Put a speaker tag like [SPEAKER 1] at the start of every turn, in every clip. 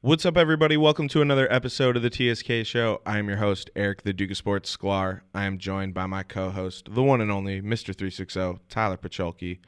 [SPEAKER 1] What's up, everybody? Welcome to another episode of the TSK Show. I am your host, Eric, the Duke of Sports Sklar. I am joined by my co host, the one and only Mr. 360, Tyler Pacholke.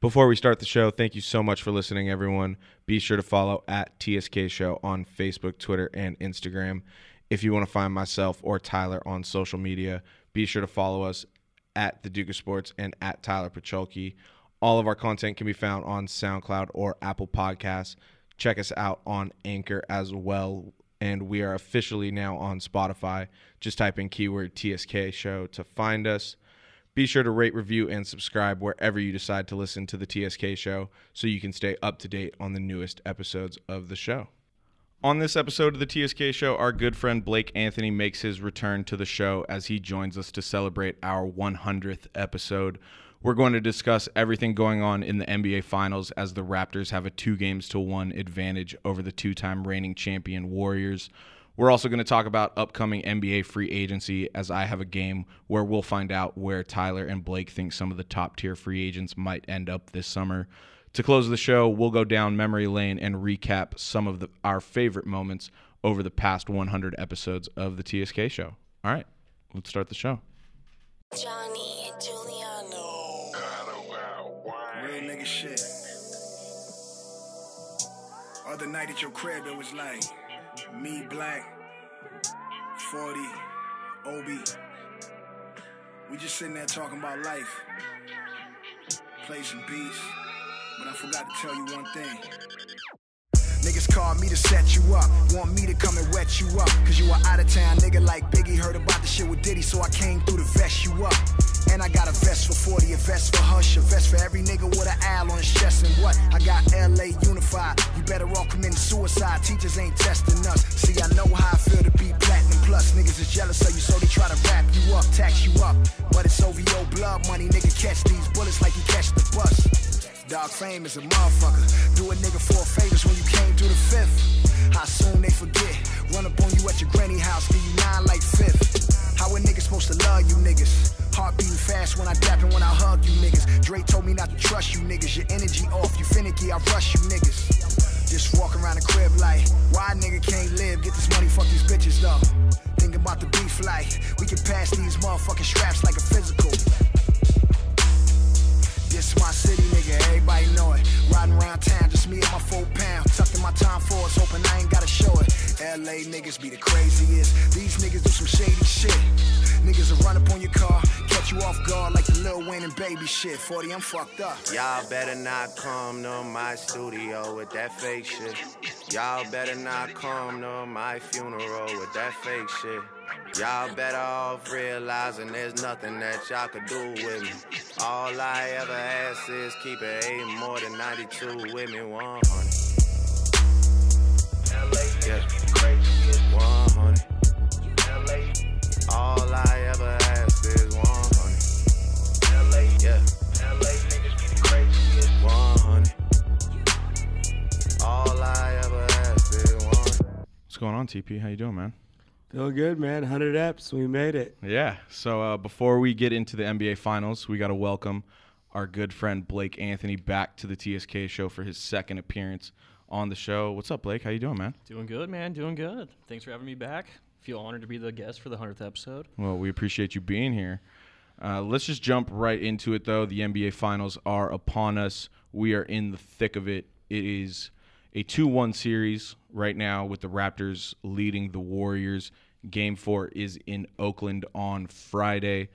[SPEAKER 1] Before we start the show, thank you so much for listening, everyone. Be sure to follow at TSK Show on Facebook, Twitter, and Instagram. If you want to find myself or Tyler on social media, be sure to follow us at the Duke of Sports and at Tyler Pacholke. All of our content can be found on SoundCloud or Apple Podcasts. Check us out on Anchor as well. And we are officially now on Spotify. Just type in keyword TSK show to find us. Be sure to rate, review, and subscribe wherever you decide to listen to the TSK show so you can stay up to date on the newest episodes of the show. On this episode of the TSK Show, our good friend Blake Anthony makes his return to the show as he joins us to celebrate our 100th episode. We're going to discuss everything going on in the NBA Finals as the Raptors have a two games to one advantage over the two time reigning champion Warriors. We're also going to talk about upcoming NBA free agency as I have a game where we'll find out where Tyler and Blake think some of the top tier free agents might end up this summer. To close the show, we'll go down memory lane and recap some of the, our favorite moments over the past 100 episodes of the TSK show. All right, let's start the show.
[SPEAKER 2] Johnny and Giuliano.
[SPEAKER 3] Real nigga shit. Other night at your crib, it was like me, black, 40, Obi. We just sitting there talking about life, play some beats. But I forgot to tell you one thing. Niggas call me to set you up, want me to come and wet you up. Cause you are out of town, nigga like Biggie heard about the shit with Diddy, so I came through to vest you up. And I got a vest for 40, a vest for Hush, a vest for every nigga with an owl on his chest and what? I got LA unified, you better all committing suicide, teachers ain't testing us. See, I know how I feel to be platinum plus, niggas is jealous of you, so they try to wrap you up, tax you up. But it's OVO blood money, nigga catch these bullets like you catch the bus. Dog fame is a motherfucker. Do a nigga four favors when you came through the fifth. How soon they forget? Run up on you at your granny house, give you nine like fifth. How a nigga supposed to love you niggas? Heart beating fast when I dap and when I hug you niggas. Dre told me not to trust you niggas. Your energy off, you finicky, I rush you niggas. Just walk around the crib like, why a nigga can't live? Get this money, fuck these bitches though. Think about the beef like, we can pass these motherfucking straps like a physical. This my city, nigga, everybody know it. Riding around town, just me and my four pound. Tucking my time for us, hoping I ain't gotta show it. LA niggas be the craziest. These niggas do some shady shit. Niggas will run up on your car, catch you off guard like the Lil Wayne and baby shit. 40, I'm fucked up.
[SPEAKER 4] Y'all better not come to my studio with that fake shit. Y'all better not come to my funeral with that fake shit. Y'all better off realizing there's nothing that y'all could do with me. All I ever ask is keep it eight more than 92 with me, 100. Yeah. 100. All I ever ask is 100. Yeah. 100. All I ever asked is 100.
[SPEAKER 1] What's going on, TP? How you doing, man?
[SPEAKER 5] Feel good, man. 100 eps. We made it.
[SPEAKER 1] Yeah. So uh, before we get into the NBA Finals, we got to welcome our good friend Blake Anthony back to the TSK show for his second appearance on the show. What's up, Blake? How you doing, man?
[SPEAKER 6] Doing good, man. Doing good. Thanks for having me back. Feel honored to be the guest for the hundredth episode.
[SPEAKER 1] Well, we appreciate you being here. Uh, let's just jump right into it, though. The NBA Finals are upon us. We are in the thick of it. It is a 2 1 series right now with the Raptors leading the Warriors. Game four is in Oakland on Friday.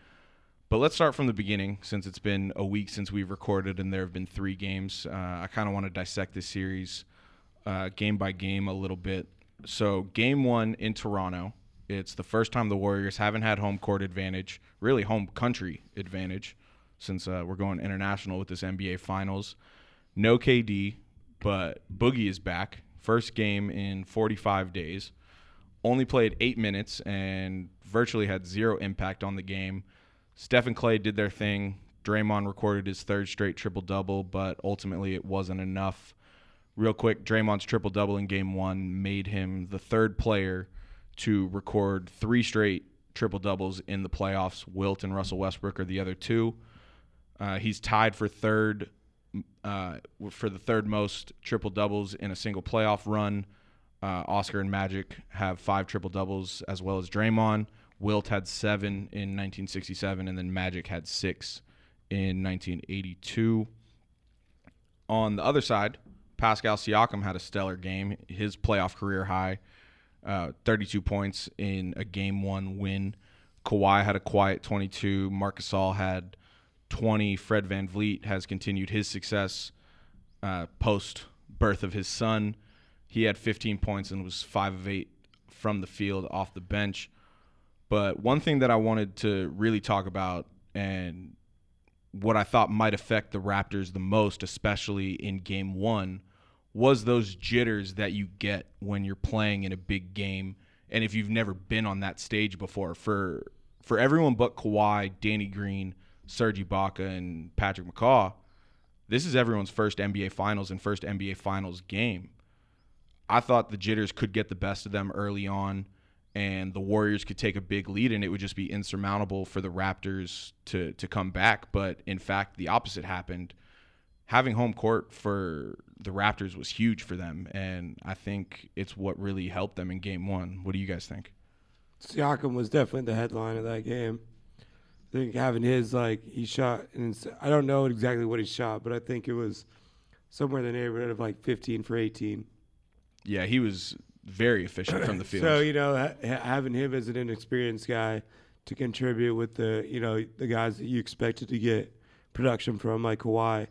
[SPEAKER 1] But let's start from the beginning since it's been a week since we've recorded and there have been three games. Uh, I kind of want to dissect this series uh, game by game a little bit. So, game one in Toronto, it's the first time the Warriors haven't had home court advantage, really home country advantage, since uh, we're going international with this NBA Finals. No KD, but Boogie is back. First game in 45 days. Only played eight minutes and virtually had zero impact on the game. Steph and Clay did their thing. Draymond recorded his third straight triple double, but ultimately it wasn't enough. Real quick, Draymond's triple double in game one made him the third player to record three straight triple doubles in the playoffs. Wilt and Russell Westbrook are the other two. Uh, he's tied for third uh, for the third most triple doubles in a single playoff run. Uh, Oscar and Magic have five triple doubles, as well as Draymond. Wilt had seven in 1967, and then Magic had six in 1982. On the other side, Pascal Siakam had a stellar game. His playoff career high, uh, 32 points in a game one win. Kawhi had a quiet 22. Marcus All had 20. Fred Van Vliet has continued his success uh, post birth of his son. He had 15 points and was 5 of 8 from the field off the bench. But one thing that I wanted to really talk about and what I thought might affect the Raptors the most, especially in game one, was those jitters that you get when you're playing in a big game. And if you've never been on that stage before, for for everyone but Kawhi, Danny Green, Serge Ibaka, and Patrick McCaw, this is everyone's first NBA Finals and first NBA Finals game. I thought the jitters could get the best of them early on, and the Warriors could take a big lead, and it would just be insurmountable for the Raptors to to come back. But in fact, the opposite happened. Having home court for the Raptors was huge for them, and I think it's what really helped them in Game One. What do you guys think?
[SPEAKER 5] Siakam was definitely the headline of that game. I think having his like he shot and it's- I don't know exactly what he shot, but I think it was somewhere in the neighborhood of like 15 for 18.
[SPEAKER 1] Yeah, he was very efficient from the field.
[SPEAKER 5] So you know, ha- ha- having him as an inexperienced guy to contribute with the you know the guys that you expected to get production from, like Kawhi,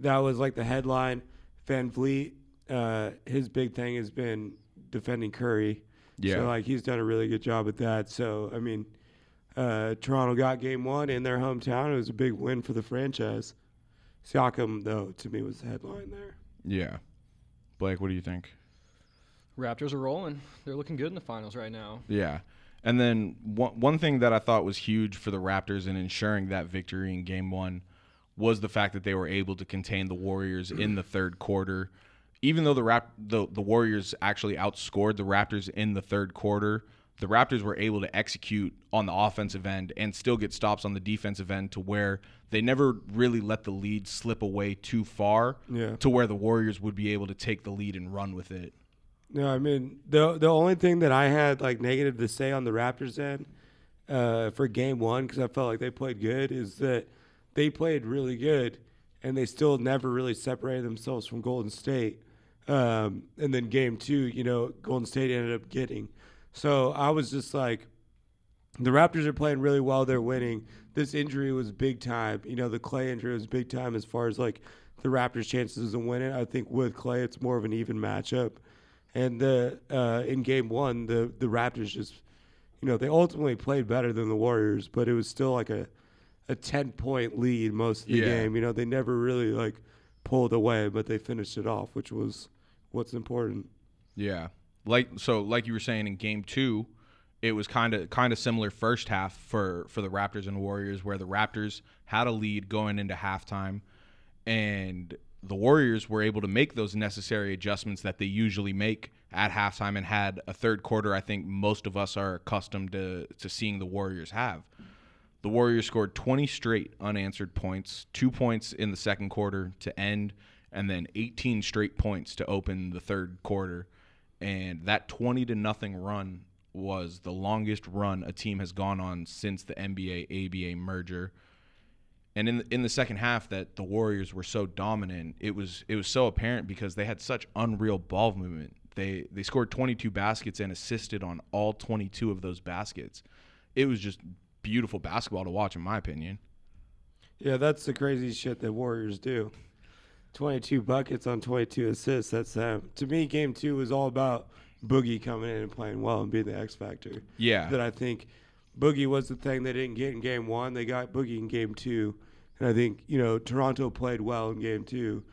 [SPEAKER 5] that was like the headline. Van Vliet, uh, his big thing has been defending Curry.
[SPEAKER 1] Yeah.
[SPEAKER 5] So like he's done a really good job at that. So I mean, uh, Toronto got game one in their hometown. It was a big win for the franchise. Siakam though to me was the headline there.
[SPEAKER 1] yeah, Blake, what do you think?
[SPEAKER 6] Raptors are rolling. They're looking good in the finals right now.
[SPEAKER 1] Yeah. And then one, one thing that I thought was huge for the Raptors in ensuring that victory in game one was the fact that they were able to contain the Warriors in the third quarter. Even though the, Rap- the, the Warriors actually outscored the Raptors in the third quarter, the Raptors were able to execute on the offensive end and still get stops on the defensive end to where they never really let the lead slip away too far
[SPEAKER 5] Yeah.
[SPEAKER 1] to where the Warriors would be able to take the lead and run with it.
[SPEAKER 5] No, I mean the the only thing that I had like negative to say on the Raptors end uh, for Game One because I felt like they played good is that they played really good and they still never really separated themselves from Golden State. Um, and then Game Two, you know, Golden State ended up getting. So I was just like, the Raptors are playing really well. They're winning. This injury was big time. You know, the Clay injury was big time as far as like the Raptors' chances of winning. I think with Clay, it's more of an even matchup. And the uh, in game one, the the Raptors just, you know, they ultimately played better than the Warriors, but it was still like a a ten point lead most of the
[SPEAKER 1] Yeah.
[SPEAKER 5] game. You know, they never really like pulled away, but they finished it off, which was what's important.
[SPEAKER 1] Yeah. Like so like you were saying in game 2, it was kind of kind of similar first half for for the Raptors and Warriors where the Raptors had a lead going into halftime and the Warriors were able to make those necessary adjustments that they usually make at halftime and had a third quarter I think most of us are accustomed to to seeing the Warriors have. The Warriors scored 20 straight unanswered points, two points in the second quarter to end, and then 18 straight points to open the third quarter. And that 20 to nothing run was the longest run a team has gone on since the NBA ABA merger. And in the, in the second half, that the Warriors were so dominant, it was it was so apparent because they had such unreal ball movement. They they scored 22 baskets and assisted on all 22 of those baskets. It was just beautiful basketball to watch, in my opinion.
[SPEAKER 5] Yeah, that's the crazy shit that Warriors do. 22 buckets on 22 assists. That's them. To me, game two was all about Boogie coming in and playing well and being the X factor.
[SPEAKER 1] Yeah.
[SPEAKER 5] That I think Boogie was the thing they didn't get in game one. They got Boogie in game two. And I think, you know, Toronto played well in game two.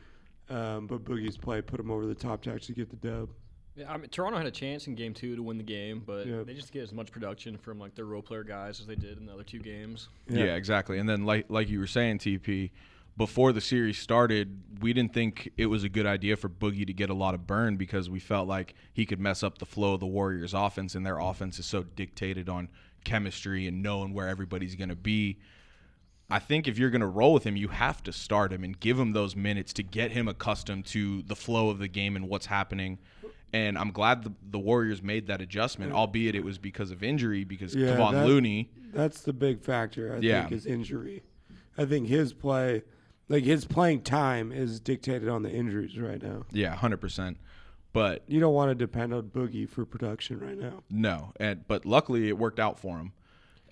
[SPEAKER 5] Um, but Boogie's play put him over the top to actually get the dub.
[SPEAKER 6] Yeah, I mean, Toronto had a chance in game two to win the game, but
[SPEAKER 5] Yeah.
[SPEAKER 6] they just get as much production from like their role player guys as they did in the other two games.
[SPEAKER 1] Yeah. exactly. And then like like you were saying, TP, before the series started, we didn't think it was a good idea for Boogie to get a lot of burn because we felt like he could mess up the flow of the Warriors' offense, and their offense is so dictated on chemistry and knowing where everybody's going to be. I think if you're going to roll with him, you have to start him and give him those minutes to get him accustomed to the flow of the game and what's happening. And I'm glad the, the Warriors made that adjustment, albeit it was because of injury, because
[SPEAKER 5] Yeah,
[SPEAKER 1] Kevon
[SPEAKER 5] that-
[SPEAKER 1] Looney.
[SPEAKER 5] That's the big factor, I
[SPEAKER 1] Yeah.
[SPEAKER 5] think, is injury. I think his play, like his playing time, is dictated on the injuries right now.
[SPEAKER 1] Yeah, 100%. But
[SPEAKER 5] You don't want to depend on Boogie for production right now.
[SPEAKER 1] no. And, but luckily, it worked out for him.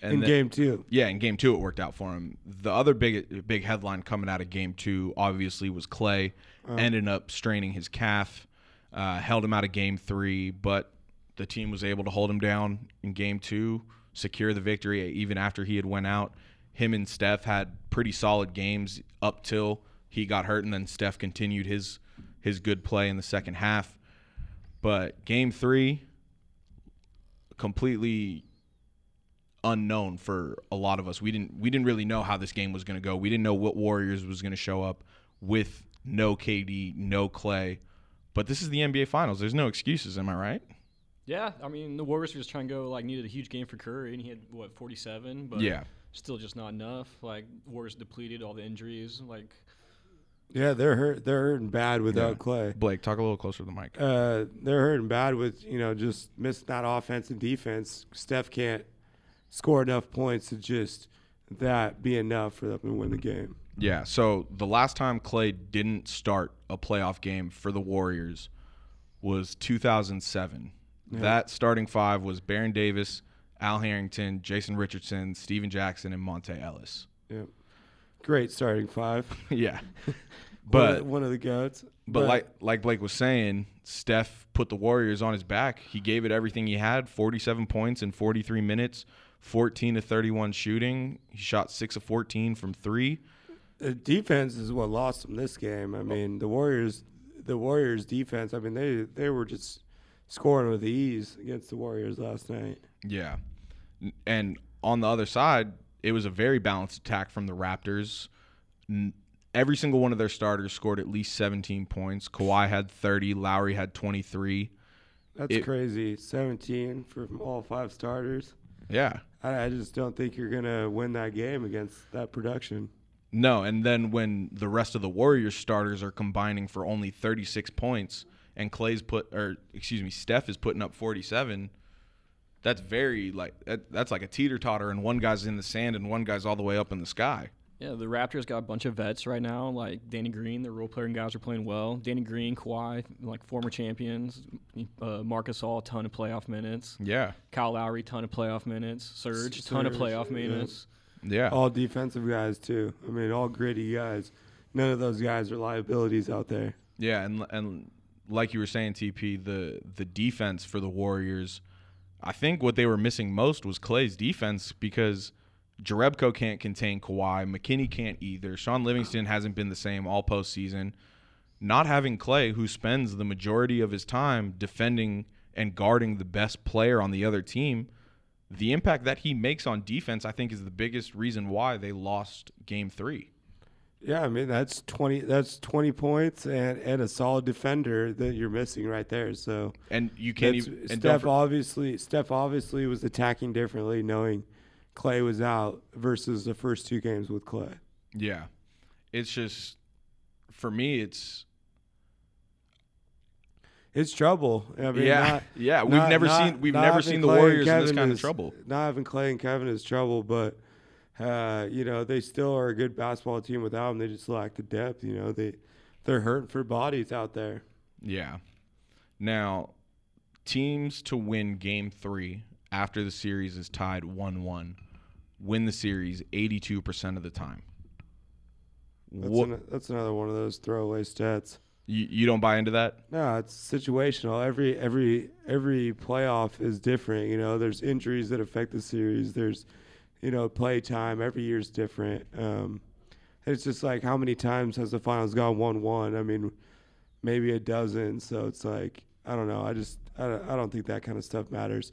[SPEAKER 1] And
[SPEAKER 5] In
[SPEAKER 1] then-
[SPEAKER 5] game two,
[SPEAKER 1] Yeah, in game two it worked out for him. The other big big headline coming out of game two obviously was Clay ended up straining his calf, uh, held him out of game three, but the team was able to hold him down in game two, secure the victory e, even after he had went out. Him and Steph had pretty solid games up till he got hurt, and then Steph continued his his good play in the second half. But game three, completely unknown for a lot of us. We didn't we didn't really know how this game was going to go. We didn't know what Warriors was going to show up with no KD, no Clay. But this is the NBA Finals. There's no excuses, am I right?
[SPEAKER 6] Yeah, I mean the Warriors were just trying to go like needed a huge game for Curry, and he had what 47, but
[SPEAKER 1] Yeah.
[SPEAKER 6] still just not enough. Like Warriors depleted all the injuries. Like
[SPEAKER 5] yeah, they're hurt. They're hurting bad without Clay.
[SPEAKER 1] Blake, talk a little closer to the mic.
[SPEAKER 5] Uh, they're hurting bad with you know just missing that offense and defense. Steph can't score enough points to just that be enough for them to win the game.
[SPEAKER 1] Yeah. So the last time Clay didn't start a playoff game for the Warriors was 2007. That starting five was Baron Davis, Al Harrington, Jason Richardson, Steven Jackson, and Monte Ellis.
[SPEAKER 5] Yep. Great starting five.
[SPEAKER 1] yeah.
[SPEAKER 5] One of
[SPEAKER 1] But
[SPEAKER 5] the- one of the goats.
[SPEAKER 1] But, like like Blake was saying, Steph put the Warriors on his back. He gave it everything he had: 47 points in 43 minutes, 14 to 31 shooting. He shot six of 14 from three.
[SPEAKER 5] the defense is what lost them this game. I mean, the Warriors, the Warriors defense. I mean, they they were just scoring with ease against the Warriors last night.
[SPEAKER 1] Yeah, and on the other side, it was a very balanced attack from the Raptors. N- Every single one of their starters scored at least 17 points. Kawhi had 30. Lowry had 23.
[SPEAKER 5] That's
[SPEAKER 1] It-
[SPEAKER 5] crazy. Seventeen from all five starters.
[SPEAKER 1] Yeah.
[SPEAKER 5] I, I just don't think you're gonna win that game against that production.
[SPEAKER 1] No, and then when the rest of the Warriors starters are combining for only 36 points and Clay's put or excuse me, Steph is putting up 47, that's very like that, that's like a teeter-totter and one guy's in the sand and one guy's all the way up in the sky.
[SPEAKER 6] yeah, the Raptors got a bunch of vets right now. Like Danny Green, their role player and guys are playing well. Danny Green, Kawhi, like former champions. Uh, Marcus All, ton of playoff minutes.
[SPEAKER 1] Yeah.
[SPEAKER 6] Kyle Lowry, ton of playoff minutes. Serge, ton of
[SPEAKER 5] Serge,
[SPEAKER 6] playoff
[SPEAKER 5] yeah.
[SPEAKER 6] minutes.
[SPEAKER 1] Yeah.
[SPEAKER 5] All defensive guys too. I mean, all gritty guys. None of those guys are liabilities out there.
[SPEAKER 1] Yeah, and and like you were saying, TP, the the defense for the Warriors, I think what they were missing most was Clay's defense because Jarebko can't contain Kawhi, McKinney can't either. Sean Livingston hasn't been the same all postseason. Not having Clay, who spends the majority of his time defending and guarding the best player on the other team, the impact that he makes on defense, I think, is the biggest reason why they lost Game Three.
[SPEAKER 5] Yeah, I mean that's twenty. That's twenty points and and a solid defender that you're missing right there. So
[SPEAKER 1] And you can't
[SPEAKER 5] That's-
[SPEAKER 1] even. and don't
[SPEAKER 5] Steph
[SPEAKER 1] for-
[SPEAKER 5] obviously Steph obviously was attacking differently, knowing Clay was out versus the first two games with Clay.
[SPEAKER 1] Yeah. It's just for me it's
[SPEAKER 5] It's trouble. I mean,
[SPEAKER 1] Yeah.
[SPEAKER 5] not-
[SPEAKER 1] Yeah, we've
[SPEAKER 5] not-
[SPEAKER 1] never
[SPEAKER 5] not-
[SPEAKER 1] seen- we've
[SPEAKER 5] not
[SPEAKER 1] never
[SPEAKER 5] having
[SPEAKER 1] seen the
[SPEAKER 5] Klay and
[SPEAKER 1] Warriors in this
[SPEAKER 5] Kevin
[SPEAKER 1] kind of
[SPEAKER 5] is-
[SPEAKER 1] trouble.
[SPEAKER 5] Not having Clay and Kevin is trouble, but uh, you know they still are a good basketball team without them. They just lack the depth. You know they they're hurting for bodies out there.
[SPEAKER 1] yeah. Now, teams to win game 3 after the series is tied 1-1 win the series 82% of the time.
[SPEAKER 5] That's,
[SPEAKER 1] What
[SPEAKER 5] an- that's another one of those throwaway stats.
[SPEAKER 1] you, you don't buy into that?
[SPEAKER 5] No, it's situational. Every every every playoff is different. You know, there's injuries that affect the series. There's, you know, play time. Every year's different. Um, it's just like how many times has the finals gone one one? I mean, maybe a dozen. So it's like I don't know. I just I don't, I don't think that kind of stuff matters.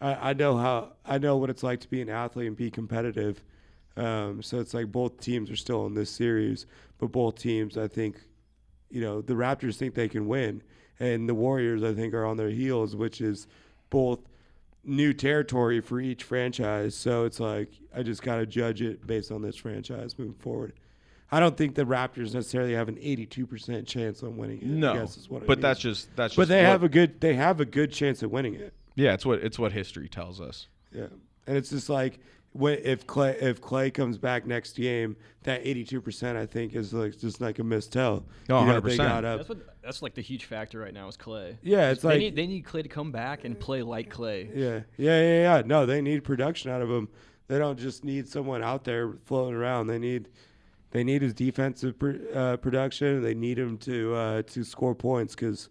[SPEAKER 5] I, I know how I know what it's like to be an athlete and be competitive. Um, so it's like both teams are still in this series, but both teams I think you know the Raptors think they can win, and the Warriors I think are on their heels, which is both new territory for each franchise. So it's like I just gotta judge it based on this franchise moving forward. I don't think the Raptors necessarily have an 82% chance on winning it. I
[SPEAKER 1] No,
[SPEAKER 5] guess is what I
[SPEAKER 1] but
[SPEAKER 5] mean.
[SPEAKER 1] that's just that's just.
[SPEAKER 5] But they
[SPEAKER 1] what-
[SPEAKER 5] have a good they have a good chance at winning it.
[SPEAKER 1] yeah. It's what it's what history tells us.
[SPEAKER 5] Yeah, and it's just like when if Clay if Clay comes back next game, that eighty two percent I think is like just like a missed tell.
[SPEAKER 1] No,
[SPEAKER 5] You know,
[SPEAKER 1] 100%.
[SPEAKER 5] they got up.
[SPEAKER 6] That's what. That's like the huge factor right now is Clay.
[SPEAKER 5] Yeah, it's
[SPEAKER 6] they
[SPEAKER 5] like-
[SPEAKER 6] need, they need Clay to come back and play like Clay.
[SPEAKER 5] yeah, yeah, yeah, yeah. No, they need production out of him. They don't just need someone out there floating around. They need they need his defensive pr- uh, production. They need him to uh, to score points because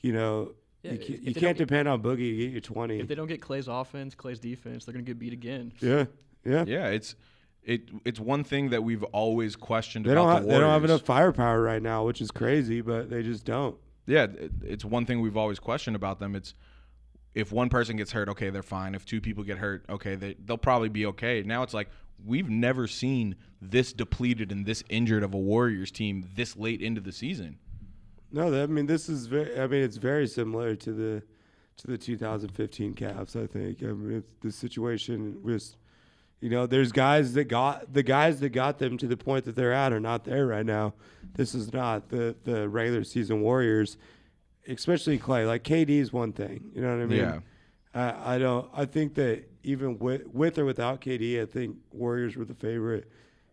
[SPEAKER 5] you know.
[SPEAKER 6] Yeah,
[SPEAKER 5] you, ca-
[SPEAKER 6] if
[SPEAKER 5] you
[SPEAKER 6] they
[SPEAKER 5] can't
[SPEAKER 6] don't-
[SPEAKER 5] depend on Boogie to get you 20.
[SPEAKER 6] If they don't get Clay's offense, Clay's defense, they're gonna get beat again.
[SPEAKER 5] yeah, yeah.
[SPEAKER 1] Yeah, it's it it's one thing that we've always questioned
[SPEAKER 5] They
[SPEAKER 1] about
[SPEAKER 5] don't, have,
[SPEAKER 1] the
[SPEAKER 5] they
[SPEAKER 1] Warriors.
[SPEAKER 5] don't have enough firepower right now, which is crazy, but they just don't.
[SPEAKER 1] Yeah, it- it's one thing we've always questioned about them. It's if one person gets hurt, okay, they're fine. If two people get hurt, okay, they they'll probably be okay. Now it's like we've never seen this depleted and this injured of a Warriors team this late into the season.
[SPEAKER 5] No, that, I mean this is very. I mean it's very similar to the to the 2015 Cavs. I think. I mean it's, the situation was, you know, there's guys that got the guys that got them to the point that they're at are not there right now. This is not the the regular season Warriors, especially Clay. Like KD is one thing. You know what I mean?
[SPEAKER 1] Yeah.
[SPEAKER 5] I, I don't. I think that even with with or without KD, I think Warriors were the favorite,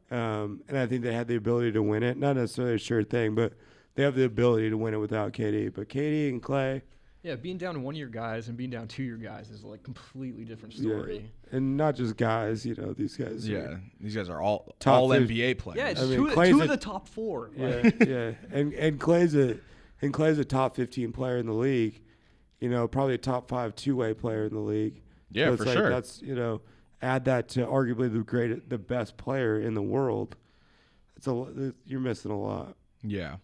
[SPEAKER 5] um, and I think they had the ability to win it. Not necessarily a sure thing, but they have the ability to win it without KD. But KD and Clay,
[SPEAKER 6] Yeah, being down one of your guys and being down two of your guys is like completely different
[SPEAKER 5] yeah.
[SPEAKER 6] story.
[SPEAKER 5] and not just guys. You know these guys. are-
[SPEAKER 1] Yeah, these guys are all
[SPEAKER 5] Top
[SPEAKER 1] all
[SPEAKER 5] three.
[SPEAKER 1] NBA players.
[SPEAKER 6] Yeah, it's
[SPEAKER 5] mean,
[SPEAKER 6] two, of the-
[SPEAKER 5] Clay's
[SPEAKER 6] two
[SPEAKER 5] a-
[SPEAKER 6] of the top four. Like,
[SPEAKER 5] yeah, yeah. And and Clay's a and Clay's a top 15 player in the league. You know, probably a top five two way player in the league.
[SPEAKER 1] Yeah,
[SPEAKER 5] it's
[SPEAKER 1] for sure.
[SPEAKER 5] That's you know, add that to arguably the great, the best player in the world. It's a lo- you're missing a lot.
[SPEAKER 1] Yeah.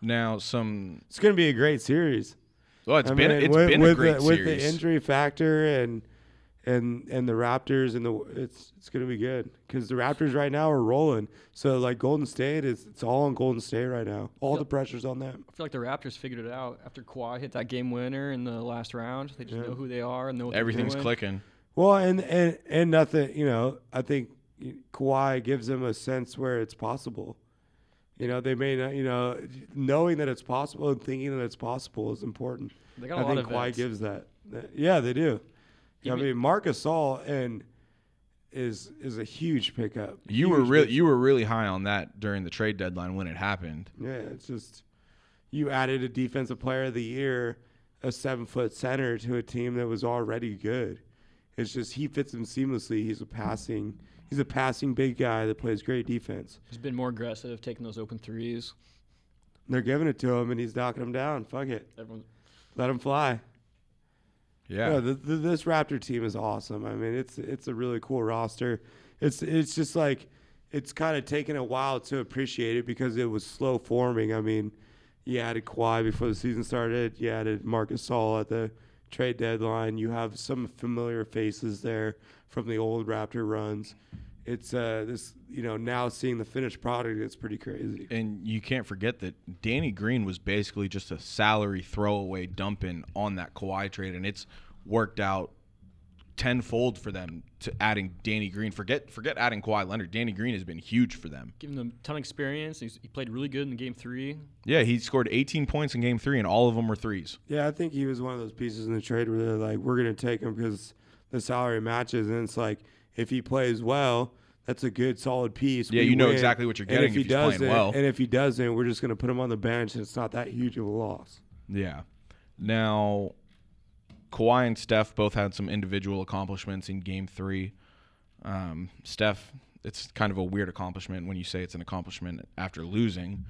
[SPEAKER 1] Now some.
[SPEAKER 5] It's going to be a great series.
[SPEAKER 1] Well, it's
[SPEAKER 5] I
[SPEAKER 1] been
[SPEAKER 5] mean,
[SPEAKER 1] it's
[SPEAKER 5] with,
[SPEAKER 1] been
[SPEAKER 5] with
[SPEAKER 1] a great
[SPEAKER 5] the,
[SPEAKER 1] series.
[SPEAKER 5] with the injury factor and and and the Raptors and the it's it's going to be good because the Raptors right now are rolling. So like Golden State is it's all on Golden State right now. All the pressure's on them.
[SPEAKER 6] I feel like the Raptors figured it out after Kawhi hit that game winner in the last round. They just know who they are and know what they're
[SPEAKER 1] Everything's
[SPEAKER 6] doing.
[SPEAKER 1] clicking.
[SPEAKER 5] Well, and and and nothing, you know. I think Kawhi gives them a sense where it's possible. You know, they may not, you know, knowing that it's possible and thinking that it's possible is important.
[SPEAKER 6] They got a
[SPEAKER 5] I
[SPEAKER 6] lot
[SPEAKER 5] think
[SPEAKER 6] of
[SPEAKER 5] Kawhi
[SPEAKER 6] vets.
[SPEAKER 5] gives that. That- Yeah, they do. I
[SPEAKER 6] me-
[SPEAKER 5] mean, Marcus All and is is a huge pickup.
[SPEAKER 1] You were
[SPEAKER 5] Huge
[SPEAKER 1] really you were really high on that during the trade deadline when it happened.
[SPEAKER 5] Yeah, it's just you added a defensive player of the year, a seven foot center to a team that was already good. It's just he fits them seamlessly. He's a passing, he's a passing big guy that plays great defense.
[SPEAKER 6] He's been more aggressive, taking those open threes.
[SPEAKER 5] They're giving it to him, and he's knocking them down. Fuck it,
[SPEAKER 6] Everyone,
[SPEAKER 5] let him fly.
[SPEAKER 1] Yeah.
[SPEAKER 5] No, the, the, this Raptor team is awesome. I mean, it's it's a really cool roster. It's it's just like it's kind of taken a while to appreciate it because it was slow forming. I mean, you added Kawhi before the season started. You added Marcus Saul at the trade deadline. You have some familiar faces there from the old Raptor runs. It's uh, this you know now seeing the finished product. It's pretty crazy.
[SPEAKER 1] and you can't forget that Danny Green was basically just a salary throwaway dump in on that Kawhi trade, and it's worked out tenfold for them to adding Danny Green. Forget forget adding Kawhi Leonard. Danny Green has been huge for them.
[SPEAKER 6] giving them a ton of experience. He's, he played really good in game three.
[SPEAKER 1] Yeah, he scored 18 points in Game Three, and all of them were threes.
[SPEAKER 5] Yeah, I think he was one of those pieces in the trade where they're like, we're going to take him because the salary matches. And it's like, if he plays well, that's a good, solid piece.
[SPEAKER 1] Yeah,
[SPEAKER 5] We
[SPEAKER 1] you know
[SPEAKER 5] win.
[SPEAKER 1] exactly what you're
[SPEAKER 5] And
[SPEAKER 1] getting if he's playing
[SPEAKER 5] doesn't-
[SPEAKER 1] well.
[SPEAKER 5] And if he doesn't, we're just going to put him on the bench, and it's not that huge of a loss.
[SPEAKER 1] Yeah. Now, Kawhi and Steph both had some individual accomplishments in Game Three. Um, Steph, it's kind of a weird accomplishment when you say it's an accomplishment after losing,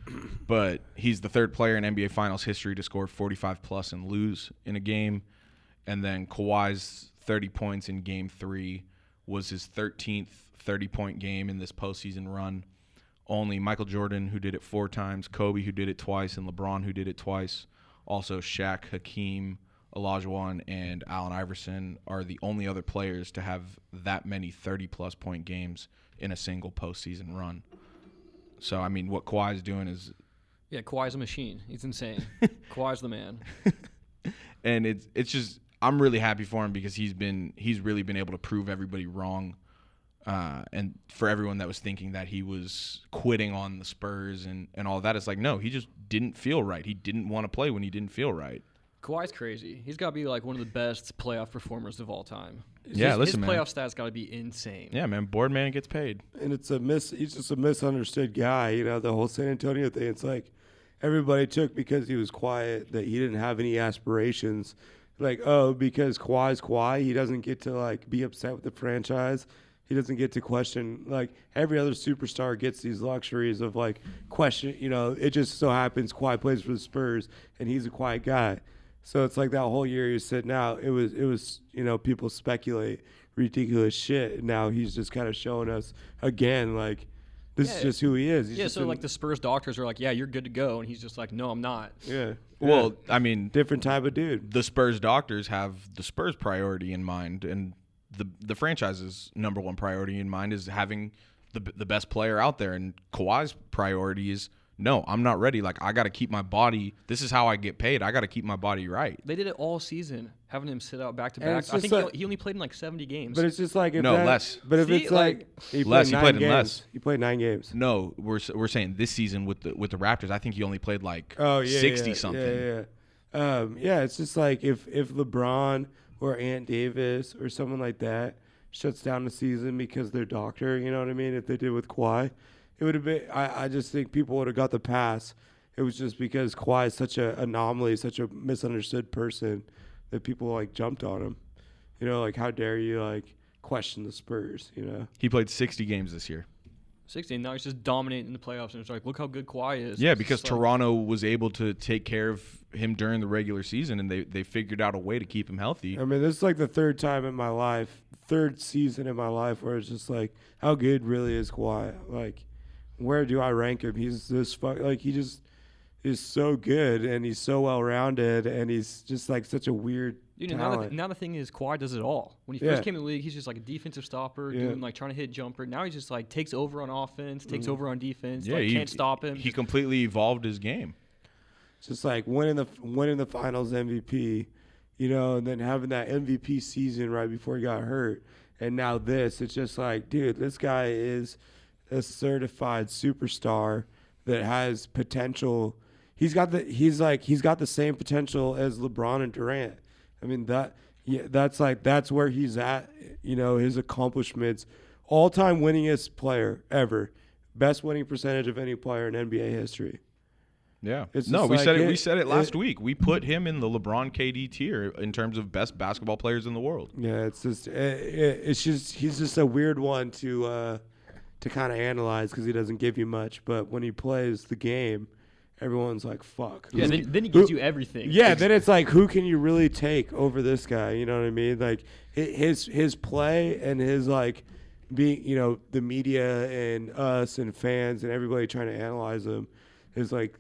[SPEAKER 1] but he's the third player in NBA Finals history to score 45 plus and lose in a game, and then Kawhi's 30 points in Game Three was his 13th 30 point game in this postseason run. Only Michael Jordan, who did it four times, Kobe, who did it twice, and LeBron, who did it twice. Also, Shaq, Hakeem, Olajuwon, and Allen Iverson are the only other players to have that many 30 plus point games in a single postseason run. So, I mean, what Kawhi's doing is,
[SPEAKER 6] Yeah, Kawhi's a machine. He's insane. Kawhi's the man.
[SPEAKER 1] and it's it's just I'm really happy for him because he's been he's really been able to prove everybody wrong Uh, and for everyone that was thinking that he was quitting on the Spurs and, and all that, it's like, no, he just didn't feel right. He didn't want to play when he didn't feel right.
[SPEAKER 6] Kawhi's crazy. He's got to be like one of the best playoff performers of all time.
[SPEAKER 1] Yeah,
[SPEAKER 6] his,
[SPEAKER 1] listen,
[SPEAKER 6] his
[SPEAKER 1] man.
[SPEAKER 6] playoff stats got to be insane.
[SPEAKER 1] Yeah, man. Board man gets paid.
[SPEAKER 5] and it's a mis he's just a misunderstood guy you know the whole san antonio thing it's like everybody took because he was quiet that he didn't have any aspirations like oh because Kawhi's Kawhi he doesn't get to like be upset with the franchise he doesn't get to question like every other superstar gets these luxuries of like question you know it just so happens Kawhi plays for the Spurs and he's a quiet guy so it's like that whole year he was sitting out. It was it was you know people speculate ridiculous shit. And now he's just kind of showing us again like this is
[SPEAKER 6] Yeah.
[SPEAKER 5] just who he is. He's
[SPEAKER 6] Yeah,
[SPEAKER 5] just
[SPEAKER 6] so
[SPEAKER 5] an-
[SPEAKER 6] like the Spurs doctors are like, "Yeah, you're good to go," and he's just like, "No, I'm not."
[SPEAKER 5] yeah, yeah.
[SPEAKER 1] Well, I mean,
[SPEAKER 5] different type of dude.
[SPEAKER 1] the Spurs doctors have the Spurs priority in mind, and the the franchise's number one priority in mind is having the the best player out there. And Kawhi's priority is no, I'm not ready. Like I got to keep my body. This is how I get paid. I got to keep my body right.
[SPEAKER 6] They did it all season, having him sit out back to
[SPEAKER 5] And
[SPEAKER 6] back.
[SPEAKER 5] it's
[SPEAKER 6] I
[SPEAKER 5] just
[SPEAKER 6] think he
[SPEAKER 5] like-
[SPEAKER 6] o- he only played in like 70 games.
[SPEAKER 5] But it's just like if
[SPEAKER 1] No,
[SPEAKER 5] that-
[SPEAKER 1] less.
[SPEAKER 5] But if
[SPEAKER 6] See,
[SPEAKER 5] it's like, he
[SPEAKER 1] Less, he
[SPEAKER 5] nine
[SPEAKER 1] played in
[SPEAKER 5] games.
[SPEAKER 1] less.
[SPEAKER 5] He played nine games.
[SPEAKER 1] No, we're s- we're saying this season with the with the Raptors, I think he only played like
[SPEAKER 5] Oh yeah,
[SPEAKER 1] sixty
[SPEAKER 5] yeah,
[SPEAKER 1] something.
[SPEAKER 5] Yeah, yeah. Um, yeah, it's just like if if LeBron or Ant Davis or someone like that shuts down the season because their doctor, you know what I mean? If they did with Kawhi, it would have been. I, I just think people would have got the pass. It was just because Kawhi is such an anomaly, such a misunderstood person that people like jumped on him. You know, like how dare you like question the Spurs? You know.
[SPEAKER 1] He played sixty games this year.
[SPEAKER 6] 16. Now he's just dominating in the playoffs, and it's like, look how good Kawhi is.
[SPEAKER 1] Yeah,
[SPEAKER 6] It's
[SPEAKER 1] because
[SPEAKER 6] just like-
[SPEAKER 1] Toronto was able to take care of him during the regular season, and they they figured out a way to keep him healthy.
[SPEAKER 5] I mean, this is like the third time in my life, third season in my life where it's just like, how good really is Kawhi? Like, where do I rank him? He's this fuck. Like, he just is so good and he's so well rounded and he's just like such a weird.
[SPEAKER 6] You know, now
[SPEAKER 5] talent.
[SPEAKER 6] the, now the thing is, Kawhi does it all. When he
[SPEAKER 5] Yeah.
[SPEAKER 6] first came in the league, he's just like a defensive stopper,
[SPEAKER 5] Yeah.
[SPEAKER 6] doing like trying to hit jumper. Now he's just like takes over on offense,
[SPEAKER 5] Mm-hmm.
[SPEAKER 6] takes over on defense.
[SPEAKER 1] Yeah,
[SPEAKER 6] like,
[SPEAKER 1] he-
[SPEAKER 6] can't stop him.
[SPEAKER 1] He completely evolved his game.
[SPEAKER 5] It's just like winning the winning the finals MVP, you know, and then having that MVP season right before he got hurt, and now this. It's just like, dude, this guy is a certified superstar that has potential. He's got the he's like he's got the same potential as LeBron and Durant. I mean that yeah, that's like that's where he's at. You know, his accomplishments, all time winningest player ever, best winning percentage of any player in NBA history.
[SPEAKER 1] Yeah.
[SPEAKER 5] It's
[SPEAKER 1] no,
[SPEAKER 5] just
[SPEAKER 1] we
[SPEAKER 5] like
[SPEAKER 1] said it,
[SPEAKER 5] it-
[SPEAKER 1] We said it last
[SPEAKER 5] it-
[SPEAKER 1] week. We put him in the LeBron KD tier in terms of best basketball players in the world.
[SPEAKER 5] Yeah, it's just it, it, it's just he's just a weird one to uh, to kind of analyze because he doesn't give you much, but when he plays the game, everyone's like, "Fuck."
[SPEAKER 6] yeah,
[SPEAKER 5] who
[SPEAKER 6] then,
[SPEAKER 5] can-
[SPEAKER 6] then he gives
[SPEAKER 5] who-
[SPEAKER 6] you everything.
[SPEAKER 5] Yeah, then it's like, who can you really take over this guy? You know what I mean? Like hi- his his play and his like being, you know, the media and us and fans and everybody trying to analyze him is like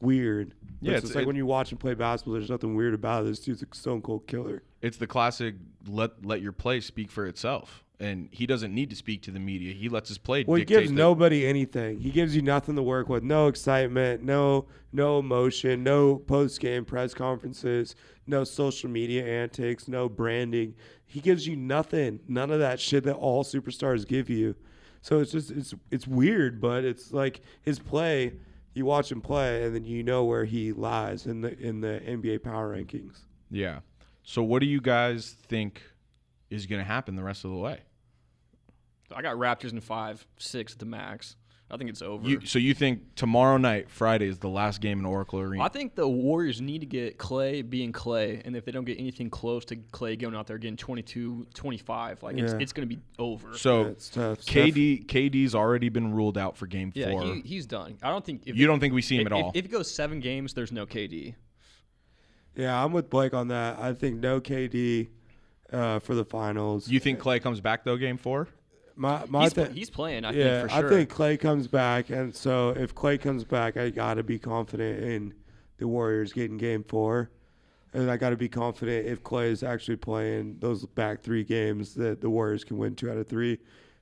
[SPEAKER 5] weird.
[SPEAKER 1] Yeah,
[SPEAKER 5] Yeah, it's,
[SPEAKER 1] it's-
[SPEAKER 5] just like
[SPEAKER 1] it-
[SPEAKER 5] when you watch him play basketball, there's nothing weird about it. This dude's a stone cold killer.
[SPEAKER 1] It's the classic let let your play speak for itself. And he doesn't need to speak to the media. He lets his play
[SPEAKER 5] Well, he
[SPEAKER 1] dictate
[SPEAKER 5] gives
[SPEAKER 1] the-
[SPEAKER 5] nobody anything. He gives you nothing to work with. No excitement. No no emotion. No post game press conferences. No social media antics. No branding. He gives you nothing. None of that shit that all superstars give you. So it's just it's it's weird, but it's like his play. You watch him play, and then you know where he lies in the in the NBA power rankings.
[SPEAKER 1] Yeah. So what do you guys think is gonna happen the rest of the way?
[SPEAKER 6] I got Raptors in five, six at the max. I think it's over.
[SPEAKER 1] You, so you think tomorrow night, Friday, is the last game in Oracle Arena?
[SPEAKER 6] I think the Warriors need to get Clay being Clay, and if they don't get anything close to Clay going out there getting 22, 25, like it's,
[SPEAKER 5] Yeah.
[SPEAKER 6] it's going to be over.
[SPEAKER 1] so
[SPEAKER 5] That's tough.
[SPEAKER 1] KD KD's already been ruled out for game
[SPEAKER 6] yeah,
[SPEAKER 1] four.
[SPEAKER 6] he, he's done. I don't think if
[SPEAKER 1] you don't think we see him at
[SPEAKER 6] if,
[SPEAKER 1] all?
[SPEAKER 6] If, it goes seven games, there's no KD.
[SPEAKER 5] Yeah, I'm with Blake on that. I think no KD uh, for the finals.
[SPEAKER 1] you think Clay comes back though game four?
[SPEAKER 5] my my
[SPEAKER 6] He's, pl-
[SPEAKER 5] thi-
[SPEAKER 6] he's playing, I
[SPEAKER 5] Yeah,
[SPEAKER 6] think for sure.
[SPEAKER 5] I think Clay comes back, and so if Clay comes back, I gotta be confident in the Warriors getting Game Four, and I gotta be confident if Clay is actually playing those back three games that the Warriors can win two out of three.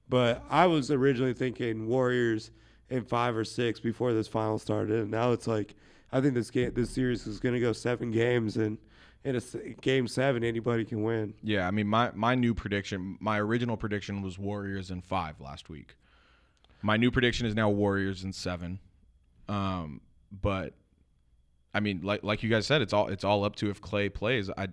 [SPEAKER 5] But I was originally thinking Warriors in five or six before this final started, and now it's like I think this game, this series is gonna go seven games, and in a s- game seven, anybody can win.
[SPEAKER 1] Yeah, I mean my my new prediction, my original prediction was Warriors in 5 last week. My new prediction is now Warriors in 7. Um but I mean like like you guys said it's all it's all up to if Clay plays. I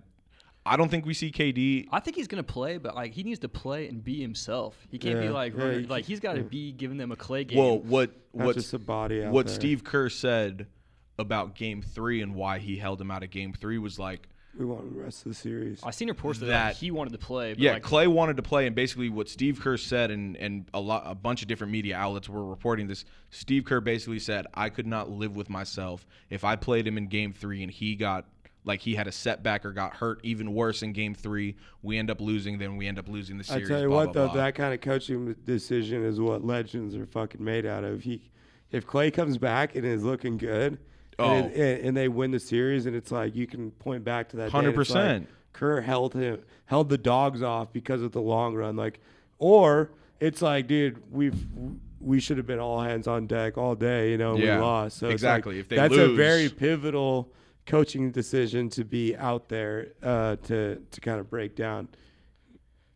[SPEAKER 1] I don't think we see KD
[SPEAKER 6] I think he's gonna play, but like he needs to play and be himself. He can't be
[SPEAKER 5] Yeah,
[SPEAKER 6] like
[SPEAKER 5] yeah,
[SPEAKER 6] running,
[SPEAKER 5] you
[SPEAKER 6] like
[SPEAKER 5] can't-
[SPEAKER 6] he's got to be giving them a clay game.
[SPEAKER 1] Well, what
[SPEAKER 5] Not
[SPEAKER 1] what
[SPEAKER 5] just a body out
[SPEAKER 1] what
[SPEAKER 5] there.
[SPEAKER 1] Steve Kerr said about Game Three and why he held him out of Game Three was like,
[SPEAKER 5] We want the rest of the series.
[SPEAKER 6] I seen reports that,
[SPEAKER 1] That-
[SPEAKER 6] like, he wanted to play. But,
[SPEAKER 1] yeah,
[SPEAKER 6] like,
[SPEAKER 1] Clay wanted to play, and basically what Steve Kerr said, and and a lot a bunch of different media outlets were reporting this. Steve Kerr basically said, I could not live with myself if I played him in Game Three and he got. Like he had a setback or got hurt, even worse in Game Three. We end up losing, then we end up losing the
[SPEAKER 5] I
[SPEAKER 1] series.
[SPEAKER 5] tell you
[SPEAKER 1] blah, blah,
[SPEAKER 5] what, though,
[SPEAKER 1] blah.
[SPEAKER 5] that kind of coaching decision is what legends are fucking made out of. He, if Clay comes back and is looking good, and,
[SPEAKER 1] Oh.
[SPEAKER 5] and, and they win the series, and it's like you can point back to that. day, and it's
[SPEAKER 1] 100%.
[SPEAKER 5] like, Kerr held him, held the dogs off because of the long run. Like, or it's like, dude, we've we should have been all hands on deck all day, you know, and
[SPEAKER 1] Yeah,
[SPEAKER 5] we lost. So it's like,
[SPEAKER 1] exactly. If they
[SPEAKER 5] that's a
[SPEAKER 1] lose-
[SPEAKER 5] very pivotal coaching decision to be out there uh, to to kind of break down.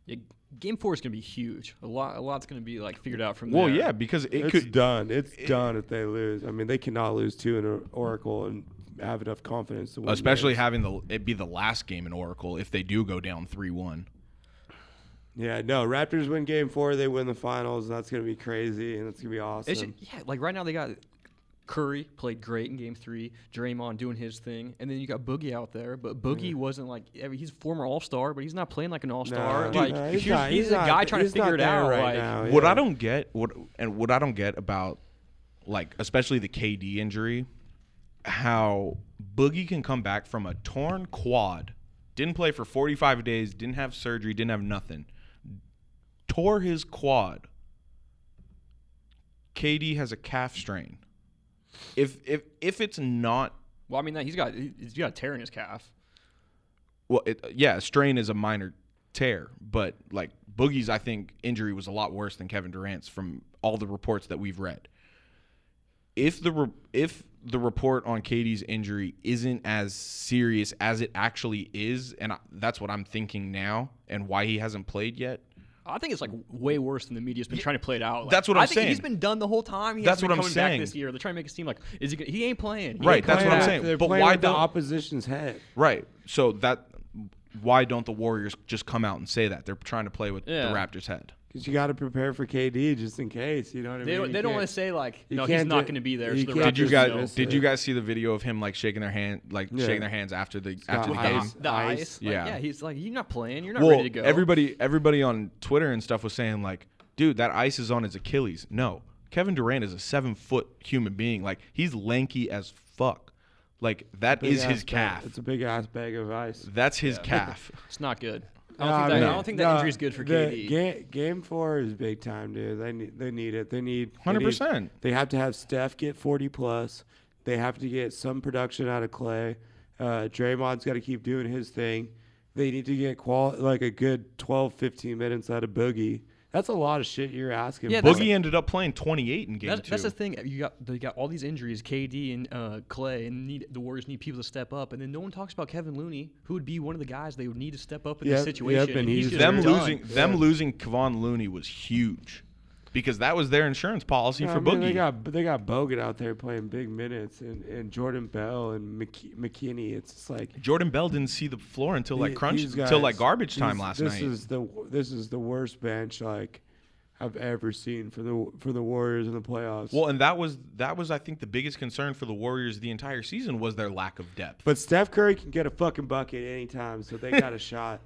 [SPEAKER 6] yeah, game four is gonna be huge. A lot, a lot's gonna be like figured out from
[SPEAKER 1] Well,
[SPEAKER 6] there.
[SPEAKER 1] yeah, because it
[SPEAKER 5] it's
[SPEAKER 1] could
[SPEAKER 5] done. It's done if they lose. I mean, they cannot lose two in a Oracle and have enough confidence to win.
[SPEAKER 1] especially
[SPEAKER 5] games.
[SPEAKER 1] having the it be the last game in Oracle if they do go down three one.
[SPEAKER 5] yeah, no. Raptors win Game Four. They win the finals. That's gonna be crazy, and that's gonna be awesome.
[SPEAKER 6] It's ju- yeah, like right now they got Curry played great in Game Three, Draymond doing his thing, and then you got Boogie out there. But Boogie wasn't like I mean, he's a former All Star, but he's not playing like an All Star.
[SPEAKER 5] Nah,
[SPEAKER 6] like
[SPEAKER 5] nah,
[SPEAKER 6] if
[SPEAKER 5] he's
[SPEAKER 6] you're-
[SPEAKER 5] not-
[SPEAKER 6] he's,
[SPEAKER 5] he's
[SPEAKER 6] a
[SPEAKER 5] not-
[SPEAKER 6] guy trying to
[SPEAKER 5] he's not
[SPEAKER 6] figure it
[SPEAKER 5] there
[SPEAKER 6] out.
[SPEAKER 5] right
[SPEAKER 6] like
[SPEAKER 5] now.
[SPEAKER 1] What
[SPEAKER 5] yeah.
[SPEAKER 1] I don't get, what and what I don't get about like especially the KD injury, how Boogie can come back from a torn quad, didn't play for 45 days, didn't have surgery, didn't have nothing. Tore his quad. KD has a calf strain. If if if it's not
[SPEAKER 6] well, I mean, that he's got he's got a tear in his calf.
[SPEAKER 1] well, it, yeah, strain is a minor tear, but like Boogie's, I think injury was a lot worse than Kevin Durant's from all the reports that we've read. If the re- if the report on Katie's injury isn't as serious as it actually is, and I, that's what I'm thinking now, and why he hasn't played yet.
[SPEAKER 6] I think it's like way worse than the media's been trying to play it out. Like,
[SPEAKER 1] that's what I'm
[SPEAKER 6] I think He's
[SPEAKER 1] saying.
[SPEAKER 6] been done the whole time. He
[SPEAKER 1] That's
[SPEAKER 6] hasn't
[SPEAKER 1] what
[SPEAKER 6] been
[SPEAKER 1] I'm
[SPEAKER 6] coming
[SPEAKER 1] saying.
[SPEAKER 6] Back this year, they're trying to make it seem like is he? Gonna, he ain't playing. He
[SPEAKER 1] Right,
[SPEAKER 6] ain't
[SPEAKER 1] that's what
[SPEAKER 6] playing.
[SPEAKER 1] I'm
[SPEAKER 5] Playing
[SPEAKER 1] saying.
[SPEAKER 5] with- They're
[SPEAKER 1] But
[SPEAKER 5] playing
[SPEAKER 1] why
[SPEAKER 5] with the
[SPEAKER 1] don't-
[SPEAKER 5] opposition's head?
[SPEAKER 1] Right. So that why don't the Warriors just come out and say that they're trying to play with
[SPEAKER 6] Yeah.
[SPEAKER 1] the Raptors' head?
[SPEAKER 5] Because you got to prepare for KD just in case. You know what I
[SPEAKER 6] They,
[SPEAKER 5] mean?
[SPEAKER 6] don't-
[SPEAKER 5] You
[SPEAKER 6] they don't
[SPEAKER 5] can't-
[SPEAKER 6] want to say like
[SPEAKER 5] you
[SPEAKER 6] no, he's
[SPEAKER 5] can't
[SPEAKER 6] not
[SPEAKER 5] do-
[SPEAKER 6] going to be there.
[SPEAKER 5] you
[SPEAKER 6] So the
[SPEAKER 5] can't
[SPEAKER 6] Raptors
[SPEAKER 1] Did you
[SPEAKER 5] just
[SPEAKER 1] guys
[SPEAKER 6] know.
[SPEAKER 5] miss
[SPEAKER 1] did
[SPEAKER 5] it.
[SPEAKER 1] you guys see the video of him like shaking their hand like
[SPEAKER 5] Yeah.
[SPEAKER 1] shaking their hands after the
[SPEAKER 5] got
[SPEAKER 1] after the
[SPEAKER 5] ice.
[SPEAKER 1] game?
[SPEAKER 6] the
[SPEAKER 5] Ice.
[SPEAKER 6] ice. Like,
[SPEAKER 1] Yeah.
[SPEAKER 6] yeah, he's like you're not playing. You're not
[SPEAKER 1] well,
[SPEAKER 6] ready to go.
[SPEAKER 1] everybody everybody on Twitter and stuff was saying like, dude, that ice is on his Achilles. No, Kevin Durant is a seven foot human being. Like he's lanky as fuck. Like that
[SPEAKER 5] Big
[SPEAKER 1] is
[SPEAKER 5] ass
[SPEAKER 1] his
[SPEAKER 5] bag-
[SPEAKER 1] calf.
[SPEAKER 5] It's a big ass bag of ice.
[SPEAKER 1] That's his calf.
[SPEAKER 6] It's not good. I don't
[SPEAKER 5] Nah,
[SPEAKER 6] think that, I
[SPEAKER 5] mean,
[SPEAKER 6] don't think that
[SPEAKER 5] nah,
[SPEAKER 6] injury is good for
[SPEAKER 5] the
[SPEAKER 6] KD.
[SPEAKER 5] Game, game four is big time, dude. They need, they need it. They need they need-
[SPEAKER 1] 100%.
[SPEAKER 5] They have to have Steph get forty plus. They have to get some production out of Clay. Uh, Draymond's got to keep doing his thing. They need to get qual like a good 12, 15 minutes out of Boogie. That's a lot of shit you're asking.
[SPEAKER 6] Yeah,
[SPEAKER 5] for.
[SPEAKER 6] that's-
[SPEAKER 1] Boogie ended up playing 28 in game
[SPEAKER 6] That's,
[SPEAKER 1] two.
[SPEAKER 6] that's the thing. You got they got all these injuries, KD and uh, Clay, and need, the Warriors need people to step up. And then no one talks about Kevin Looney, who would be one of the guys they would need to step up in
[SPEAKER 5] Yep,
[SPEAKER 6] this situation.
[SPEAKER 5] yep, and he's
[SPEAKER 6] just
[SPEAKER 1] them
[SPEAKER 6] done.
[SPEAKER 1] losing them losing Kevon Looney was huge because that was their insurance policy
[SPEAKER 5] Yeah,
[SPEAKER 1] for
[SPEAKER 5] I mean,
[SPEAKER 1] Boogie.
[SPEAKER 5] They got they got Bogut out there playing big minutes, and, and Jordan Bell and McK- McKinney. It's just like
[SPEAKER 1] Jordan Bell didn't see the floor until like
[SPEAKER 5] The-
[SPEAKER 1] crunch
[SPEAKER 5] these
[SPEAKER 1] until like
[SPEAKER 5] guys-
[SPEAKER 1] garbage time
[SPEAKER 5] these-
[SPEAKER 1] last
[SPEAKER 5] this
[SPEAKER 1] night.
[SPEAKER 5] is the this is the worst bench like I've ever seen for the for the Warriors in the playoffs.
[SPEAKER 1] Well, and that was that was I think the biggest concern for the Warriors the entire season was their lack of depth.
[SPEAKER 5] but Steph Curry can get a fucking bucket anytime, so they got a shot.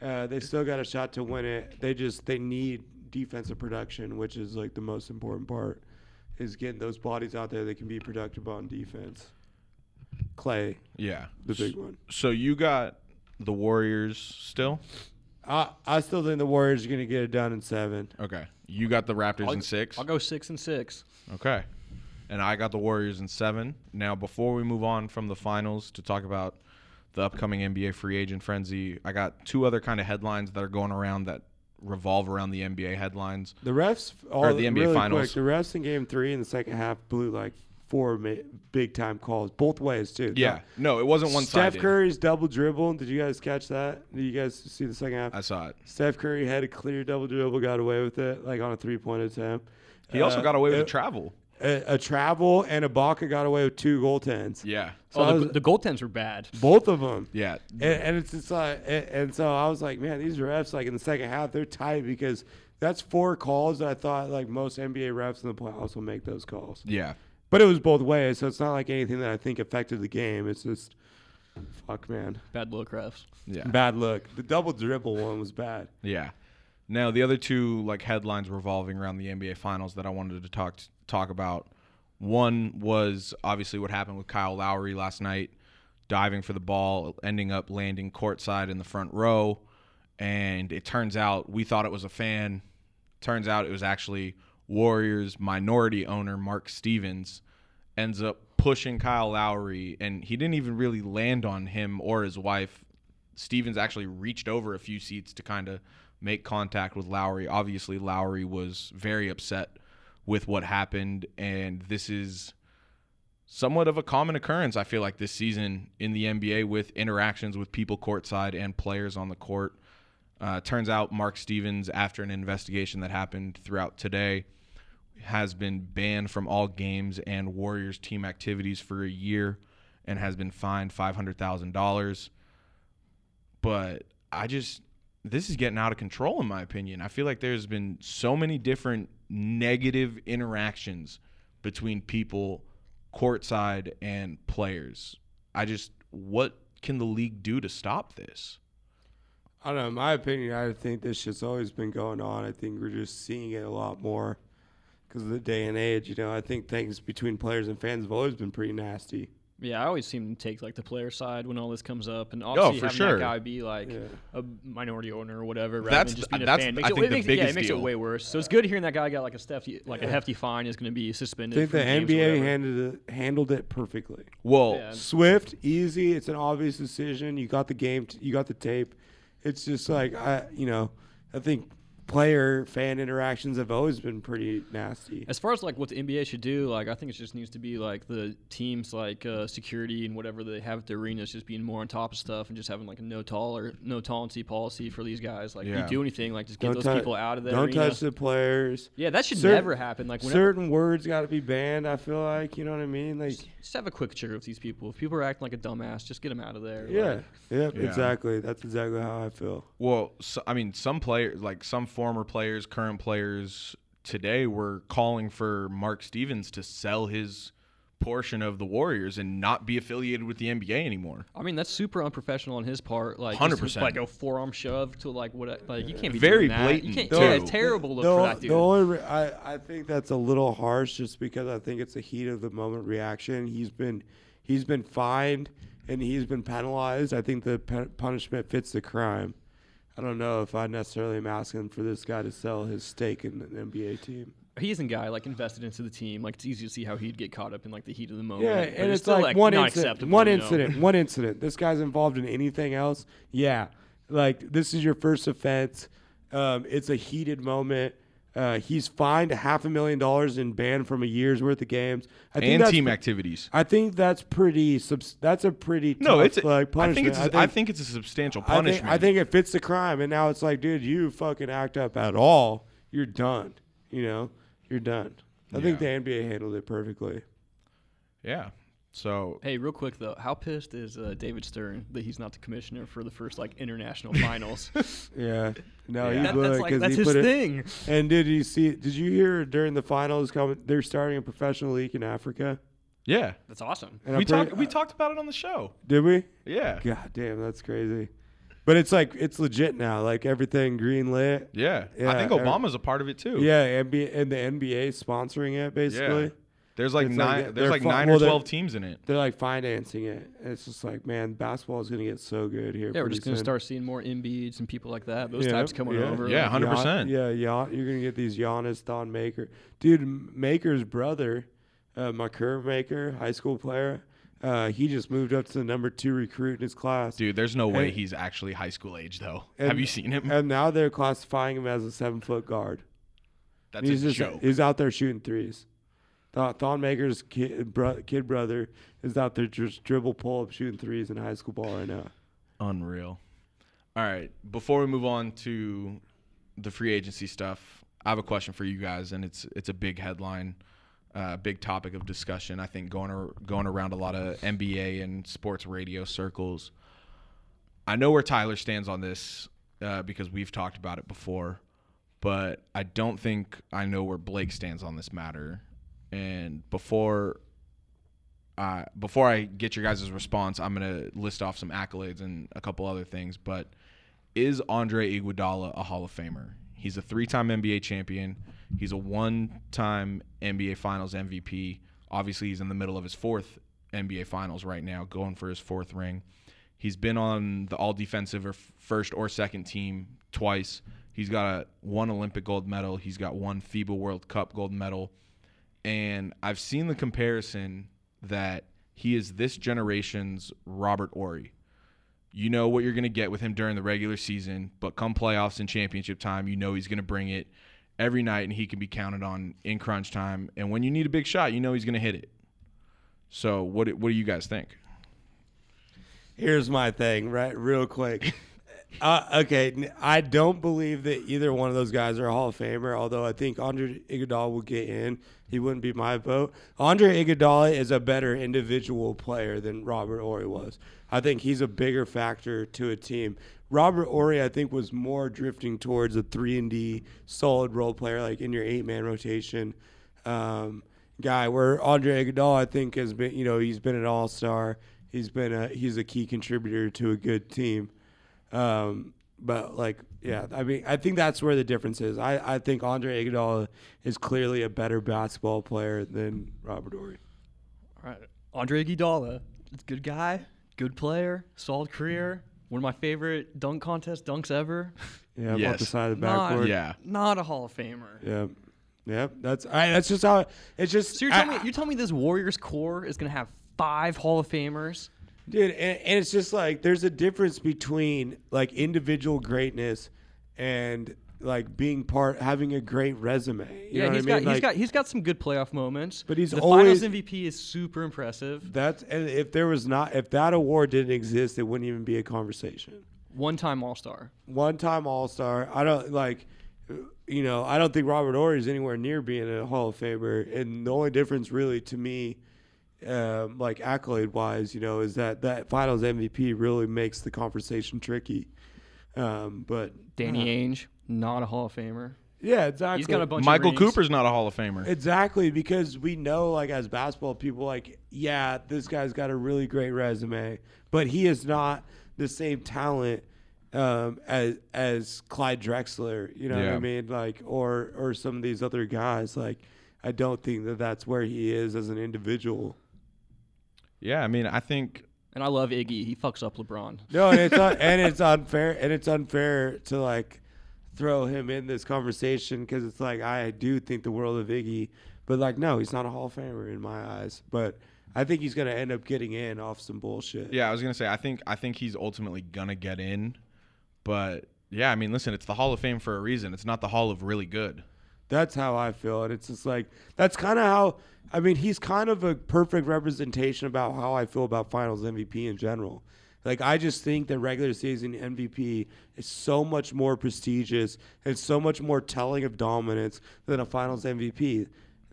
[SPEAKER 5] Uh, they still got a shot to win it. They just they need defensive production, which is like the most important part, is getting those bodies out there that can be productive on defense. Clay,
[SPEAKER 1] yeah.
[SPEAKER 5] the big one.
[SPEAKER 1] So you got the Warriors still?
[SPEAKER 5] I I still think the Warriors are gonna get it done in seven.
[SPEAKER 1] Okay. You got the Raptors
[SPEAKER 6] I'll,
[SPEAKER 1] in 6.
[SPEAKER 6] I'll go six and six.
[SPEAKER 1] Okay. And I got the Warriors in 7. Now before we move on from the finals to talk about the upcoming NBA free agent frenzy, I got two other kind of headlines that are going around that revolve around the NBA headlines.
[SPEAKER 5] The refs all
[SPEAKER 1] Or the NBA
[SPEAKER 5] really
[SPEAKER 1] Finals.
[SPEAKER 5] Quick, the refs in game three in the second half blew like four ma- big time calls both ways too.
[SPEAKER 1] Yeah. No, it wasn't one sided.
[SPEAKER 5] Steph Curry's double dribble. Did you guys catch that? Did you guys see the second half?
[SPEAKER 1] I saw it.
[SPEAKER 5] Steph Curry had a clear double dribble, got away with it, like on a three point attempt.
[SPEAKER 1] He also got away with
[SPEAKER 5] a,
[SPEAKER 1] the travel.
[SPEAKER 5] a, a travel, and Ibaka got away with two goaltends.
[SPEAKER 1] Yeah.
[SPEAKER 5] So I
[SPEAKER 6] oh, the,
[SPEAKER 5] was-
[SPEAKER 6] the goaltends were bad.
[SPEAKER 5] both of them.
[SPEAKER 1] Yeah.
[SPEAKER 5] And, and it's just like, and, and so I was like, man, these refs, like in the second half, they're tight because that's four calls that I thought like most NBA refs in the playoffs will make those calls.
[SPEAKER 1] Yeah.
[SPEAKER 5] But it was both ways, so it's not like anything that I think affected the game. It's just, fuck, man,
[SPEAKER 6] Bad look refs.
[SPEAKER 1] Yeah.
[SPEAKER 5] bad look. The double dribble one was bad.
[SPEAKER 1] Yeah. Now the other two like headlines revolving around the NBA Finals that I wanted to talk talk about. One was obviously what happened with Kyle Lowry last night, diving for the ball, ending up landing courtside in the front row, and it turns out we thought it was a fan. Turns out it was actually Warriors minority owner Mark Stevens ends up pushing Kyle Lowry, and he didn't even really land on him or his wife. Stevens actually reached over a few seats to kind of make contact with Lowry. Obviously, Lowry was very upset with what happened, and this is somewhat of a common occurrence, I feel like, this season in the NBA with interactions with people courtside and players on the court. Uh, turns out Mark Stevens, after an investigation that happened throughout today, has been banned from all games and Warriors team activities for a year and has been fined $500,000. But I just, this is getting out of control, in my opinion. I feel like there's been so many different negative interactions between people courtside and players. I just, what can the league do to stop this?
[SPEAKER 5] I don't know. In my opinion, I think this shit's always been going on. I think we're just seeing it a lot more because of the day and age. You know, I think things between players and fans have always been pretty nasty.
[SPEAKER 6] Yeah, I always seem to take like the player side when all this comes up, and obviously
[SPEAKER 1] Oh, for
[SPEAKER 6] having
[SPEAKER 1] sure.
[SPEAKER 6] that guy be like a minority owner or whatever, rather
[SPEAKER 1] That's
[SPEAKER 6] than just
[SPEAKER 1] the-
[SPEAKER 6] being a
[SPEAKER 1] that's
[SPEAKER 6] fan,
[SPEAKER 1] the-
[SPEAKER 6] makes
[SPEAKER 1] I
[SPEAKER 6] it,
[SPEAKER 1] think
[SPEAKER 6] it
[SPEAKER 1] the
[SPEAKER 6] makes, it- yeah, it
[SPEAKER 1] biggest
[SPEAKER 6] makes
[SPEAKER 1] deal.
[SPEAKER 6] it way worse. So it's good hearing that guy got like a hefty, like a hefty fine is going to be suspended.
[SPEAKER 5] I think the
[SPEAKER 6] from games or
[SPEAKER 5] NBA
[SPEAKER 6] whatever.
[SPEAKER 5] handled it, handled it perfectly.
[SPEAKER 1] Well,
[SPEAKER 6] Yeah.
[SPEAKER 5] Swift, easy. It's an obvious decision. You got the game. T- you got the tape. It's just like I, you know, I think player fan interactions have always been pretty nasty.
[SPEAKER 6] As far as like what the NBA should do, like I think it just needs to be like the teams like uh, security and whatever they have at the arenas just being more on top of stuff and just having like a no tall or no tolerancy policy for these guys. Like if
[SPEAKER 1] Yeah.
[SPEAKER 6] you do anything, like just get those
[SPEAKER 5] tou-
[SPEAKER 6] people out of there.
[SPEAKER 5] Don't touch the players.
[SPEAKER 6] Yeah, that should
[SPEAKER 5] Cer-
[SPEAKER 6] never happen. Like whenever,
[SPEAKER 5] Certain words got to be banned. I feel like you know what I mean. Like
[SPEAKER 6] just have a quick cheer with these people. If people are acting like a dumbass, just get them out of there.
[SPEAKER 5] yeah,
[SPEAKER 6] Like,
[SPEAKER 5] yep,
[SPEAKER 1] Yeah.
[SPEAKER 5] exactly. That's exactly how I feel.
[SPEAKER 1] Well, so, I mean, some players, like some former players, current players today were calling for Mark Stevens to sell his portion of the Warriors and not be affiliated with the NBA anymore.
[SPEAKER 6] I mean that's super unprofessional on his part. Like just
[SPEAKER 1] 100%.
[SPEAKER 6] like a forearm shove to like what? Like you can't be
[SPEAKER 1] Very
[SPEAKER 6] doing that.
[SPEAKER 1] blatant,
[SPEAKER 6] You can't,
[SPEAKER 1] too.
[SPEAKER 6] yeah, it's terrible look
[SPEAKER 5] the,
[SPEAKER 6] for
[SPEAKER 5] o-
[SPEAKER 6] that dude.
[SPEAKER 5] the only re- I, I think that's a little harsh just because I think it's a heat of the moment reaction. He's been he's been fined and he's been penalized. I think the pen- punishment fits the crime. I don't know if I necessarily am asking for this guy to sell his stake in an NBA team.
[SPEAKER 6] he isn't guy like invested into the team. Like it's easy to see how he'd get caught up in like the heat of the moment.
[SPEAKER 5] Yeah,
[SPEAKER 6] but
[SPEAKER 5] and it's
[SPEAKER 6] still,
[SPEAKER 5] like, one
[SPEAKER 6] not
[SPEAKER 5] incident,
[SPEAKER 6] acceptable,
[SPEAKER 5] one
[SPEAKER 6] you know?
[SPEAKER 5] incident, one incident. This guy's involved in anything else? Yeah, like this is your first offense. Um, it's a heated moment. Uh, he's fined a half a million dollars and banned from a year's worth of games. I think
[SPEAKER 1] And
[SPEAKER 5] that's
[SPEAKER 1] team
[SPEAKER 5] pre-
[SPEAKER 1] activities.
[SPEAKER 5] I think that's pretty. Subs- that's a pretty.
[SPEAKER 1] No,
[SPEAKER 5] tough,
[SPEAKER 1] it's a-
[SPEAKER 5] like
[SPEAKER 1] I think
[SPEAKER 5] punishment.
[SPEAKER 1] it's a- I think, it's a substantial punishment.
[SPEAKER 5] I think, I think it fits the crime, and now it's like, dude, you fucking act up at all, you're done. You know, you're done. I think the
[SPEAKER 1] Yeah.
[SPEAKER 5] NBA handled it perfectly.
[SPEAKER 1] yeah. So
[SPEAKER 6] Hey, real quick though, how pissed is uh, David Stern that he's not the commissioner for the first like international finals?
[SPEAKER 5] Yeah. No,
[SPEAKER 1] Yeah.
[SPEAKER 5] he
[SPEAKER 1] That-
[SPEAKER 5] blew
[SPEAKER 6] that's
[SPEAKER 5] it
[SPEAKER 6] like
[SPEAKER 5] 'cause
[SPEAKER 6] that's
[SPEAKER 5] he
[SPEAKER 6] his
[SPEAKER 5] put it-
[SPEAKER 6] thing.
[SPEAKER 5] And did you see? Did you hear during the finals? Coming, they're starting a professional league in Africa.
[SPEAKER 1] yeah,
[SPEAKER 6] That's awesome.
[SPEAKER 5] And
[SPEAKER 1] we
[SPEAKER 5] I'm pretty-
[SPEAKER 1] talked we talked about it on the show.
[SPEAKER 5] Did we?
[SPEAKER 1] Yeah,
[SPEAKER 5] God damn, that's crazy. But it's like it's legit now. Like everything green lit.
[SPEAKER 1] yeah. I
[SPEAKER 5] Yeah,
[SPEAKER 1] think
[SPEAKER 5] I-
[SPEAKER 1] Obama's a part of it too.
[SPEAKER 5] Yeah, NBA and the NBA sponsoring it basically.
[SPEAKER 1] There's like
[SPEAKER 5] It's like
[SPEAKER 1] nine.
[SPEAKER 5] they're
[SPEAKER 1] there's like
[SPEAKER 5] fu-
[SPEAKER 1] nine
[SPEAKER 5] well,
[SPEAKER 1] or
[SPEAKER 5] they're-
[SPEAKER 1] twelve teams in it.
[SPEAKER 5] They're like financing it. And it's just like, man, basketball is gonna get so good here.
[SPEAKER 6] Yeah, we're
[SPEAKER 5] pretty
[SPEAKER 6] just gonna
[SPEAKER 5] soon.
[SPEAKER 6] start seeing more Embiids and people like that. Those
[SPEAKER 5] Yeah,
[SPEAKER 6] types coming
[SPEAKER 5] yeah.
[SPEAKER 6] over.
[SPEAKER 1] Yeah,
[SPEAKER 6] like,
[SPEAKER 1] 100%.
[SPEAKER 5] Yeah, yeah, you're gonna get these Giannis, Thon Maker, dude. M- Maker's brother, uh, my current Maker, high school player, uh, he just moved up to the number two recruit in his class,
[SPEAKER 1] Dude, there's no way
[SPEAKER 5] And-
[SPEAKER 1] he's actually high school age though.
[SPEAKER 5] And-
[SPEAKER 1] Have you seen him?
[SPEAKER 5] And now they're classifying him as a seven foot guard.
[SPEAKER 1] That's
[SPEAKER 5] He's
[SPEAKER 1] a
[SPEAKER 5] just
[SPEAKER 1] joke.
[SPEAKER 5] he's out there shooting threes. Th- Thonmaker's kid, bro- kid brother is out there just dribble pull up shooting threes in high school ball right now.
[SPEAKER 1] Unreal. All right. Before we move on to the free agency stuff, I have a question for you guys, and it's it's a big headline, uh, big topic of discussion. I think going ar- going around a lot of NBA and sports radio circles. I know where Tyler stands on this uh, because we've talked about it before, but I don't think I know where Blake stands on this matter. And before uh, before I get your guys' response, I'm going to list off some accolades and a couple other things. But is Andre Iguodala a Hall of Famer? He's a three-time NBA champion. He's a one-time NBA Finals MVP. Obviously, he's in the middle of his fourth NBA Finals right now, going for his fourth ring. He's been on the All Defensive or first or second team twice. He's got a one Olympic gold medal. He's got one FIBA World Cup gold medal and I've seen the comparison that he is this generation's Robert Ory. You know what you're going to get with him during the regular season, but come playoffs and championship time, you know he's going to bring it every night and he can be counted on in crunch time. And when you need a big shot, you know he's going to hit it. So, what do- what do you guys think?
[SPEAKER 5] Here's my thing, right? Real quick. uh, okay, n- I don't believe that either one of those guys are a Hall of Famer. Although I think Andre Iguodala will get in, he wouldn't be my vote. Andre Iguodala is a better individual player than Robert Ory was. I think he's a bigger factor to a team. Robert Ory, I think, was more drifting towards a three and D solid role player, like in your eight man rotation. Um, guy where Andre Iguodala, I think, has been, you know, he's been an all star. He's been a he's a key contributor to a good team. Um, but like, yeah, I mean, I think that's where the difference is. I, I think Andre Iguodala is clearly a better basketball player than Robert Ory.
[SPEAKER 6] All right. Andre Iguodala, good guy, good player, solid career. One of my favorite dunk contest dunks ever.
[SPEAKER 5] Yeah,
[SPEAKER 1] Yes.
[SPEAKER 5] about the side of the
[SPEAKER 6] Not,
[SPEAKER 5] backboard.
[SPEAKER 1] Yeah.
[SPEAKER 6] not a Hall of Famer.
[SPEAKER 5] yeah, yeah. That's I, that's just how it's just.
[SPEAKER 6] So you're
[SPEAKER 5] I-
[SPEAKER 6] telling me you're telling me this Warriors core is gonna have five Hall of Famers?
[SPEAKER 5] dude and, and it's just like there's a difference between like individual greatness and like being part having a great resume you know
[SPEAKER 6] yeah,
[SPEAKER 5] what
[SPEAKER 6] he's
[SPEAKER 5] i mean
[SPEAKER 6] got he's
[SPEAKER 5] Like,
[SPEAKER 6] got he's got some good playoff moments.
[SPEAKER 5] But he's
[SPEAKER 6] the
[SPEAKER 5] always-
[SPEAKER 6] Finals MVP is super impressive.
[SPEAKER 5] that's and if there was not if that award didn't exist it wouldn't even be a conversation
[SPEAKER 6] One time All Star.
[SPEAKER 5] one time All Star. I don't like, you know, I don't think Robert Ory is anywhere near being a Hall of Famer. And the only difference, really, to me, um, like accolade wise, you know, is that that Finals MVP really makes the conversation tricky. Um, but
[SPEAKER 6] Danny Ainge, not a Hall of Famer.
[SPEAKER 5] yeah, exactly.
[SPEAKER 6] He's got a bunch.
[SPEAKER 1] Michael
[SPEAKER 6] of rings.
[SPEAKER 1] Cooper's not a Hall of Famer.
[SPEAKER 5] Exactly, because we know, like, as basketball people, like, yeah, this guy's got a really great resume, but he is not the same talent um, as as Clyde Drexler. You know what
[SPEAKER 1] Yeah.
[SPEAKER 5] I mean? Like, or or some of these other guys. Like, I don't think that that's where he is as an individual.
[SPEAKER 1] yeah, I mean, I think
[SPEAKER 6] and I love Iggy. He fucks up LeBron.
[SPEAKER 5] No, and it's un- and it's unfair, and it's unfair to like throw him in this conversation because it's like I do think the world of Iggy, but like no, he's not a Hall of Famer in my eyes. But I think he's gonna end up getting in off some bullshit.
[SPEAKER 1] Yeah, I was gonna say I think I think he's ultimately gonna get in, but yeah, I mean, listen, it's the Hall of Fame for a reason. It's not the Hall of really good.
[SPEAKER 5] That's how I feel, and it's just like that's kind of how I mean he's kind of a perfect representation about how I feel about Finals MVP in general. Like I just think that regular season MVP is so much more prestigious and so much more telling of dominance than a Finals MVP.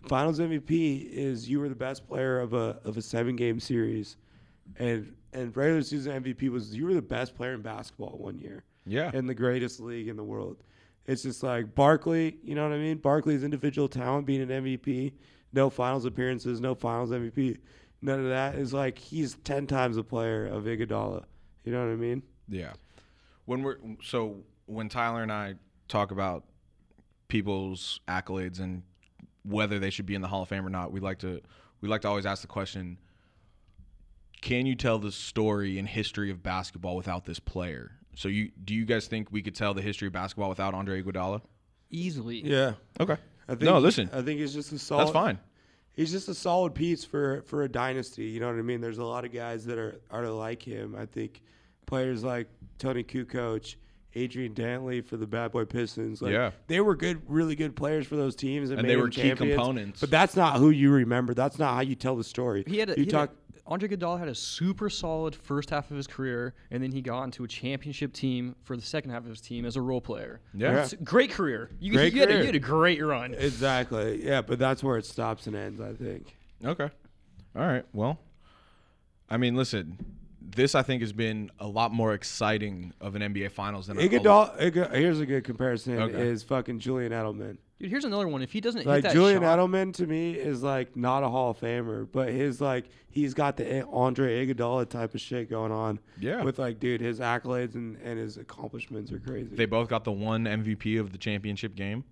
[SPEAKER 5] Finals MVP is you were the best player of a of a seven game series, and and regular season MVP was you were the best player in basketball one year
[SPEAKER 1] Yeah.
[SPEAKER 5] in the greatest league in the world. It's just like Barkley, you know what I mean? Barkley's individual talent being an MVP, no finals appearances, no finals MVP, none of that is like he's 10 times a player of Iguodala. You know what I mean?
[SPEAKER 1] Yeah. When we're so when Tyler and I talk about people's accolades and whether they should be in the Hall of Fame or not, we like to we like to always ask the question, can you tell the story and history of basketball without this player? So you do you guys think we could tell the history of basketball without Andre Iguodala?
[SPEAKER 6] Easily.
[SPEAKER 5] Yeah.
[SPEAKER 1] Okay.
[SPEAKER 5] I think,
[SPEAKER 1] no, listen.
[SPEAKER 5] I think he's just a solid.
[SPEAKER 1] That's fine.
[SPEAKER 5] He's just a solid piece for for a dynasty. You know what I mean? There's a lot of guys that are are like him. I think players like Tony Kukoc Adrian Dantley for the Bad Boy Pistons. Like,
[SPEAKER 7] Yeah.
[SPEAKER 5] they were good, really good players for those teams, and,
[SPEAKER 1] And
[SPEAKER 5] made
[SPEAKER 1] they were
[SPEAKER 5] them
[SPEAKER 1] key
[SPEAKER 5] champions.
[SPEAKER 1] components.
[SPEAKER 5] But that's not who you remember. That's not how you tell the story.
[SPEAKER 6] He had a,
[SPEAKER 5] you
[SPEAKER 6] he
[SPEAKER 5] talk.
[SPEAKER 6] had a, Andre Iguodala had a super solid first half of his career, and then he got into a championship team for the second half of his team as a role player.
[SPEAKER 7] Yeah.
[SPEAKER 6] It's a great career. You,
[SPEAKER 5] Great
[SPEAKER 6] you, had a,
[SPEAKER 5] career.
[SPEAKER 6] you had a great run.
[SPEAKER 5] exactly. Yeah, but that's where it stops and ends. I think.
[SPEAKER 1] Okay. All right. Well, I mean, listen, this I think has been a lot more exciting of an NBA Finals than I-
[SPEAKER 5] Iguodala, Igu- here's a good comparison:
[SPEAKER 1] Okay.
[SPEAKER 5] is fucking Julian Edelman.
[SPEAKER 6] Dude, here's another one. If he doesn't hit
[SPEAKER 5] Like
[SPEAKER 6] that
[SPEAKER 5] Julian
[SPEAKER 6] shot,
[SPEAKER 5] Edelman to me is like not a Hall of Famer, but his like he's got the Andre Iguodala type of shit going on.
[SPEAKER 1] Yeah.
[SPEAKER 5] with like dude, his accolades and, and his accomplishments are crazy.
[SPEAKER 1] They both got the one MVP of the championship game.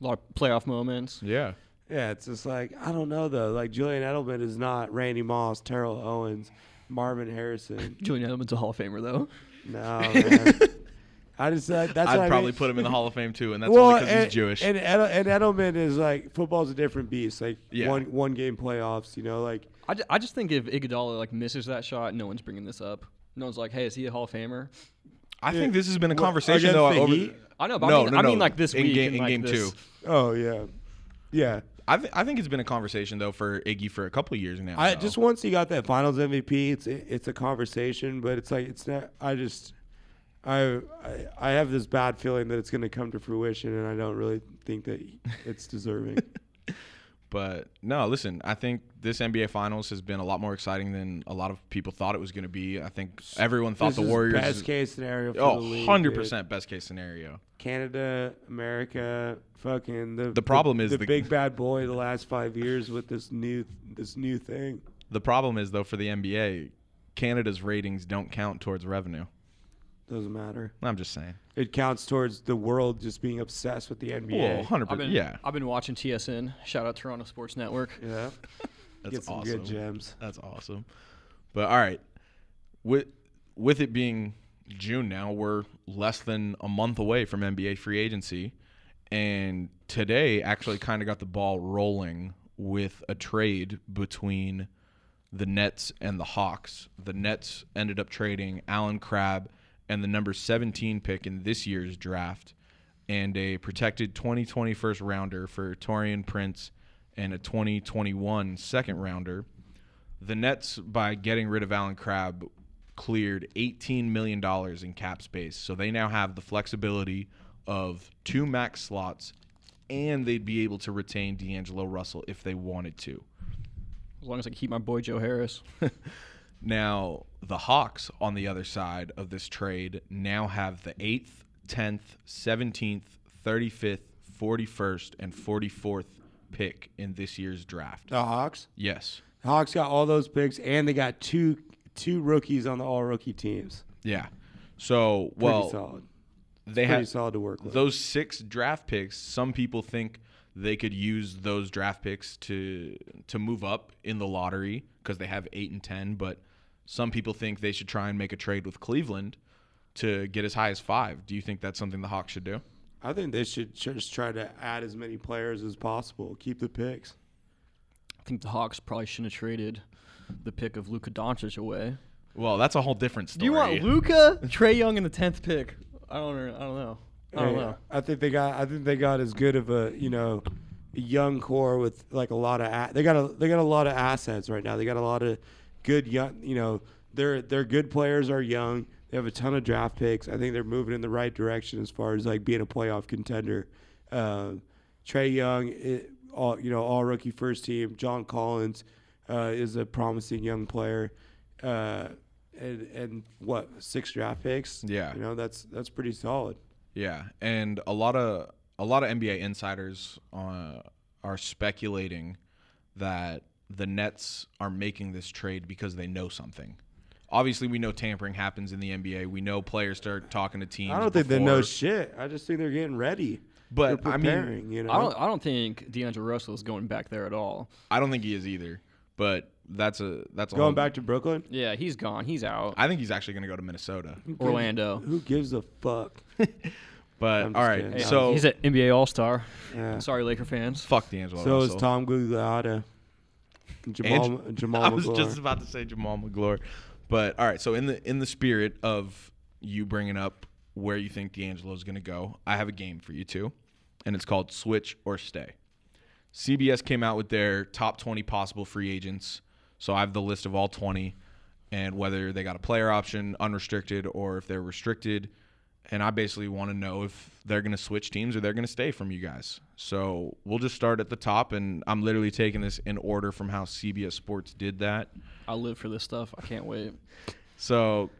[SPEAKER 6] a lot of playoff moments.
[SPEAKER 1] Yeah.
[SPEAKER 5] yeah, it's just like I don't know though. Like Julian Edelman is not Randy Moss, Terrell Owens, Marvin Harrison.
[SPEAKER 6] Julian Edelman's a Hall of Famer, though.
[SPEAKER 5] No, man. I just like that's
[SPEAKER 1] I'd
[SPEAKER 5] what I
[SPEAKER 1] probably
[SPEAKER 5] mean.
[SPEAKER 1] put him in the Hall of Fame too, and that's
[SPEAKER 5] well,
[SPEAKER 1] only because
[SPEAKER 5] and,
[SPEAKER 1] he's Jewish.
[SPEAKER 5] And, Edel- and Edelman is like football's a different beast. Like
[SPEAKER 1] Yeah.
[SPEAKER 5] one one game playoffs, you know, like
[SPEAKER 6] I, ju- I just think if Iguodala like misses that shot, no one's bringing this up. No one's like, "Hey, is he a Hall of Famer?"
[SPEAKER 1] I think this has been a
[SPEAKER 5] Well,
[SPEAKER 1] conversation
[SPEAKER 5] against
[SPEAKER 1] though.
[SPEAKER 5] the
[SPEAKER 1] Over
[SPEAKER 5] Heat?
[SPEAKER 6] I know, but
[SPEAKER 1] no,
[SPEAKER 6] I mean,
[SPEAKER 1] no,
[SPEAKER 6] I
[SPEAKER 1] no.
[SPEAKER 6] mean like this
[SPEAKER 1] in
[SPEAKER 6] week
[SPEAKER 1] game,
[SPEAKER 6] and,
[SPEAKER 1] in
[SPEAKER 6] like,
[SPEAKER 1] game
[SPEAKER 6] this-
[SPEAKER 1] two.
[SPEAKER 5] oh yeah, yeah.
[SPEAKER 1] I, th- I think it's been a conversation though for Iggy for a couple of years now.
[SPEAKER 5] I
[SPEAKER 1] though.
[SPEAKER 5] just once you got that Finals MVP, it's it's a conversation, but it's like it's not. I just I I, I have this bad feeling that it's going to come to fruition, and I don't really think that it's deserving.
[SPEAKER 1] But no, listen, I think this NBA Finals has been a lot more exciting than a lot of people thought it was going to be. I think everyone thought
[SPEAKER 5] This
[SPEAKER 1] the
[SPEAKER 5] is
[SPEAKER 1] Warriors.
[SPEAKER 5] best case scenario. For the
[SPEAKER 1] oh,
[SPEAKER 5] league,
[SPEAKER 1] 100%
[SPEAKER 5] dude.
[SPEAKER 1] best case scenario.
[SPEAKER 5] Canada, America, fucking the
[SPEAKER 1] The problem is
[SPEAKER 5] the,
[SPEAKER 1] the-
[SPEAKER 5] big bad boy. The last five years with this new this new thing.
[SPEAKER 1] The problem is, though, for the NBA, Canada's ratings don't count towards revenue.
[SPEAKER 5] Doesn't matter.
[SPEAKER 1] I'm just saying.
[SPEAKER 5] It counts towards the world just being obsessed with the
[SPEAKER 1] Well,
[SPEAKER 5] NBA.
[SPEAKER 1] 100%.
[SPEAKER 6] I've been,
[SPEAKER 1] yeah.
[SPEAKER 6] I've been watching TSN. Shout out Toronto Sports Network.
[SPEAKER 5] Yeah,
[SPEAKER 1] That's
[SPEAKER 5] get some
[SPEAKER 1] awesome.
[SPEAKER 5] good gems.
[SPEAKER 1] That's awesome. But all right. With with it being June now, we're less than a month away from NBA free agency. And today actually kind of got the ball rolling with a trade between the Nets and the Hawks. The Nets ended up trading Alan Crabb and the number 17 pick in this year's draft and a protected 2020 first rounder for Torian Prince and a 2021 second rounder the Nets by getting rid of Alan Crabb cleared 18 million dollars in cap space. So they now have the flexibility of two max slots and they'd be able to retain D'Angelo Russell if they wanted to.
[SPEAKER 6] As long as I can keep my boy Joe Harris.
[SPEAKER 1] Now, the Hawks on the other side of this trade now have the 8th, 10th, 17th, 35th, 41st and 44th pick in this year's draft.
[SPEAKER 5] The Hawks.
[SPEAKER 1] Yes.
[SPEAKER 5] Hawks got all those picks, and they got two two rookies on the all rookie teams.
[SPEAKER 1] Yeah. So,
[SPEAKER 5] Pretty
[SPEAKER 1] well,
[SPEAKER 5] solid.
[SPEAKER 1] they
[SPEAKER 5] Pretty
[SPEAKER 1] have
[SPEAKER 5] solid to work with.
[SPEAKER 1] those six draft picks, some people think they could use those draft picks to to move up in the lottery because they have eight and ten. But some people think they should try and make a trade with Cleveland to get as high as five. Do you think that's something the Hawks should do?
[SPEAKER 5] I think they should just try to add as many players as possible. Keep the picks.
[SPEAKER 6] I think the Hawks probably shouldn't have traded the pick of Luka Doncic away.
[SPEAKER 1] Well, that's a whole different story.
[SPEAKER 6] Do you want Luka, Trey Young in the tenth pick? I don't. I don't know. I don't
[SPEAKER 5] Hey,
[SPEAKER 6] know.
[SPEAKER 5] I think they got. I think they got as good of a you know, a young core with like a lot of. a- They got a. They got a lot of assets right now. They got a lot of good young. You know, their their good players are young. They have a ton of draft picks. I think they're moving in the right direction as far as like being a playoff contender. Um, Trey Young, it, all you know, all rookie first team. John Collins uh, is a promising young player. Uh, and, and what six draft picks?
[SPEAKER 1] Yeah.
[SPEAKER 5] you know that's that's pretty solid.
[SPEAKER 1] Yeah, and a lot of a lot of NBA insiders uh, are speculating that the Nets are making this trade because they know something. Obviously, we know tampering happens in the NBA. We know players start talking to teams.
[SPEAKER 5] I don't think they know
[SPEAKER 1] before-
[SPEAKER 5] shit. I just think they're getting ready.
[SPEAKER 1] But,
[SPEAKER 5] They're
[SPEAKER 1] I mean,
[SPEAKER 5] preparing, you know,
[SPEAKER 6] I don't. I don't think DeAndre Russell is going back there at all.
[SPEAKER 1] I don't think he is either. But that's a that's a
[SPEAKER 5] going back to Brooklyn.
[SPEAKER 6] Yeah, he's gone. He's out.
[SPEAKER 1] I think he's actually going to go to Minnesota.
[SPEAKER 6] Orlando.
[SPEAKER 5] Who gives a fuck?
[SPEAKER 1] But
[SPEAKER 5] I'm just
[SPEAKER 1] all right,
[SPEAKER 5] kidding. Yeah,
[SPEAKER 1] so
[SPEAKER 6] he's an NBA All Star.
[SPEAKER 5] Yeah.
[SPEAKER 6] Sorry, Laker fans.
[SPEAKER 1] fuck D'Angelo.
[SPEAKER 5] So is
[SPEAKER 1] Russell.
[SPEAKER 5] Tom Gugliotta. Jamal
[SPEAKER 1] And-
[SPEAKER 5] Jamal
[SPEAKER 1] I was
[SPEAKER 5] McGlory.
[SPEAKER 1] just about to say Jamal McGlory, but all right. So in the in the spirit of you bringing up where you think D'Angelo's going to go, I have a game for you too, and it's called Switch or Stay. CBS came out with their top 20 possible free agents. So I have the list of all 20 and whether they got a player option, unrestricted, or if they're restricted. And I basically want to know if they're going to switch teams or they're going to stay from you guys. So we'll just start at the top. And I'm literally taking this in order from how CBS Sports did that.
[SPEAKER 6] I live for this stuff. I can't wait.
[SPEAKER 1] So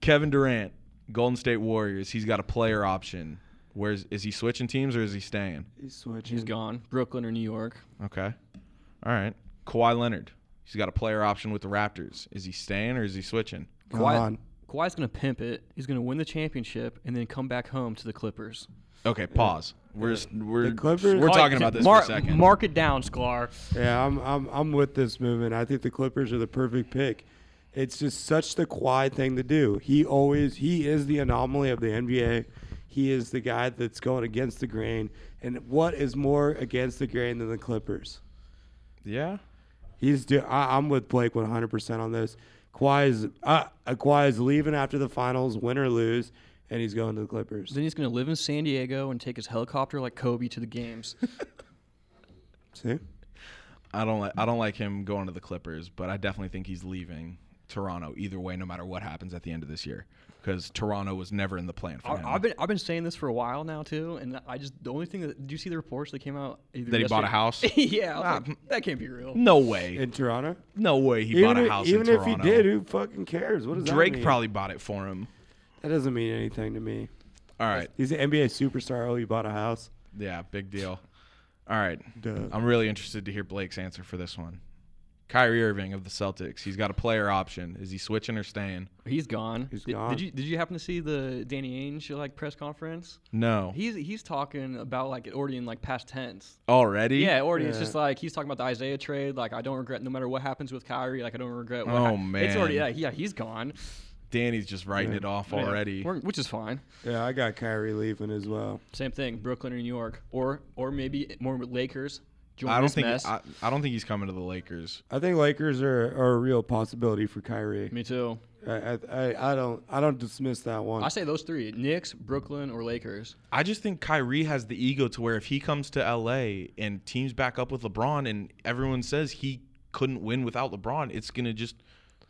[SPEAKER 1] Kevin Durant, Golden State Warriors, he's got a player option. Where's is he switching teams or is he staying?
[SPEAKER 5] He's switching.
[SPEAKER 6] He's gone. Brooklyn or New York.
[SPEAKER 1] Okay. All right. Kawhi Leonard. He's got a player option with the Raptors. Is he staying or is he switching?
[SPEAKER 5] Gone.
[SPEAKER 6] Kawhi's gonna pimp it. He's gonna win the championship and then come back home to the Clippers.
[SPEAKER 1] Okay, pause. We're just, we're
[SPEAKER 5] The Clippers-
[SPEAKER 1] we're
[SPEAKER 5] Oh,
[SPEAKER 1] talking about this
[SPEAKER 6] Mar-
[SPEAKER 1] for a second.
[SPEAKER 6] Mark it down, Sklar.
[SPEAKER 5] Yeah, I'm, I'm I'm with this movement. I think the Clippers are the perfect pick. It's just such the quiet thing to do. He always he is the anomaly of the NBA. He is the guy that's going against the grain. And what is more against the grain than the Clippers?
[SPEAKER 1] yeah.
[SPEAKER 5] He's do. I, I'm with Blake 100 percent on this. Kawhi is uh, Kawhi is leaving after the finals, win or lose, and he's going to the Clippers.
[SPEAKER 6] Then he's gonna live in San Diego and take his helicopter like Kobe to the games.
[SPEAKER 5] See,
[SPEAKER 1] I don't like I don't like him going to the Clippers, but I definitely think he's leaving Toronto either way no matter what happens at the end of this year cuz Toronto was never in the plan for
[SPEAKER 6] I,
[SPEAKER 1] him.
[SPEAKER 6] I've been I've been saying this for a while now too, and I just the only thing that do you see the reports that came out either
[SPEAKER 1] That he bought a
[SPEAKER 6] yesterday-
[SPEAKER 1] house? Ah.
[SPEAKER 6] yeah, I was like, that can't be real.
[SPEAKER 1] no way.
[SPEAKER 5] in Toronto,
[SPEAKER 1] No way he
[SPEAKER 5] even
[SPEAKER 1] bought a
[SPEAKER 5] if,
[SPEAKER 1] house
[SPEAKER 5] even
[SPEAKER 1] in
[SPEAKER 5] if
[SPEAKER 1] Toronto.
[SPEAKER 5] he did, who fucking cares? What does that
[SPEAKER 1] Drake
[SPEAKER 5] mean?
[SPEAKER 1] probably bought it for him.
[SPEAKER 5] that doesn't mean anything to me.
[SPEAKER 1] All right.
[SPEAKER 5] He's an NBA superstar. Oh, he bought a house.
[SPEAKER 1] Yeah, big deal. All right.
[SPEAKER 5] Duh.
[SPEAKER 1] I'm really interested to hear Blake's answer for this one. Kyrie Irving of the Celtics. He's got a player option. Is he switching or staying?
[SPEAKER 6] He's gone.
[SPEAKER 5] He's
[SPEAKER 6] Did-
[SPEAKER 5] gone.
[SPEAKER 6] Did you did you happen to see the Danny Ainge like press conference?
[SPEAKER 1] No.
[SPEAKER 6] He's he's talking about like it already in like past tense.
[SPEAKER 1] Already?
[SPEAKER 6] Yeah, already it's
[SPEAKER 5] Yeah.
[SPEAKER 6] just like he's talking about the Isaiah trade. Like I don't regret no matter what happens with Kyrie. Like I don't regret. What
[SPEAKER 1] Oh,
[SPEAKER 6] hap- it's already yeah,
[SPEAKER 1] man.
[SPEAKER 6] yeah he's gone
[SPEAKER 1] Danny's just writing it off
[SPEAKER 6] Yeah.
[SPEAKER 1] already.
[SPEAKER 6] We're- which is fine.
[SPEAKER 5] Yeah, I got Kyrie leaving as well.
[SPEAKER 6] Same thing, Brooklyn or New York, or or maybe more Lakers. Join
[SPEAKER 1] I don't
[SPEAKER 6] this
[SPEAKER 1] think
[SPEAKER 6] mess.
[SPEAKER 1] I, I don't think he's coming to the Lakers.
[SPEAKER 5] I think Lakers are, are a real possibility for Kyrie.
[SPEAKER 6] Me too.
[SPEAKER 5] I, I, I, I don't I don't dismiss that
[SPEAKER 6] I
[SPEAKER 5] one.
[SPEAKER 6] say those three: Knicks, Brooklyn, or Lakers.
[SPEAKER 1] I just think Kyrie has the ego to where if he comes to LA and teams back up with LeBron and everyone says he couldn't win without LeBron, it's gonna just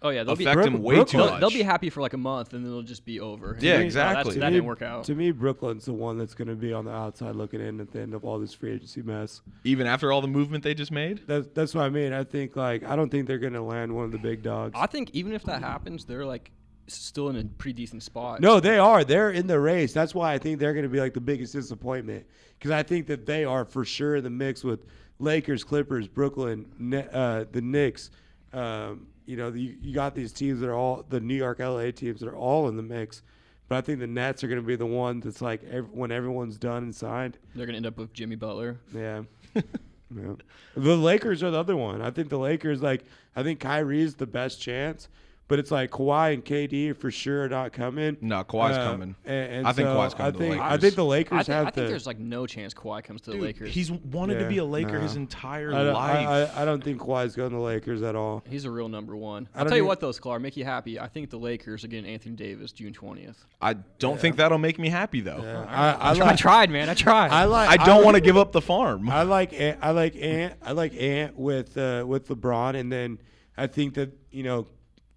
[SPEAKER 6] Oh yeah, they'll be
[SPEAKER 1] affect him way too
[SPEAKER 6] they'll,
[SPEAKER 1] much.
[SPEAKER 6] they'll be happy for like a month, and then it'll just be over.
[SPEAKER 1] Yeah,
[SPEAKER 6] Oh, that's-
[SPEAKER 1] exactly.
[SPEAKER 6] that
[SPEAKER 5] To
[SPEAKER 6] didn't
[SPEAKER 5] me-
[SPEAKER 6] work out.
[SPEAKER 5] To me, Brooklyn's the one that's going to be on the outside looking in at the end of all this free agency mess.
[SPEAKER 1] even after all the movement they just made.
[SPEAKER 5] That's that's what I mean. I think like I don't think they're going to land one of the big dogs.
[SPEAKER 6] I think even if that happens, they're like still in a pretty decent spot.
[SPEAKER 5] No, they are. They're in the race. That's why I think they're going to be like the biggest disappointment because I think that they are for sure in the mix with Lakers, Clippers, Brooklyn, Ne- uh, the Knicks. Um, you know, you, you got these teams that are all the New York, LA teams that are all in the mix. But I think the Nets are going to be the one that's like ev- when everyone's done and signed.
[SPEAKER 6] they're gonna end up with Jimmy Butler.
[SPEAKER 5] Yeah. yeah. The Lakers are the other one. I think the Lakers, like, I think Kyrie's the best chance, but it's like Kawhi and KD for sure are not coming. Uh,
[SPEAKER 1] No, Kawhi's coming.
[SPEAKER 5] a- and
[SPEAKER 1] I think
[SPEAKER 5] so
[SPEAKER 1] Kawhi's coming
[SPEAKER 5] I
[SPEAKER 1] to the
[SPEAKER 5] think, I
[SPEAKER 1] Lakers.
[SPEAKER 5] think the
[SPEAKER 6] I,
[SPEAKER 5] Lakers
[SPEAKER 6] thi-
[SPEAKER 5] have
[SPEAKER 6] I think
[SPEAKER 5] the.
[SPEAKER 6] there's like no chance Kawhi comes to the Lakers.
[SPEAKER 1] He's wanted
[SPEAKER 5] Yeah,
[SPEAKER 1] to be a Laker
[SPEAKER 5] no.
[SPEAKER 1] his entire
[SPEAKER 5] I don't,
[SPEAKER 1] life.
[SPEAKER 5] I, I, I don't think Kawhi's going to the Lakers at all.
[SPEAKER 6] He's a real number one.
[SPEAKER 5] I
[SPEAKER 6] I'll
[SPEAKER 5] don't
[SPEAKER 6] tell you
[SPEAKER 5] even-
[SPEAKER 6] what, though, Sklar, make you happy. I think the Lakers are getting Anthony Davis June twentieth.
[SPEAKER 1] I don't think that'll make me happy though.
[SPEAKER 5] I, I,
[SPEAKER 6] I
[SPEAKER 5] like.
[SPEAKER 6] tried, man. I tried.
[SPEAKER 5] I like.
[SPEAKER 1] I don't
[SPEAKER 5] I-
[SPEAKER 1] want to give up the farm.
[SPEAKER 5] I like Ant, I like Ant I like Ant with uh, with LeBron, and then I think that you know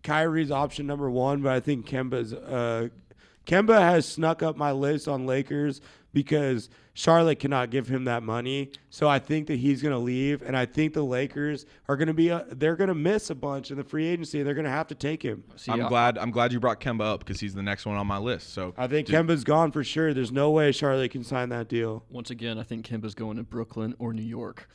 [SPEAKER 5] Kyrie's option number one, but I think Kemba's uh, Kemba has snuck up my list on Lakers because Charlotte cannot give him that money, so I think that he's going to leave, and I think the Lakers are going to be uh they're going to miss a bunch in the free agency. They're going to have to take him.
[SPEAKER 6] See, uh,
[SPEAKER 1] I'm
[SPEAKER 6] I-
[SPEAKER 1] glad. I'm glad you brought Kemba up because he's the next one on my list. So
[SPEAKER 5] I think Kemba's gone for sure. There's no way Charlotte can sign that deal.
[SPEAKER 6] Once again, I think Kemba's going to Brooklyn or New York.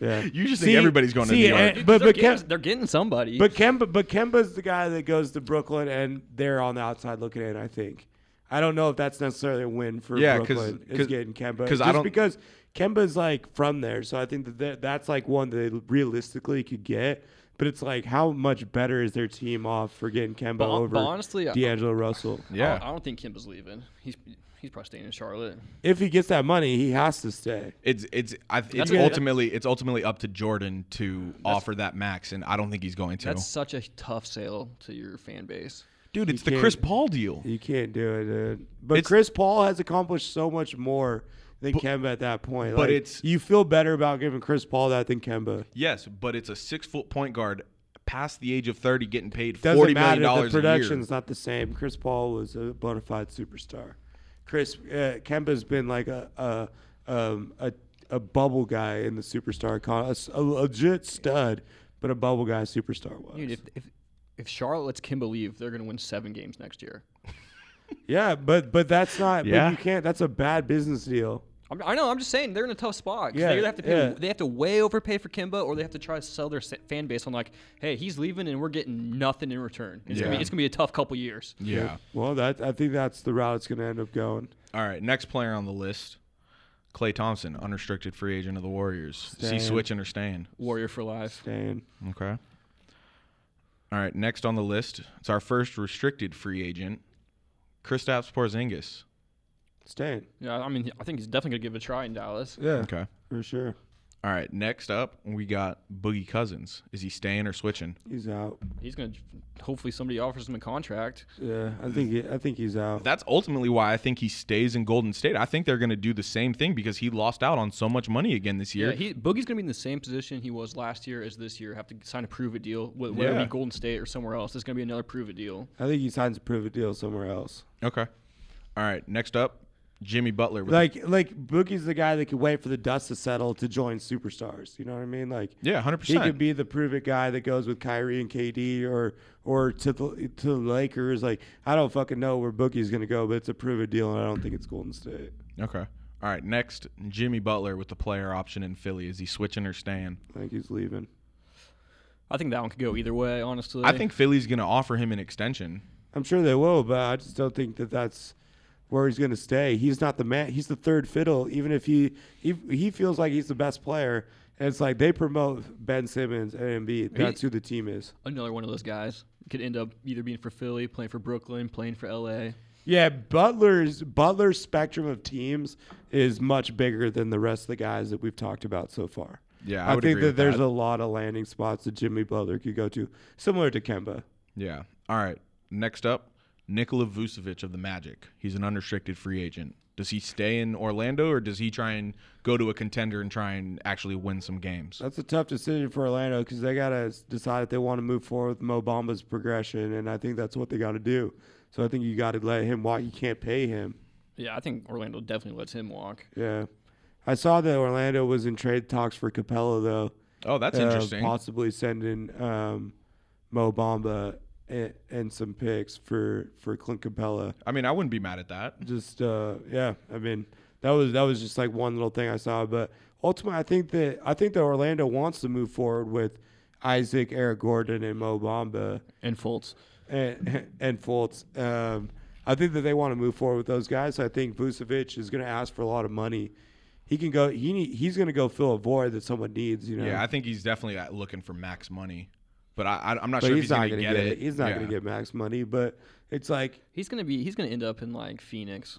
[SPEAKER 5] Yeah.
[SPEAKER 1] you just think everybody's going
[SPEAKER 5] see,
[SPEAKER 1] to New York.
[SPEAKER 5] and- but
[SPEAKER 6] they're,
[SPEAKER 5] but
[SPEAKER 6] getting,
[SPEAKER 5] Kemba,
[SPEAKER 6] they're getting somebody.
[SPEAKER 5] But Kemba, but Kemba's the guy that goes to Brooklyn, and they're on the outside looking in. I think. I don't know if that's necessarily a win for
[SPEAKER 1] Yeah, 'cause-
[SPEAKER 5] Brooklyn. is
[SPEAKER 1] 'cause-
[SPEAKER 5] getting Kemba
[SPEAKER 1] 'cause I
[SPEAKER 5] just
[SPEAKER 1] don't-
[SPEAKER 5] because Kemba's like from there, so I think that that- that's like one that they realistically could get. But it's like, how much better is their team off for getting Kemba
[SPEAKER 6] But hon-
[SPEAKER 5] over
[SPEAKER 6] but honestly, I-
[SPEAKER 5] D'Angelo Russell?
[SPEAKER 6] I
[SPEAKER 1] yeah,
[SPEAKER 6] don't- I don't think Kemba's leaving. He's he's probably staying in Charlotte.
[SPEAKER 5] If he gets that money, he has to stay.
[SPEAKER 1] it's it's I, it's
[SPEAKER 6] a-
[SPEAKER 1] ultimately it's ultimately up to Jordan to offer that max, and I don't think he's going to.
[SPEAKER 6] That's such a tough sale to your fan base.
[SPEAKER 1] Dude, it's
[SPEAKER 5] You
[SPEAKER 1] the
[SPEAKER 5] can't-
[SPEAKER 1] Chris Paul deal.
[SPEAKER 5] You can't do it, dude. But
[SPEAKER 1] It's-
[SPEAKER 5] Chris Paul has accomplished so much more than Kemba at that point.
[SPEAKER 1] but
[SPEAKER 5] Like,
[SPEAKER 1] it's-
[SPEAKER 5] you feel better about giving Chris Paul that than Kemba.
[SPEAKER 1] Yes, but it's a six foot point guard past the age of thirty getting paid
[SPEAKER 5] Doesn't
[SPEAKER 1] forty
[SPEAKER 5] matter
[SPEAKER 1] million
[SPEAKER 5] if
[SPEAKER 1] dollars
[SPEAKER 5] the
[SPEAKER 1] a year.
[SPEAKER 5] production's not the same. Chris Paul was a bona fide superstar. Chris uh, Kemba's been like a a, um, a a bubble guy in the superstar con, a s- a, legit stud, but a bubble guy superstar was.
[SPEAKER 6] Dude, if, if if Charlotte lets Kimba leave, they're gonna win seven games next year.
[SPEAKER 5] yeah, but but that's not.
[SPEAKER 1] Yeah.
[SPEAKER 5] But you can't. That's a bad business deal.
[SPEAKER 6] I'm, I know. I'm just saying they're in a tough spot. 'cause
[SPEAKER 5] Yeah,
[SPEAKER 6] they either have to pay,
[SPEAKER 5] yeah.
[SPEAKER 6] they have to way overpay for Kimba, or they have to try to sell their sa- fan base on like, hey, he's leaving and we're getting nothing in return. It's gonna
[SPEAKER 1] Yeah.
[SPEAKER 6] be it's gonna be a tough couple years.
[SPEAKER 1] Yeah.
[SPEAKER 5] Well, that I think that's the route it's going to end up going.
[SPEAKER 1] All right. Next player on the list, Clay Thompson, unrestricted free agent of the Warriors. Is he
[SPEAKER 5] Staying.
[SPEAKER 1] switching or staying?
[SPEAKER 6] Warrior for life.
[SPEAKER 5] Staying.
[SPEAKER 1] Okay. All right. Next on the list, it's our first restricted free agent, Kristaps Porzingis.
[SPEAKER 5] Staying.
[SPEAKER 6] Yeah, I mean, I think he's definitely gonna give it a try in Dallas.
[SPEAKER 5] Yeah.
[SPEAKER 1] Okay.
[SPEAKER 5] For sure.
[SPEAKER 1] All right. Next up, we got Boogie Cousins. Is he staying or switching?
[SPEAKER 5] He's out.
[SPEAKER 6] He's gonna hopefully somebody offers him a contract.
[SPEAKER 5] Yeah. I think he, I think he's out.
[SPEAKER 1] That's ultimately why I think he stays in Golden State. I think they're going to do the same thing because he lost out on so much money again this year.
[SPEAKER 6] Yeah, he, Boogie's gonna be in the same position he was last year as this year. Have to sign a prove it deal, wh- whether it
[SPEAKER 1] Yeah.
[SPEAKER 6] be Golden State or somewhere else. It's gonna be another prove it deal.
[SPEAKER 5] I think he signs a prove it deal somewhere else.
[SPEAKER 1] okay. All right. Next up, Jimmy Butler. With
[SPEAKER 5] Like like Boogie's the guy that can wait for the dust to settle to join superstars. You know what I mean? Like
[SPEAKER 1] yeah, hundred
[SPEAKER 5] he could
[SPEAKER 1] percent.
[SPEAKER 5] be the prove it guy that goes with Kyrie and KD or or to the to the Lakers. Like I don't fucking know where Boogie's gonna go, but it's a prove it deal, and I don't think it's Golden State.
[SPEAKER 1] Okay. All right. Next, Jimmy Butler with the player option in Philly. Is he switching or staying?
[SPEAKER 5] I think he's leaving.
[SPEAKER 6] I think that one could go either way, honestly.
[SPEAKER 1] I think Philly's going to offer him an extension.
[SPEAKER 5] I'm sure they will, but I just don't think that that's where he's going to stay. He's not the man. He's the third fiddle. Even if he he, he feels like he's the best player, and it's like they promote Ben Simmons and Embiid. That's who the team is.
[SPEAKER 6] another one of those guys could end up either being for Philly, playing for Brooklyn, playing for LA.
[SPEAKER 5] Yeah, Butler's Butler's spectrum of teams is much bigger than the rest of the guys that we've talked about so far.
[SPEAKER 1] Yeah, I
[SPEAKER 5] I,
[SPEAKER 1] would
[SPEAKER 5] think
[SPEAKER 1] agree
[SPEAKER 5] that
[SPEAKER 1] with
[SPEAKER 5] there's
[SPEAKER 1] that.
[SPEAKER 5] a lot of landing spots that Jimmy Butler could go to, similar to Kemba.
[SPEAKER 1] Yeah. All right. Next up, Nikola Vucevic of the Magic. He's an unrestricted free agent. Does he stay in Orlando or does he try and go to a contender and try and actually win some games?
[SPEAKER 5] That's a tough decision for Orlando because they got to decide if they want to move forward with Mo Bamba's progression, and I think that's what they got to do. So I think you got to let him walk. You can't pay him.
[SPEAKER 6] Yeah, I think Orlando definitely lets him walk.
[SPEAKER 5] Yeah, I saw that Orlando was in trade talks for Capella though.
[SPEAKER 1] Oh, that's
[SPEAKER 5] uh,
[SPEAKER 1] interesting.
[SPEAKER 5] Possibly sending um, Mo Bamba and, and some picks for for Clint Capella.
[SPEAKER 1] I mean, I wouldn't be mad at that.
[SPEAKER 5] just uh yeah i mean that was that was just like one little thing i saw but ultimately i think that i think that orlando wants to move forward with isaac eric gordon and mo bamba
[SPEAKER 6] And Fultz.
[SPEAKER 5] and and Fultz. Um, I think that they want to move forward with those guys. I think Vucevic is going to ask for a lot of money. He can go. He need, he's going to go fill a void that someone needs. You know.
[SPEAKER 1] Yeah, I think he's definitely uh, looking for max money, but I, I, I'm not
[SPEAKER 5] but
[SPEAKER 1] sure if he's
[SPEAKER 5] he's, not
[SPEAKER 1] going to
[SPEAKER 5] going to
[SPEAKER 1] get, it.
[SPEAKER 5] He's not
[SPEAKER 1] Yeah.
[SPEAKER 5] going to get max money. But it's like,
[SPEAKER 6] He's gonna be he's gonna end up in like Phoenix.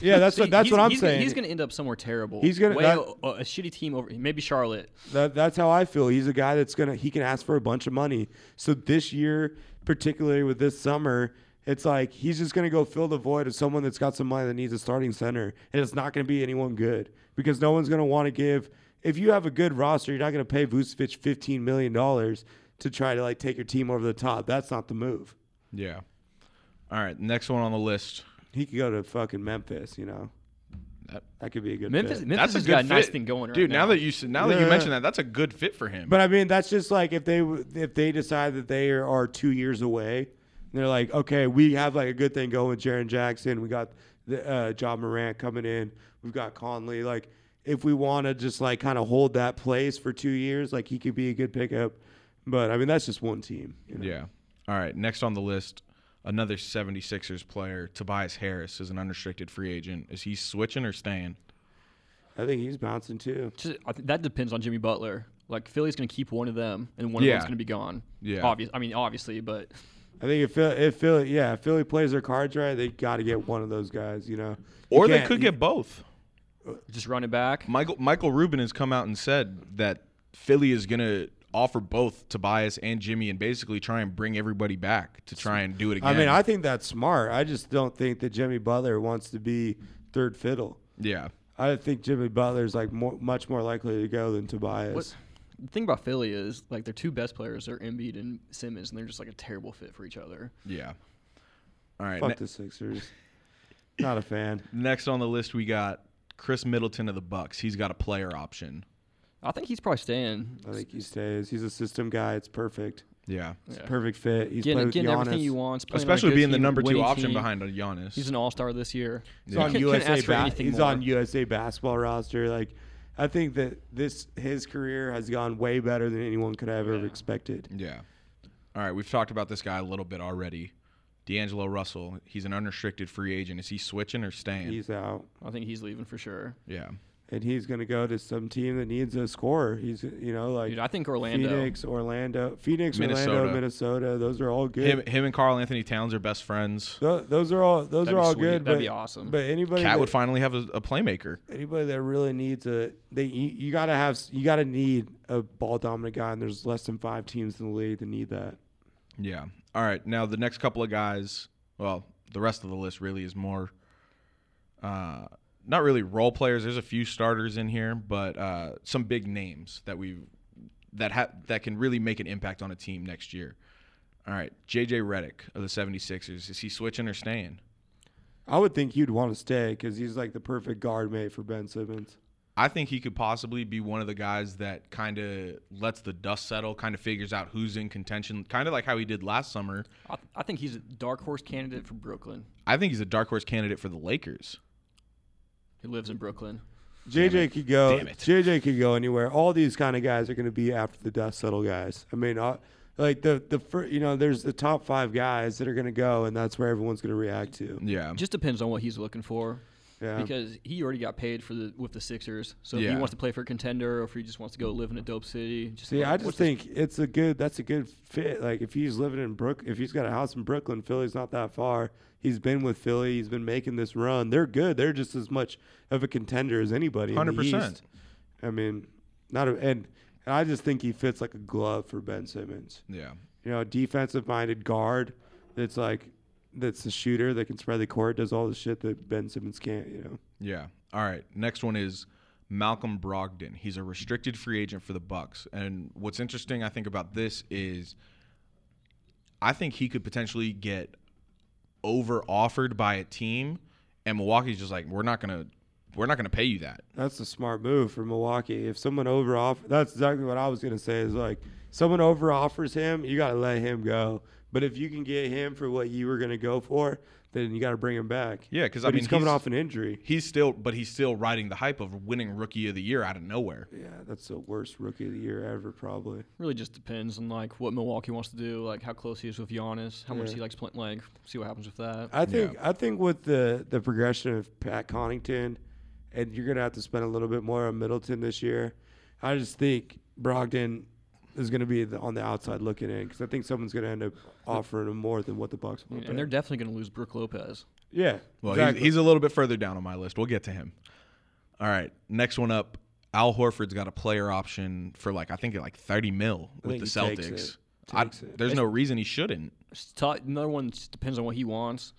[SPEAKER 5] yeah, that's
[SPEAKER 6] So
[SPEAKER 5] what that's
[SPEAKER 6] he's-
[SPEAKER 5] what I'm
[SPEAKER 6] he's gonna-
[SPEAKER 5] saying.
[SPEAKER 6] he's gonna end up somewhere terrible.
[SPEAKER 5] He's gonna-
[SPEAKER 6] Way
[SPEAKER 5] that-
[SPEAKER 6] o- a, shitty team over maybe Charlotte.
[SPEAKER 5] That, that's how I feel. He's a guy that's gonna he can ask for a bunch of money. So this year, particularly with this summer, it's like he's just gonna go fill the void of someone that's got some money that needs a starting center, and it's not gonna be anyone good because no one's gonna want to give. If you have a good roster, you're not gonna pay Vucevic fifteen million dollars to try to like take your team over the top. That's not the move.
[SPEAKER 1] Yeah. All right. Next one on the list.
[SPEAKER 5] He could go to fucking Memphis, you know.
[SPEAKER 1] That-
[SPEAKER 5] That could be a good
[SPEAKER 6] Memphis
[SPEAKER 5] fit.
[SPEAKER 6] Memphis
[SPEAKER 1] that's
[SPEAKER 6] has
[SPEAKER 1] a good
[SPEAKER 6] got a nice
[SPEAKER 1] fit.
[SPEAKER 6] thing going right
[SPEAKER 1] dude.
[SPEAKER 6] now.
[SPEAKER 1] Now that you s- now that you
[SPEAKER 5] Yeah.
[SPEAKER 1] mentioned that, that's a good fit for him.
[SPEAKER 5] But I mean, that's just like if they w- if they decide that they are, are two years away, and they're like, okay, we have like a good thing going with Jaron Jackson. We got the uh, John Morant coming in. We've got Conley. Like, if we want to just like kind of hold that place for two years, like he could be a good pickup. But I mean, that's just one team. You know?
[SPEAKER 1] yeah. All right. Next on the list, another 76ers player, Tobias Harris, is an unrestricted free agent. Is he switching or staying?
[SPEAKER 5] I think he's bouncing too.
[SPEAKER 6] Just- I think that depends on Jimmy Butler. Like Philly's gonna keep one of them and one
[SPEAKER 1] Yeah.
[SPEAKER 6] of them's gonna be gone.
[SPEAKER 1] Yeah.
[SPEAKER 6] Obvious I mean obviously, but
[SPEAKER 5] I think if Philly, if Philly, yeah, if Philly plays their cards right, they got to get one of those guys. You know, You
[SPEAKER 1] Or they
[SPEAKER 5] can't-
[SPEAKER 1] could
[SPEAKER 5] you-
[SPEAKER 1] get both.
[SPEAKER 6] just run it back.
[SPEAKER 1] Michael Michael Rubin has come out and said that Philly is going to offer both Tobias and Jimmy and basically try and bring everybody back to try and do it again.
[SPEAKER 5] I mean, I think that's smart. I just don't think that Jimmy Butler wants to be third fiddle.
[SPEAKER 1] yeah,
[SPEAKER 5] I think Jimmy Butler's like more, much more likely to go than Tobias.
[SPEAKER 6] What, the thing about Philly is like their two best players are Embiid and Simmons, and they're just like a terrible fit for each other.
[SPEAKER 1] yeah. All right.
[SPEAKER 5] Fuck
[SPEAKER 1] ne-
[SPEAKER 5] the Sixers. Not a fan.
[SPEAKER 1] next on the list we got Chris Middleton of the Bucks. He's got a player option.
[SPEAKER 6] I think he's probably staying.
[SPEAKER 5] I think he stays. He's a system guy. It's perfect.
[SPEAKER 1] Yeah.
[SPEAKER 5] It's
[SPEAKER 6] Yeah.
[SPEAKER 5] a perfect fit. He's played
[SPEAKER 6] Getting,
[SPEAKER 5] with
[SPEAKER 6] getting
[SPEAKER 5] Giannis.
[SPEAKER 6] everything he wants, playing on a
[SPEAKER 1] Especially
[SPEAKER 6] good
[SPEAKER 1] being the
[SPEAKER 6] team,
[SPEAKER 1] number two
[SPEAKER 6] winning
[SPEAKER 1] option
[SPEAKER 6] team.
[SPEAKER 1] behind on Giannis.
[SPEAKER 6] He's an all star this year.
[SPEAKER 5] He's
[SPEAKER 6] You
[SPEAKER 5] on
[SPEAKER 6] couldn't- couldn't
[SPEAKER 5] USA.
[SPEAKER 6] ask for
[SPEAKER 5] Ba-
[SPEAKER 6] anything
[SPEAKER 5] he's
[SPEAKER 6] more.
[SPEAKER 5] on USA basketball roster. Like, I think that this his career has gone way better than anyone could have ever expected.
[SPEAKER 1] Yeah. All right, we've talked about this guy a little bit already. D'Angelo Russell, he's an unrestricted free agent. Is he switching or staying?
[SPEAKER 5] He's out,
[SPEAKER 6] I think he's leaving for sure.
[SPEAKER 1] yeah.
[SPEAKER 5] and he's gonna go to some team that needs a scorer. He's you know like
[SPEAKER 6] Dude, I think Orlando.
[SPEAKER 5] Phoenix, Orlando, Phoenix,
[SPEAKER 1] Minnesota.
[SPEAKER 5] Orlando, Minnesota. Those are all good.
[SPEAKER 1] Him, him and Carl Anthony Towns are best friends.
[SPEAKER 5] Tho- those are all those
[SPEAKER 6] That'd
[SPEAKER 5] are
[SPEAKER 6] be
[SPEAKER 5] all
[SPEAKER 6] sweet.
[SPEAKER 5] good. but,
[SPEAKER 6] That'd be awesome.
[SPEAKER 5] But anybody
[SPEAKER 1] Cat
[SPEAKER 5] that,
[SPEAKER 1] would finally have a, a playmaker.
[SPEAKER 5] anybody that really needs a they you, you gotta have s- you gotta need a ball dominant guy, and there's less than five teams in the league that need that.
[SPEAKER 1] Yeah. All right. Now the next couple of guys, well, the rest of the list really is more uh not really role players. There's a few starters in here, but uh some big names that we that ha- that can really make an impact on a team next year. All right, JJ Reddick of the 76ers, is he switching or staying?
[SPEAKER 5] I would think you'd want to stay because he's like the perfect guard mate for Ben Simmons.
[SPEAKER 1] I think he could possibly be one of the guys that kind of lets the dust settle, kind of figures out who's in contention, kind of like how he did last summer.
[SPEAKER 6] I, I think he's a dark horse candidate for Brooklyn.
[SPEAKER 1] I think he's a dark horse candidate for the Lakers.
[SPEAKER 6] He lives in Brooklyn.
[SPEAKER 1] Mm.
[SPEAKER 5] JJ could go.
[SPEAKER 1] Damn it.
[SPEAKER 5] JJ could go anywhere. All these kind of guys are going to be after the dust settle guys. I mean, uh, like the the fir- you know, there's the top five guys that are going to go, and that's where everyone's going to react to.
[SPEAKER 1] Yeah.
[SPEAKER 6] Just depends on what he's looking for.
[SPEAKER 5] Yeah.
[SPEAKER 6] Because he already got paid for the with the Sixers, so if
[SPEAKER 1] Yeah.
[SPEAKER 6] he wants to play for a contender, or if he just wants to go live in a dope city. Just
[SPEAKER 5] See,
[SPEAKER 6] like,
[SPEAKER 5] I
[SPEAKER 6] what's
[SPEAKER 5] just
[SPEAKER 6] the-
[SPEAKER 5] think it's a good. That's a good fit. Like if he's living in Brook, if he's got a house in Brooklyn, Philly's not that far. He's been with Philly. He's been making this run. They're good. They're just as much of a contender as anybody.
[SPEAKER 1] 100%.
[SPEAKER 5] Hundred percent. I mean, not a, and and I just think he fits like a glove for Ben Simmons.
[SPEAKER 1] yeah.
[SPEAKER 5] You know, a defensive minded guard that's like that's a shooter that can spread the court, does all the shit that Ben Simmons can't. You know,
[SPEAKER 1] Yeah. All right. Next one is Malcolm Brogdon. He's a restricted free agent for the Bucks. And what's interesting I think about this is I think he could potentially get over offered by a team and Milwaukee's just like we're not going to we're not going to pay you that.
[SPEAKER 5] That's a smart move for Milwaukee. If someone over offer, that's exactly what I was gonna say. Is like someone over offers him, you gotta let him go. But if you can get him for what you were gonna go for, then you gotta bring him back.
[SPEAKER 1] Yeah, 'cause, I
[SPEAKER 5] But
[SPEAKER 1] mean,
[SPEAKER 5] he's coming
[SPEAKER 1] he's-
[SPEAKER 5] off an injury.
[SPEAKER 1] He's still but he's still riding the hype of winning rookie of the year out of nowhere.
[SPEAKER 5] Yeah, that's the worst rookie of the year ever, probably.
[SPEAKER 6] really just depends on like what Milwaukee wants to do, like how close he is with Giannis, how much he likes playing. Like, see what happens with that.
[SPEAKER 5] I think I think with the the progression of Pat Connington, and you're gonna have to spend a little bit more on Middleton this year. I just think Brogdon is gonna be the, on the outside looking in because I think someone's gonna end up offering him more than what the Bucks want.
[SPEAKER 6] and they're definitely going to lose Brooke Lopez.
[SPEAKER 5] yeah,
[SPEAKER 1] Well,
[SPEAKER 5] exactly.
[SPEAKER 1] he's, he's a little bit further down on my list. We'll get to him. All right, next one up. Al Horford's got a player option for like I think like thirty mil with
[SPEAKER 5] think
[SPEAKER 1] the
[SPEAKER 5] he takes
[SPEAKER 1] Celtics.
[SPEAKER 5] it.
[SPEAKER 1] I-
[SPEAKER 5] Takes it.
[SPEAKER 1] there's no reason he shouldn't.
[SPEAKER 6] It's tou- Another one just depends on what he wants,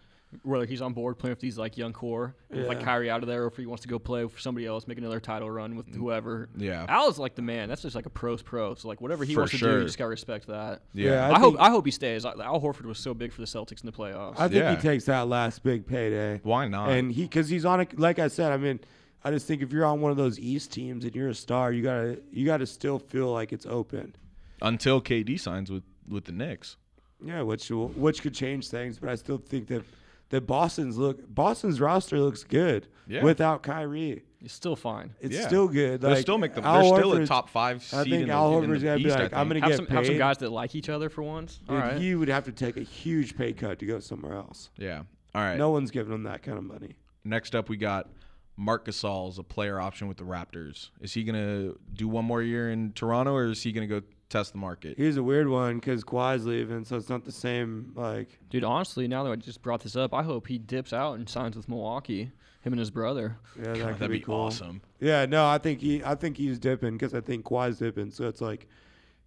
[SPEAKER 6] whether he's on board playing with these like young core, with like
[SPEAKER 5] Yeah.
[SPEAKER 6] Kyrie out of there, or if he wants to go play for somebody else, make another title run with whoever.
[SPEAKER 1] Mm. Yeah.
[SPEAKER 6] Al is like the man. That's just like a pro's pro. So like whatever he
[SPEAKER 1] For
[SPEAKER 6] wants to do,
[SPEAKER 1] sure.
[SPEAKER 6] you just gotta respect that.
[SPEAKER 5] Yeah,
[SPEAKER 6] I,
[SPEAKER 5] I
[SPEAKER 6] hope
[SPEAKER 5] think-
[SPEAKER 6] I hope he stays. I- Al Horford was so big for the Celtics in the playoffs.
[SPEAKER 5] I think
[SPEAKER 1] Yeah.
[SPEAKER 5] he takes that last big payday.
[SPEAKER 1] Why not?
[SPEAKER 5] And he because he's on a like I said. I mean, I just think if you're on one of those East teams and you're a star, you gotta you gotta still feel like it's open.
[SPEAKER 1] Until KD signs with with the Knicks.
[SPEAKER 5] Yeah, which will, which could change things, but I still think that that Boston's look Boston's roster looks good
[SPEAKER 1] Yeah.
[SPEAKER 5] without Kyrie.
[SPEAKER 6] He's still fine.
[SPEAKER 5] It's
[SPEAKER 1] Yeah.
[SPEAKER 5] still good.
[SPEAKER 1] They'll
[SPEAKER 5] Like,
[SPEAKER 1] still make the.
[SPEAKER 5] Al
[SPEAKER 1] They're still a
[SPEAKER 5] Horford's-
[SPEAKER 1] top five seed
[SPEAKER 5] I think
[SPEAKER 1] in the,
[SPEAKER 5] Al
[SPEAKER 1] in the
[SPEAKER 5] Horford's gonna be
[SPEAKER 1] East, I
[SPEAKER 5] like, I'm
[SPEAKER 1] think.
[SPEAKER 5] gonna
[SPEAKER 6] Have
[SPEAKER 5] get
[SPEAKER 6] some,
[SPEAKER 5] paid.
[SPEAKER 6] have some guys that like each other for once. All
[SPEAKER 5] Dude,
[SPEAKER 6] right.
[SPEAKER 5] He would have to take a huge pay cut to go somewhere else.
[SPEAKER 1] Yeah. All right.
[SPEAKER 5] No one's giving him that kind of money.
[SPEAKER 1] Next up, we got Mark Gasol's a player option with the Raptors. Is he gonna do one more year in Toronto, or is he gonna go test the market?
[SPEAKER 5] Here's a weird one because Kawhi's leaving, so it's not the same. Like,
[SPEAKER 6] Dude, honestly, now that I just brought this up, I hope he dips out and signs with Milwaukee, him and his brother.
[SPEAKER 5] yeah, that could
[SPEAKER 1] That'd
[SPEAKER 5] be,
[SPEAKER 1] be
[SPEAKER 5] cool.
[SPEAKER 1] awesome.
[SPEAKER 5] Yeah, no, I think he, I think he's dipping because I think Kawhi's dipping. So it's like,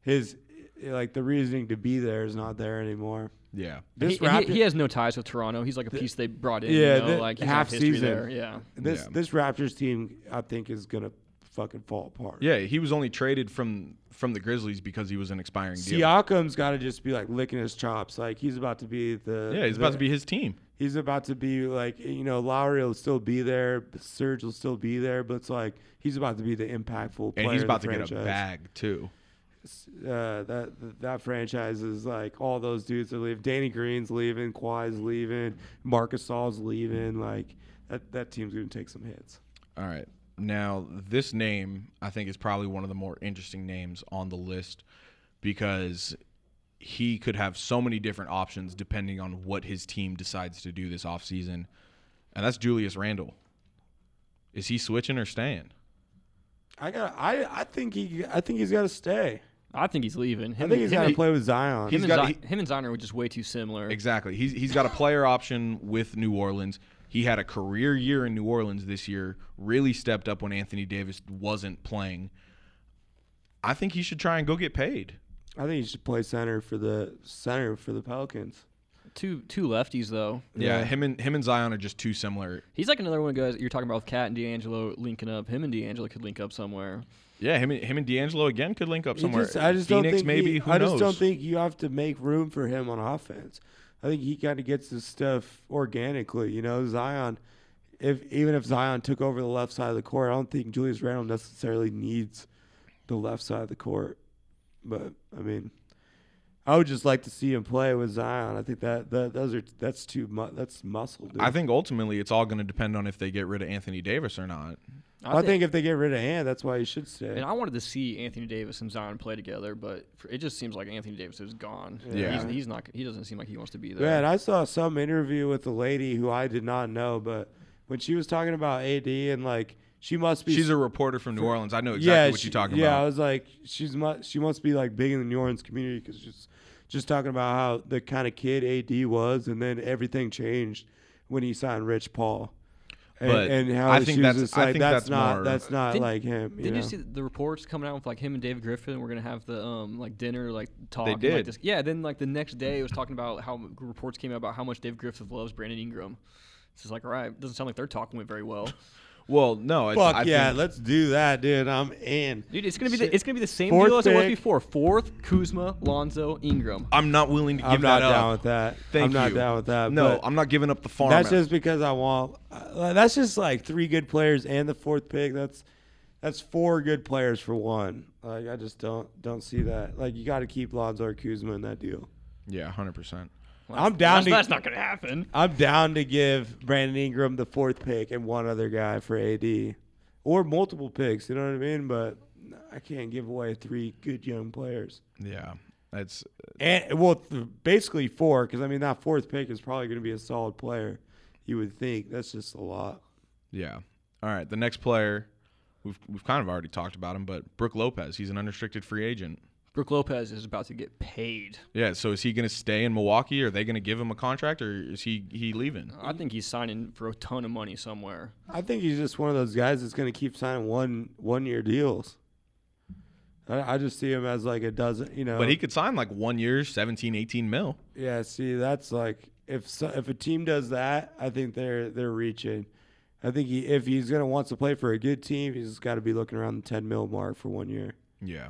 [SPEAKER 5] his like the reasoning to be there is not there anymore.
[SPEAKER 1] Yeah.
[SPEAKER 5] This
[SPEAKER 6] he, and he-
[SPEAKER 5] Raptor-
[SPEAKER 6] he has no ties with Toronto. He's like a piece they brought in.
[SPEAKER 5] yeah,
[SPEAKER 6] you know,
[SPEAKER 5] the-
[SPEAKER 6] like he's
[SPEAKER 5] half
[SPEAKER 6] half history
[SPEAKER 5] season.
[SPEAKER 6] there. Yeah,
[SPEAKER 5] This
[SPEAKER 1] Yeah.
[SPEAKER 5] this Raptors team, I think, is gonna fucking fall apart.
[SPEAKER 1] Yeah, he was only traded from from the Grizzlies because he was an expiring deal.
[SPEAKER 5] Siakam's got to just be like licking his chops. Like he's about to be the
[SPEAKER 1] yeah, he's
[SPEAKER 5] the-
[SPEAKER 1] about to be his team.
[SPEAKER 5] he's about to be like you know Lowry will still be there, Serge will still be there, but it's like he's about to be the impactful. Player
[SPEAKER 1] And he's
[SPEAKER 5] of the
[SPEAKER 1] about to get a
[SPEAKER 5] franchise.
[SPEAKER 1] bag too.
[SPEAKER 5] Uh, that that franchise is like all those dudes are leaving. Danny Green's leaving, Kawhi's leaving, Marcus All's leaving. Like that that team's gonna take some hits.
[SPEAKER 1] All right. Now, this name I think is probably one of the more interesting names on the list because he could have so many different options depending on what his team decides to do this offseason. And that's Julius Randle. Is he switching or staying?
[SPEAKER 5] I got I I think he I think he's got to stay.
[SPEAKER 6] I think he's leaving. Him,
[SPEAKER 5] I think he's
[SPEAKER 6] him,
[SPEAKER 5] got to
[SPEAKER 6] and-
[SPEAKER 5] play with Zion.
[SPEAKER 6] Him,
[SPEAKER 1] He's
[SPEAKER 6] and
[SPEAKER 1] got-
[SPEAKER 6] Zion, him and Zion are just way too similar.
[SPEAKER 1] Exactly. He's he's got a player option with New Orleans. He had a career year in New Orleans this year. Really stepped up when Anthony Davis wasn't playing. I think he should try and go get paid.
[SPEAKER 5] I think he should play center for the center for the Pelicans.
[SPEAKER 6] Two two lefties though.
[SPEAKER 1] Yeah, him and him and Zion are just too similar.
[SPEAKER 6] He's like another one of the guys that you're talking about with Cat and D'Angelo linking up. Him and D'Angelo could link up somewhere.
[SPEAKER 1] Yeah, him and him and D'Angelo again could link up
[SPEAKER 5] You
[SPEAKER 1] somewhere.
[SPEAKER 5] just- I just
[SPEAKER 1] Phoenix
[SPEAKER 5] don't think
[SPEAKER 1] maybe.
[SPEAKER 5] he-
[SPEAKER 1] who
[SPEAKER 5] I
[SPEAKER 1] knows?
[SPEAKER 5] just don't think you have to make room for him on offense. I think he kind of gets his stuff organically. You know, Zion. If even if Zion took over the left side of the court, I don't think Julius Randle necessarily needs the left side of the court. But I mean, I would just like to see him play with Zion. I think that, that those are that's too much. That's muscle. Dude.
[SPEAKER 1] I think ultimately it's all going to depend on if they get rid of Anthony Davis or not.
[SPEAKER 5] I think if they get rid of Ant, that's why he should stay.
[SPEAKER 6] And I wanted to see Anthony Davis and Zion play together, but for, it just seems like Anthony Davis is gone.
[SPEAKER 1] Yeah.
[SPEAKER 6] he's, he's not. He doesn't seem like he wants to be there.
[SPEAKER 5] Man, I saw some interview with a lady who I did not know, but when she was talking about AD and like she must be
[SPEAKER 1] She's a reporter from New Orleans. I know exactly what
[SPEAKER 5] she-
[SPEAKER 1] you're talking
[SPEAKER 5] yeah, I
[SPEAKER 1] about.
[SPEAKER 5] was like, she's mu- she must be like big in the New Orleans community because she's just talking about how the kind of kid AD was, and then everything changed when he signed Rich Paul. And,
[SPEAKER 1] But
[SPEAKER 5] and how
[SPEAKER 1] I
[SPEAKER 5] she
[SPEAKER 1] think
[SPEAKER 5] was
[SPEAKER 1] that's-
[SPEAKER 5] just
[SPEAKER 1] I
[SPEAKER 5] like,
[SPEAKER 1] think
[SPEAKER 5] that's,
[SPEAKER 1] that's
[SPEAKER 5] not
[SPEAKER 1] more-
[SPEAKER 5] that's not
[SPEAKER 6] Didn't-
[SPEAKER 5] like him. You
[SPEAKER 6] Did
[SPEAKER 5] know?
[SPEAKER 6] you see the reports coming out with like him and David Griffin? We're gonna have the um like dinner like talk. and,
[SPEAKER 1] did.
[SPEAKER 6] Like this. Yeah. Then like the next day, it was talking about how reports came out about how much David Griffin loves Brandon Ingram. It's just like, all right, doesn't sound like their talk went very well,
[SPEAKER 1] well, no, it's,
[SPEAKER 5] Fuck
[SPEAKER 1] I
[SPEAKER 5] yeah,
[SPEAKER 1] think-
[SPEAKER 5] let's do that, dude. I'm in.
[SPEAKER 6] dude. It's gonna be the, it's gonna be the same
[SPEAKER 5] Fourth
[SPEAKER 6] deal as it was
[SPEAKER 5] pick.
[SPEAKER 6] before. Fourth, Kuzma, Lonzo, Ingram.
[SPEAKER 1] I'm not willing to give
[SPEAKER 5] I'm not
[SPEAKER 1] that up.
[SPEAKER 5] down with that.
[SPEAKER 1] Thank
[SPEAKER 5] I'm not
[SPEAKER 1] you.
[SPEAKER 5] down with that.
[SPEAKER 1] No,
[SPEAKER 5] but-
[SPEAKER 1] I'm not giving up the farm.
[SPEAKER 5] That's
[SPEAKER 1] out.
[SPEAKER 5] just because I want. Uh, that's just like three good players and the fourth pick. That's that's four good players for one. Like I just don't don't see that. Like you got to keep Lonzo or Kuzma in that deal.
[SPEAKER 1] yeah, hundred percent.
[SPEAKER 5] I'm down
[SPEAKER 6] That's,
[SPEAKER 5] to
[SPEAKER 6] that's not gonna happen.
[SPEAKER 5] I'm down to give Brandon Ingram the fourth pick and one other guy for AD or multiple picks. You know what I mean? But I can't give away three good young players.
[SPEAKER 1] Yeah, that's
[SPEAKER 5] And well, th- basically four because I mean that fourth pick is probably going to be a solid player. You would think that's just a lot.
[SPEAKER 1] yeah. All right, the next player, we've we've kind of already talked about him, but Brooke Lopez, he's an unrestricted free agent.
[SPEAKER 6] Brooke Lopez is about to get paid.
[SPEAKER 1] Yeah, so is he going to stay in Milwaukee? Are they going to give him a contract, or is he he leaving?
[SPEAKER 6] I think he's signing for a ton of money somewhere.
[SPEAKER 5] I think he's just one of those guys that's going to keep signing one one year deals. I, I just see him as like a dozen, you know.
[SPEAKER 1] But he could sign like one year, 17, 18 mil.
[SPEAKER 5] yeah. See, that's like if so, if a team does that, I think they're they're reaching. I think he, if he's going to want to play for a good team, he's got to be looking around the ten mil mark for one year.
[SPEAKER 1] Yeah,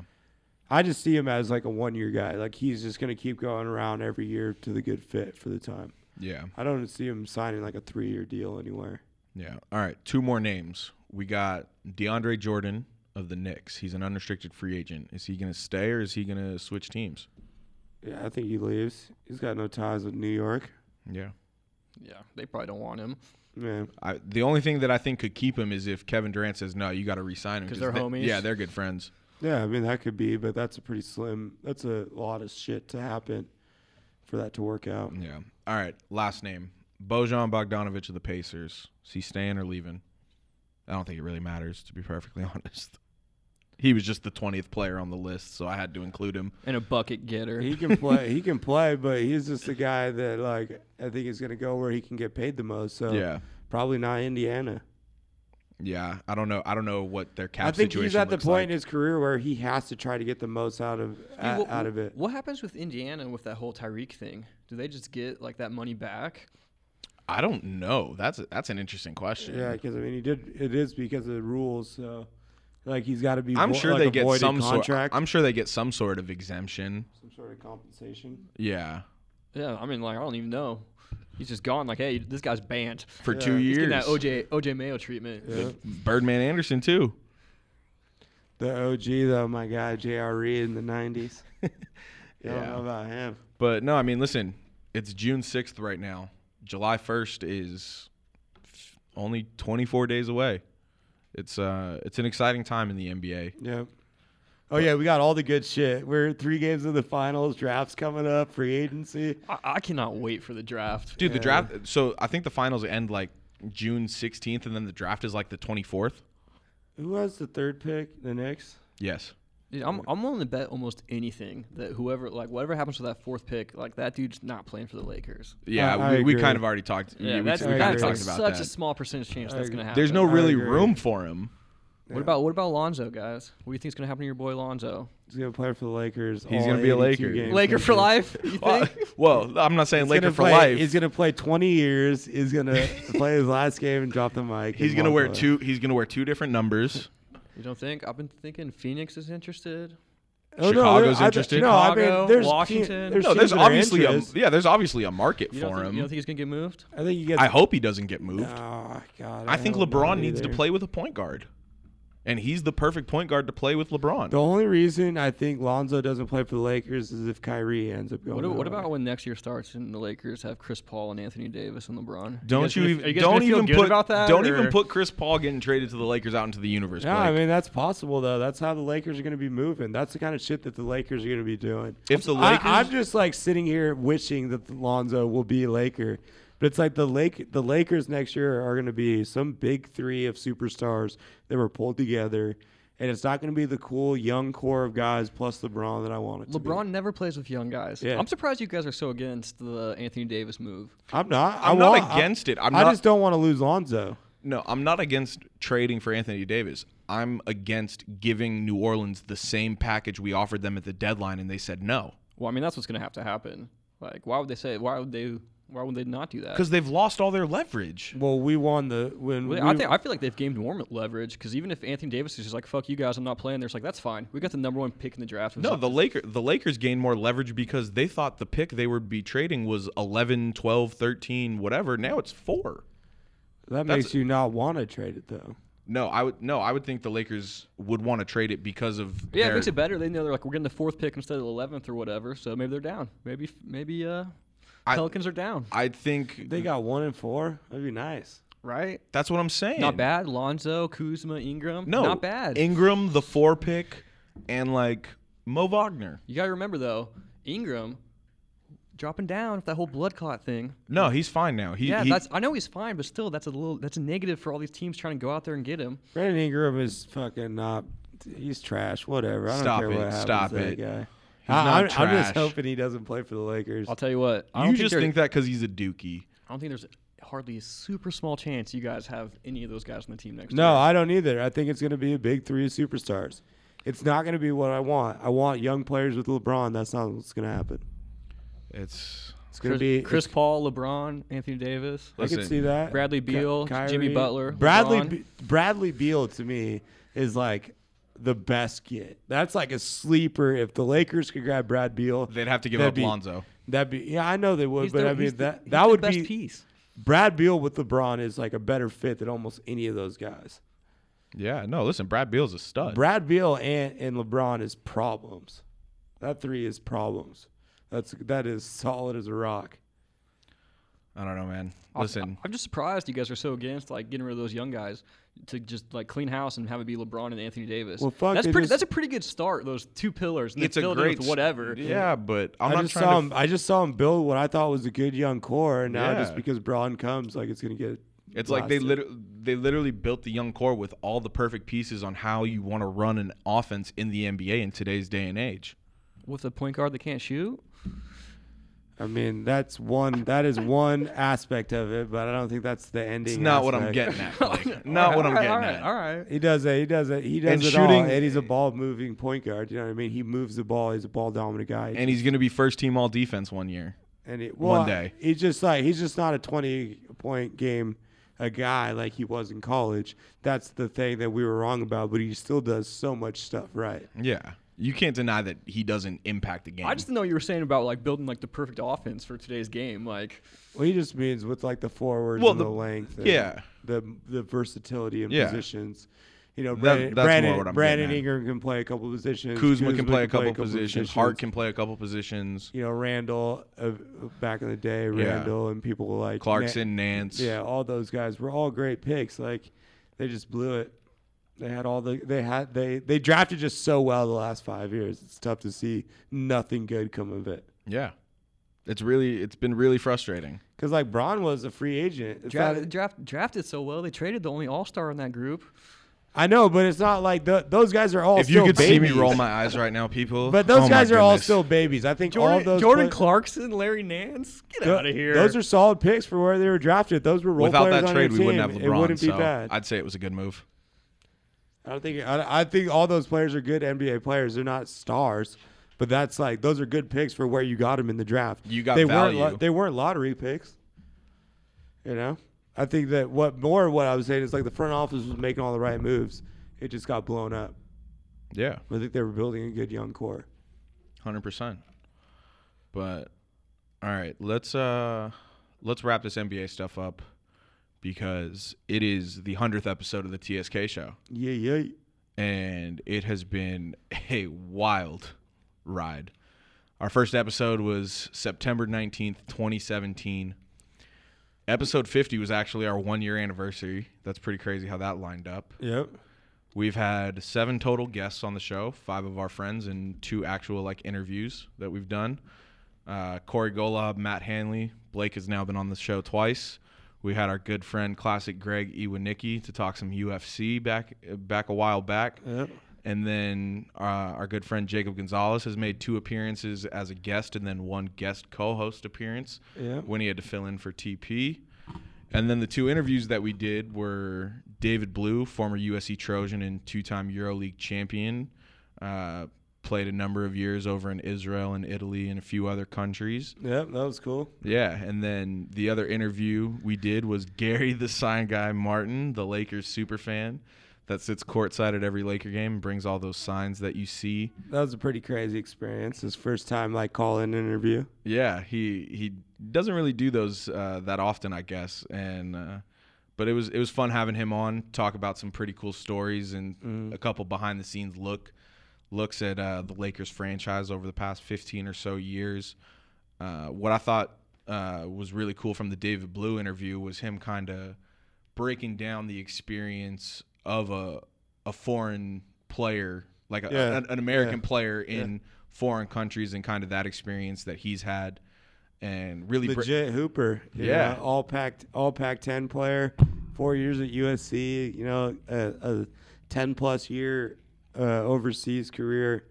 [SPEAKER 5] I just see him as like a one year guy. Like he's just going to keep going around every year to the good fit for the time.
[SPEAKER 1] yeah,
[SPEAKER 5] I don't see him signing like a three year deal anywhere.
[SPEAKER 1] yeah. All right, two more names. We got DeAndre Jordan of the Knicks. He's an unrestricted free agent. Is he going to stay or is he going to switch teams?
[SPEAKER 5] Yeah, I think he leaves. He's got no ties with New York.
[SPEAKER 1] Yeah.
[SPEAKER 6] Yeah, they probably don't want him.
[SPEAKER 5] Man,
[SPEAKER 1] I, the only thing that I think could keep him is if Kevin Durant says no, you got to re-sign him
[SPEAKER 6] 'Cause
[SPEAKER 1] 'cause
[SPEAKER 6] they're
[SPEAKER 1] they-
[SPEAKER 6] homies.
[SPEAKER 1] Yeah, they're good friends.
[SPEAKER 5] Yeah, I mean that could be, but that's a pretty slim. That's a lot of shit to happen for that to work out.
[SPEAKER 1] Yeah. All right. Last name Bojan Bogdanovic of the Pacers. Is he staying or leaving? I don't think it really matters, to be perfectly honest. He was just the 20th player on the list, so I had to include him.
[SPEAKER 6] And a bucket getter.
[SPEAKER 5] He can play. he can play, but he's just the guy that like I think is gonna go where he can get paid the most. So
[SPEAKER 1] Yeah.
[SPEAKER 5] probably not Indiana.
[SPEAKER 1] Yeah, I don't know. I don't know what their cap
[SPEAKER 5] I think
[SPEAKER 1] situation
[SPEAKER 5] he's at the
[SPEAKER 1] looks
[SPEAKER 5] point
[SPEAKER 1] like.
[SPEAKER 5] in his career where he has to try to get the most out of
[SPEAKER 6] I mean,
[SPEAKER 5] out-
[SPEAKER 6] what-
[SPEAKER 5] out of it.
[SPEAKER 6] What happens with Indiana with that whole Tyreek thing? Do they just get like that money back?
[SPEAKER 1] I don't know. That's that's an interesting question.
[SPEAKER 5] Yeah, because I mean, he did. It is because of the rules. So, like, he's got to be.
[SPEAKER 1] I'm
[SPEAKER 5] vo-
[SPEAKER 1] sure
[SPEAKER 5] like,
[SPEAKER 1] they get
[SPEAKER 5] avoided
[SPEAKER 1] some sort.
[SPEAKER 5] contract.
[SPEAKER 1] I'm sure they get some sort of exemption.
[SPEAKER 5] some sort of compensation.
[SPEAKER 1] Yeah,
[SPEAKER 6] Yeah, I mean, like I don't even know. He's just gone. Like, hey, this guy's banned.
[SPEAKER 1] for two
[SPEAKER 6] He's
[SPEAKER 1] years.
[SPEAKER 6] getting that OJ OJ Mayo treatment.
[SPEAKER 1] Birdman Anderson too.
[SPEAKER 5] The OG though, my guy, J.R. Reed in the '90s. yeah.
[SPEAKER 1] Yeah.
[SPEAKER 5] don't know about him.
[SPEAKER 1] But no, I mean, listen, it's June 6th right now. July 1st is f- only 24 days away. It's uh, it's an exciting time in the NBA.
[SPEAKER 5] Yep. Oh yeah, we got all the good shit. We're three games in the finals. Drafts coming up. Free agency.
[SPEAKER 6] I, I cannot wait for the draft.
[SPEAKER 1] Dude, the draft. So I think the finals end like June 16th, and then the draft is like the 24th.
[SPEAKER 5] Who has the third pick? The Knicks.
[SPEAKER 1] Yes.
[SPEAKER 6] Dude, I'm I'm willing to bet almost anything that whoever like whatever happens with that fourth pick, like that dude's not playing for the Lakers.
[SPEAKER 1] Yeah,
[SPEAKER 5] I- Uh, I
[SPEAKER 1] we, we
[SPEAKER 5] agree.
[SPEAKER 1] kind of already talked. Yeah,
[SPEAKER 6] Yeah,
[SPEAKER 1] we,
[SPEAKER 6] that's,
[SPEAKER 1] we kind of
[SPEAKER 6] that's like
[SPEAKER 1] talked
[SPEAKER 6] such
[SPEAKER 1] about
[SPEAKER 6] a
[SPEAKER 1] that.
[SPEAKER 6] small percentage chance that's gonna happen.
[SPEAKER 1] There's no really
[SPEAKER 5] agree.
[SPEAKER 1] room for him.
[SPEAKER 6] What about what about Lonzo, guys? What do you think's gonna happen to your boy Lonzo?
[SPEAKER 5] He's gonna play for the Lakers.
[SPEAKER 1] He's
[SPEAKER 5] all
[SPEAKER 1] gonna be a
[SPEAKER 5] 82
[SPEAKER 1] Laker.
[SPEAKER 5] games
[SPEAKER 6] Laker
[SPEAKER 5] this
[SPEAKER 6] for
[SPEAKER 5] year.
[SPEAKER 6] life? You
[SPEAKER 1] Well,
[SPEAKER 6] think?
[SPEAKER 1] well, I'm not saying
[SPEAKER 5] He's
[SPEAKER 1] Laker
[SPEAKER 5] gonna
[SPEAKER 1] for
[SPEAKER 5] play-
[SPEAKER 1] life.
[SPEAKER 5] He's gonna play 20 years. He's gonna play his last game and drop the mic.
[SPEAKER 1] he's
[SPEAKER 5] and
[SPEAKER 1] gonna
[SPEAKER 5] walk
[SPEAKER 1] wear
[SPEAKER 5] away.
[SPEAKER 1] two. He's gonna wear two different numbers.
[SPEAKER 6] you don't think? I've been thinking Phoenix is interested.
[SPEAKER 5] Oh, no,
[SPEAKER 1] Chicago's
[SPEAKER 5] there- I-
[SPEAKER 1] interested.
[SPEAKER 5] no, I
[SPEAKER 6] Chicago,
[SPEAKER 5] mean, there's
[SPEAKER 6] Washington.
[SPEAKER 5] Te- there's
[SPEAKER 1] No, there's
[SPEAKER 5] teams that are
[SPEAKER 1] obviously a
[SPEAKER 5] interested.
[SPEAKER 1] yeah, there's obviously a market
[SPEAKER 6] You don't,
[SPEAKER 1] for
[SPEAKER 6] think,
[SPEAKER 1] him.
[SPEAKER 6] you don't think he's gonna get moved?
[SPEAKER 5] I think he gets.
[SPEAKER 1] I hope he doesn't get moved.
[SPEAKER 5] Oh God.
[SPEAKER 1] I think
[SPEAKER 5] hope
[SPEAKER 1] LeBron
[SPEAKER 5] not
[SPEAKER 1] needs to
[SPEAKER 5] either.
[SPEAKER 1] play with a point guard, and he's the perfect point guard to play with LeBron.
[SPEAKER 5] The only reason I think Lonzo doesn't play for the Lakers is if Kyrie ends up going.
[SPEAKER 6] What,
[SPEAKER 5] to
[SPEAKER 6] what
[SPEAKER 5] the
[SPEAKER 6] about
[SPEAKER 5] Lakers.
[SPEAKER 6] when next year starts and the Lakers have Chris Paul and Anthony Davis and LeBron?
[SPEAKER 1] don't
[SPEAKER 6] guys
[SPEAKER 1] you,
[SPEAKER 6] gonna-
[SPEAKER 1] even
[SPEAKER 6] are guys
[SPEAKER 1] don't
[SPEAKER 6] gonna feel
[SPEAKER 1] even
[SPEAKER 6] good
[SPEAKER 1] put
[SPEAKER 6] about that?
[SPEAKER 1] don't
[SPEAKER 6] or-
[SPEAKER 1] even put Chris Paul getting traded to the Lakers out into the universe.
[SPEAKER 5] Yeah, I
[SPEAKER 1] Blake.
[SPEAKER 5] mean that's possible though. That's how the Lakers are going to be moving. That's the kind of shit that the Lakers are going to be doing.
[SPEAKER 1] If the Lakers-
[SPEAKER 5] I, I'm just like sitting here wishing that Lonzo will be a Laker, but it's like the Lake, the Lakers next year are going to be some big three of superstars that were pulled together, and it's not going to be the cool young core of guys plus LeBron that I wanted.
[SPEAKER 6] LeBron never plays with young guys.
[SPEAKER 5] Yeah.
[SPEAKER 6] I'm surprised you guys are so against the Anthony Davis move.
[SPEAKER 5] I'm not. I
[SPEAKER 1] I'm not
[SPEAKER 5] want- I-
[SPEAKER 1] against it. I'm
[SPEAKER 5] I
[SPEAKER 1] not-
[SPEAKER 5] just don't want to lose Lonzo.
[SPEAKER 1] no, I'm not against trading for Anthony Davis. I'm against giving New Orleans the same package we offered them at the deadline, and they said no
[SPEAKER 6] Well, I mean that's what's gonna have to happen. Like, why would they say? Why would they? Why would they not do that?
[SPEAKER 1] because they've lost all their leverage.
[SPEAKER 5] Well, we won the when
[SPEAKER 6] Well,
[SPEAKER 5] we,
[SPEAKER 6] I think I feel like they've gamed more leverage because even if Anthony Davis is just like "fuck you guys, I'm not playing," they're just like, "That's fine. We got the number one pick in the draft."
[SPEAKER 1] No, the Laker the Lakers gained more leverage because they thought the pick they would be trading was 11, 12, 13, whatever. Now it's 4.
[SPEAKER 5] that makes you not want to trade it though.
[SPEAKER 1] No, I would no, I would think the Lakers would want to trade it because of
[SPEAKER 6] yeah, it
[SPEAKER 1] their-
[SPEAKER 6] makes it better. They know they're like, "We're getting the fourth pick instead of the eleventh or whatever," so maybe they're down. Maybe maybe uh,
[SPEAKER 1] I-
[SPEAKER 6] Pelicans are down,
[SPEAKER 1] I think
[SPEAKER 5] They got one and four. That'd be nice.
[SPEAKER 6] right?
[SPEAKER 1] that's what I'm saying.
[SPEAKER 6] Not bad. Lonzo, Kuzma, Ingram.
[SPEAKER 1] No,
[SPEAKER 6] not bad.
[SPEAKER 1] Ingram, the four pick, and like Mo Wagner.
[SPEAKER 6] you gotta remember though, Ingram dropping down with that whole blood clot thing.
[SPEAKER 1] No, he's fine now. He,
[SPEAKER 6] Yeah,
[SPEAKER 1] he-
[SPEAKER 6] that's I know he's fine, but still, that's a little that's a negative for all these teams trying to go out there and get him.
[SPEAKER 5] Brandon Ingram is fucking not. He's trash. Whatever. I don't
[SPEAKER 1] Stop
[SPEAKER 5] care
[SPEAKER 1] it,
[SPEAKER 5] what happens
[SPEAKER 1] stop
[SPEAKER 5] to that
[SPEAKER 1] it.
[SPEAKER 5] guy.
[SPEAKER 1] not
[SPEAKER 5] I, am I'm
[SPEAKER 1] trash.
[SPEAKER 5] just hoping he doesn't play for the Lakers.
[SPEAKER 6] I'll tell you what. I don't
[SPEAKER 1] you
[SPEAKER 6] think
[SPEAKER 1] just
[SPEAKER 6] there-
[SPEAKER 1] think that because he's a dookie.
[SPEAKER 6] I don't think there's hardly a super small chance you guys have any of those guys on the team next year.
[SPEAKER 5] no, I don't either. I think it's going to be a big three of superstars. It's not going to be what I want. I want young players with LeBron. That's not what's going to happen.
[SPEAKER 1] It's
[SPEAKER 5] It's going to
[SPEAKER 6] Chris,
[SPEAKER 5] be
[SPEAKER 6] Chris Paul, LeBron, Anthony Davis,
[SPEAKER 5] I can
[SPEAKER 1] Listen,
[SPEAKER 5] see that.
[SPEAKER 6] Bradley
[SPEAKER 5] Ky-
[SPEAKER 6] Beal, Jimmy
[SPEAKER 5] Kyrie.
[SPEAKER 6] Butler,
[SPEAKER 5] Bradley
[SPEAKER 6] LeBron.
[SPEAKER 5] Be- Bradley Beal to me is like the best kid. That's like a sleeper. If the Lakers could grab Brad Beal,
[SPEAKER 1] They'd have to give
[SPEAKER 5] that'd
[SPEAKER 1] up
[SPEAKER 5] be-
[SPEAKER 1] Lonzo.
[SPEAKER 5] That'd be yeah, I know they would,
[SPEAKER 6] He's
[SPEAKER 5] but
[SPEAKER 6] their-
[SPEAKER 5] I mean
[SPEAKER 6] he's the-
[SPEAKER 5] that
[SPEAKER 6] he's
[SPEAKER 5] that
[SPEAKER 6] their
[SPEAKER 5] would
[SPEAKER 6] best
[SPEAKER 5] be
[SPEAKER 6] piece.
[SPEAKER 5] Brad Beal with LeBron is like a better fit than almost any of those guys.
[SPEAKER 1] Yeah, no, listen, Brad Beal's a stud.
[SPEAKER 5] Brad Beal and, and LeBron is problems. That three is problems. That's that is solid as a rock.
[SPEAKER 1] I don't know, man.
[SPEAKER 6] I'm-
[SPEAKER 1] Listen,
[SPEAKER 6] I'm just surprised you guys are so against like getting rid of those young guys to just like clean house and have it be LeBron and Anthony Davis.
[SPEAKER 5] Well, fuck,
[SPEAKER 6] that's
[SPEAKER 5] they
[SPEAKER 6] pretty.
[SPEAKER 5] just-
[SPEAKER 6] That's a pretty good start. Those two pillars. And then
[SPEAKER 1] it's a
[SPEAKER 6] fill it in
[SPEAKER 1] great
[SPEAKER 6] with
[SPEAKER 1] s-
[SPEAKER 6] whatever.
[SPEAKER 1] Yeah, but I'm
[SPEAKER 5] i
[SPEAKER 1] not
[SPEAKER 5] just
[SPEAKER 1] trying
[SPEAKER 5] saw
[SPEAKER 1] to
[SPEAKER 5] him. I just saw him build what I thought was a good young core, and now just
[SPEAKER 1] Yeah.
[SPEAKER 5] because Braun comes, like it's gonna get.
[SPEAKER 1] It's like they
[SPEAKER 5] blasted.
[SPEAKER 1] literally they literally built the young core with all the perfect pieces on how you want to run an offense in the NBA in today's day and age.
[SPEAKER 6] With a point guard that can't shoot.
[SPEAKER 5] I mean, that's one. That is one aspect of it, but I don't think that's the ending.
[SPEAKER 1] It's not what I'm
[SPEAKER 5] aspect.
[SPEAKER 1] getting at. Blake. not what I'm getting
[SPEAKER 6] all right,
[SPEAKER 1] at.
[SPEAKER 6] all right.
[SPEAKER 5] He does it. He does it. He does
[SPEAKER 1] And
[SPEAKER 5] it all.
[SPEAKER 1] shooting-
[SPEAKER 5] And he's a ball moving point guard. You know what I mean? He moves the ball. He's a ball dominant guy.
[SPEAKER 1] And he's going to be first team all defense one year.
[SPEAKER 5] And it,
[SPEAKER 1] One
[SPEAKER 5] well,
[SPEAKER 1] day.
[SPEAKER 5] he's just like he's just not a twenty point game a guy like he was in college. That's the thing that we were wrong about. But he still does so much stuff right.
[SPEAKER 1] Yeah. You can't deny that he doesn't impact the game.
[SPEAKER 6] I just didn't know what you were saying about like building like the perfect offense for today's game. Like,
[SPEAKER 5] Well, he just means with like the forwards
[SPEAKER 1] Well,
[SPEAKER 5] and the,
[SPEAKER 1] the-
[SPEAKER 5] length. And
[SPEAKER 1] yeah.
[SPEAKER 5] The the versatility in
[SPEAKER 1] Yeah.
[SPEAKER 5] positions. You know,
[SPEAKER 1] That-
[SPEAKER 5] Brandon,
[SPEAKER 1] that's more
[SPEAKER 5] Brandon,
[SPEAKER 1] what I'm
[SPEAKER 5] Brandon
[SPEAKER 1] getting at.
[SPEAKER 5] Ingram can play a couple positions.
[SPEAKER 1] Kuzma, can play a couple, positions. Hart can play a couple positions.
[SPEAKER 5] You know, Randall uh, back in the day, Randall and people like Na-
[SPEAKER 1] Clarkson, Nance.
[SPEAKER 5] Yeah, all those guys were all great picks. Like they just blew it. They had all the they had they they drafted just so well the last five years. It's tough to see nothing good come of it.
[SPEAKER 1] Yeah. It's really it's been really frustrating.
[SPEAKER 5] Cause like Braun was a free agent. It's not-
[SPEAKER 6] draft, draft, drafted so well, they traded the only All Star in that group.
[SPEAKER 5] I know, but it's not like the, those guys are all.
[SPEAKER 1] if you
[SPEAKER 5] still
[SPEAKER 1] could see me
[SPEAKER 5] babies.
[SPEAKER 1] roll my eyes right now, people.
[SPEAKER 5] But those
[SPEAKER 1] oh my
[SPEAKER 5] guys are all
[SPEAKER 1] goodness.
[SPEAKER 5] still babies. I think all of
[SPEAKER 6] Jordan,
[SPEAKER 5] those
[SPEAKER 6] Jordan
[SPEAKER 5] play-
[SPEAKER 6] Clarkson, Larry Nance, get
[SPEAKER 5] tho-
[SPEAKER 6] out of here.
[SPEAKER 5] Those are solid picks for where they were drafted. Those were role
[SPEAKER 1] without
[SPEAKER 5] players
[SPEAKER 1] that
[SPEAKER 5] on
[SPEAKER 1] trade.
[SPEAKER 5] your
[SPEAKER 1] We wouldn't have
[SPEAKER 5] team.
[SPEAKER 1] LeBron.
[SPEAKER 5] It wouldn't be
[SPEAKER 1] so
[SPEAKER 5] bad.
[SPEAKER 1] I'd say it was a good move.
[SPEAKER 5] I don't think I, I think all those players are good NBA players. They're not stars, but that's like those are good picks for where you got them in the draft.
[SPEAKER 1] You got
[SPEAKER 5] they Weren't
[SPEAKER 1] value.
[SPEAKER 5] lo- they weren't lottery picks. You know, I think that what more what I was saying is like the front office was making all the right moves. It just got blown up.
[SPEAKER 1] Yeah,
[SPEAKER 5] I think they were building a good young core.
[SPEAKER 1] hundred percent. But all right, let's uh let's wrap this NBA stuff up because it is the hundredth episode of the TSK show,
[SPEAKER 5] Yeah, yeah.
[SPEAKER 1] and it has been a wild ride. Our first episode was September nineteenth, twenty seventeen. Episode 50 was actually our one year anniversary. That's pretty crazy how that lined up.
[SPEAKER 5] Yep.
[SPEAKER 1] We've had seven total guests on the show, five of our friends, and two actual like interviews that we've done. Uh, Corey Golub, Matt Hanley, Blake has now been on the show twice. We had our good friend, classic Greg Iwanicki, to talk some UFC back back a while back, and then uh, our good friend Jacob Gonzalez has made two appearances as a guest, and then one guest co-host appearance
[SPEAKER 5] Yeah.
[SPEAKER 1] when he had to fill in for TP. And then the two interviews that we did were David Blue, former USC Trojan and two-time EuroLeague champion, uh, played a number of years over in Israel and Italy and a few other countries.
[SPEAKER 5] Yep. That was cool.
[SPEAKER 1] Yeah, and then the other interview we did was Gary the Sign Guy Martin, the Lakers super fan that sits courtside at every Laker game and brings all those signs that you see.
[SPEAKER 5] That was a pretty crazy experience. His first time like calling an interview.
[SPEAKER 1] Yeah, he he doesn't really do those uh, that often, I guess. And uh, but it was it was fun having him on talk about some pretty cool stories and a couple behind the scenes look looks at uh, the Lakers franchise over the past 15 or so years. Uh, what I thought uh, was really cool from the David Blue interview was him kind of breaking down the experience of a a foreign player, like a,
[SPEAKER 5] Yeah.
[SPEAKER 1] an, an American player in foreign countries, and kind of that experience that he's had, and really br-
[SPEAKER 5] legit hooper. you
[SPEAKER 1] Yeah.
[SPEAKER 5] know, all packed, all pack ten player, four years at USC. You know, a, a ten plus year uh, overseas career.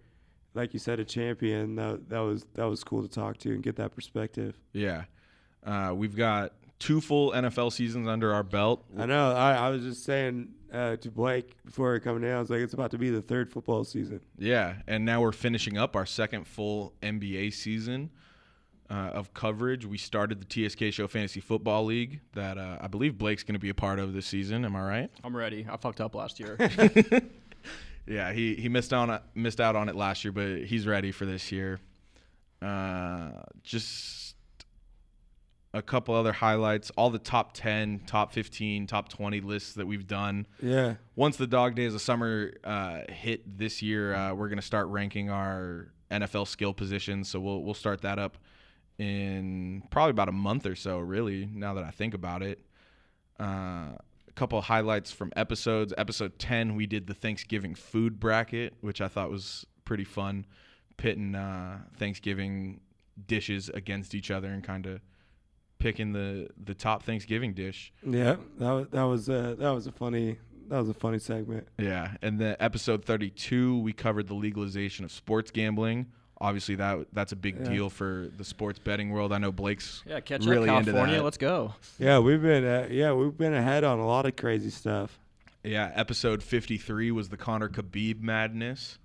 [SPEAKER 5] Like you said, a champion. That that was that was cool to talk to and get that perspective.
[SPEAKER 1] yeah. Uh, we've got two full NFL seasons under our belt.
[SPEAKER 5] I know. I, I was just saying uh, to Blake before coming in. I was like, it's about to be the third football season.
[SPEAKER 1] Yeah, and now we're finishing up our second full NBA season uh, of coverage. We started the TSK Show Fantasy Football League that uh, I believe Blake's going to be a part of this season. Am I right?
[SPEAKER 6] I'm ready. I fucked up last year.
[SPEAKER 1] Yeah, he he missed on missed out on it last year, but he's ready for this year. Uh, just a couple other highlights. All the top ten, top fifteen, top twenty lists that we've done.
[SPEAKER 5] Yeah.
[SPEAKER 1] once the dog days of summer uh, hit this year, uh, we're gonna start ranking our NFL skill positions. So we'll we'll start that up in probably about a month or so. Really, now that I think about it, uh, a couple of highlights from episodes. Episode ten, we did the Thanksgiving food bracket, which I thought was pretty fun, pitting uh, Thanksgiving dishes against each other and kind of picking the the top Thanksgiving dish.
[SPEAKER 5] Yeah. That wa- that was uh, that was a funny that was a funny segment.
[SPEAKER 1] Yeah, and then episode 32, we covered the legalization of sports gambling, Obviously, that that's a big deal for the sports betting world. I know Blake's
[SPEAKER 6] Yeah, catch
[SPEAKER 1] really
[SPEAKER 6] up
[SPEAKER 1] into
[SPEAKER 6] California.
[SPEAKER 1] that.
[SPEAKER 6] Let's go.
[SPEAKER 5] Yeah, we've been uh, yeah we've been ahead on a lot of crazy stuff.
[SPEAKER 1] Yeah, episode 53 was the Connor Khabib madness.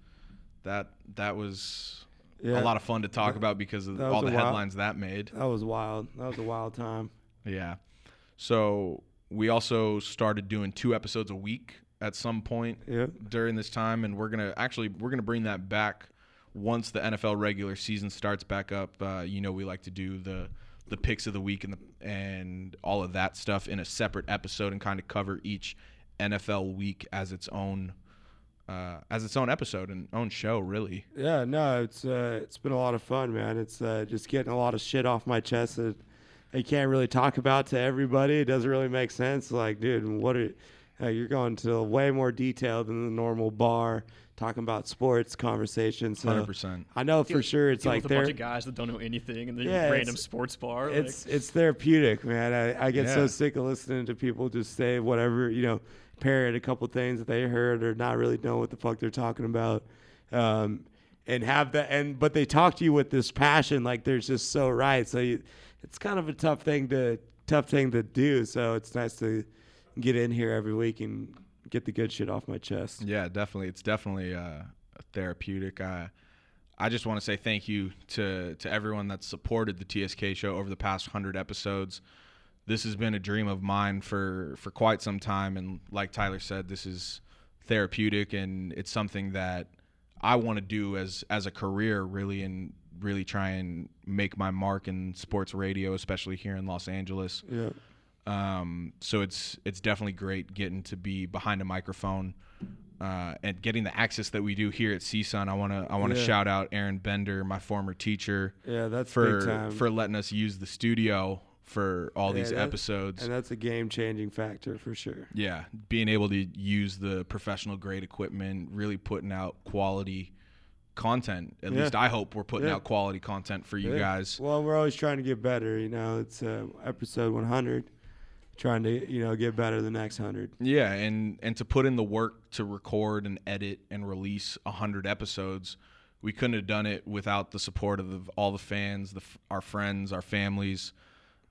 [SPEAKER 1] That that was
[SPEAKER 5] Yeah.
[SPEAKER 1] a lot of fun to talk about because of
[SPEAKER 5] that
[SPEAKER 1] all the
[SPEAKER 5] was a wild-
[SPEAKER 1] headlines that made.
[SPEAKER 5] That was wild. That was a wild time.
[SPEAKER 1] Yeah. So we also started doing two episodes a week at some point
[SPEAKER 5] Yeah.
[SPEAKER 1] during this time and we're going to actually we're going to bring that back once the NFL regular season starts back up. Uh, you know we like to do the the picks of the week and the, and all of that stuff in a separate episode and kind of cover each NFL week as its own uh, as its own episode and own show really.
[SPEAKER 5] Yeah, no, it's uh, it's been a lot of fun, man. It's uh, just getting a lot of shit off my chest that I can't really talk about to everybody. It doesn't really make sense. Like, dude, what are uh, you're going to way more detail than the normal bar talking about sports conversations. So
[SPEAKER 1] 100%.
[SPEAKER 5] I know for sure it's
[SPEAKER 6] Deal
[SPEAKER 5] like
[SPEAKER 6] with a bunch
[SPEAKER 5] there.
[SPEAKER 6] of guys that don't know anything and the
[SPEAKER 5] Yeah,
[SPEAKER 6] random
[SPEAKER 5] it's-
[SPEAKER 6] sports bar. like-
[SPEAKER 5] It's it's therapeutic, man. I, I get
[SPEAKER 1] Yeah.
[SPEAKER 5] so sick of listening to people just say whatever, you know, parrot a couple things that they heard or not really know what the fuck they're talking about. Um, and have that and but they talk to you with this passion, like they're just so right. So you, it's kind of a tough thing to tough thing to do. So it's nice to get in here every week and get the good shit off my chest.
[SPEAKER 1] Yeah, definitely. It's definitely uh, therapeutic. I I just want to say thank you to to everyone that's supported the TSK show over the past hundred episodes. This has been a dream of mine for for quite some time, and like Tyler said, this is therapeutic, and it's something that I want to do as as a career, really, and really try and make my mark in sports radio, especially here in Los Angeles.
[SPEAKER 5] Yeah.
[SPEAKER 1] Um, so it's it's definitely great getting to be behind a microphone uh, and getting the access that we do here at CSUN. I wanna I wanna
[SPEAKER 5] Yeah.
[SPEAKER 1] shout out Aaron Bender, my former teacher,
[SPEAKER 5] Yeah, that's big
[SPEAKER 1] for
[SPEAKER 5] time.
[SPEAKER 1] for letting us use the studio for all
[SPEAKER 5] Yeah,
[SPEAKER 1] these
[SPEAKER 5] that-
[SPEAKER 1] episodes.
[SPEAKER 5] And that's a game changing factor for sure.
[SPEAKER 1] yeah, being able to use the professional grade equipment, really putting out quality content. At
[SPEAKER 5] Yeah.
[SPEAKER 1] least I hope we're putting
[SPEAKER 5] Yeah.
[SPEAKER 1] out quality content for you
[SPEAKER 5] Yeah.
[SPEAKER 1] guys.
[SPEAKER 5] Well, we're always trying to get better. You know, it's uh, episode 100, trying to you know get better the next hundred.
[SPEAKER 1] Yeah, and and to put in the work to record and edit and release hundred episodes, we couldn't have done it without the support of the, all the fans, the, f- our friends, our families.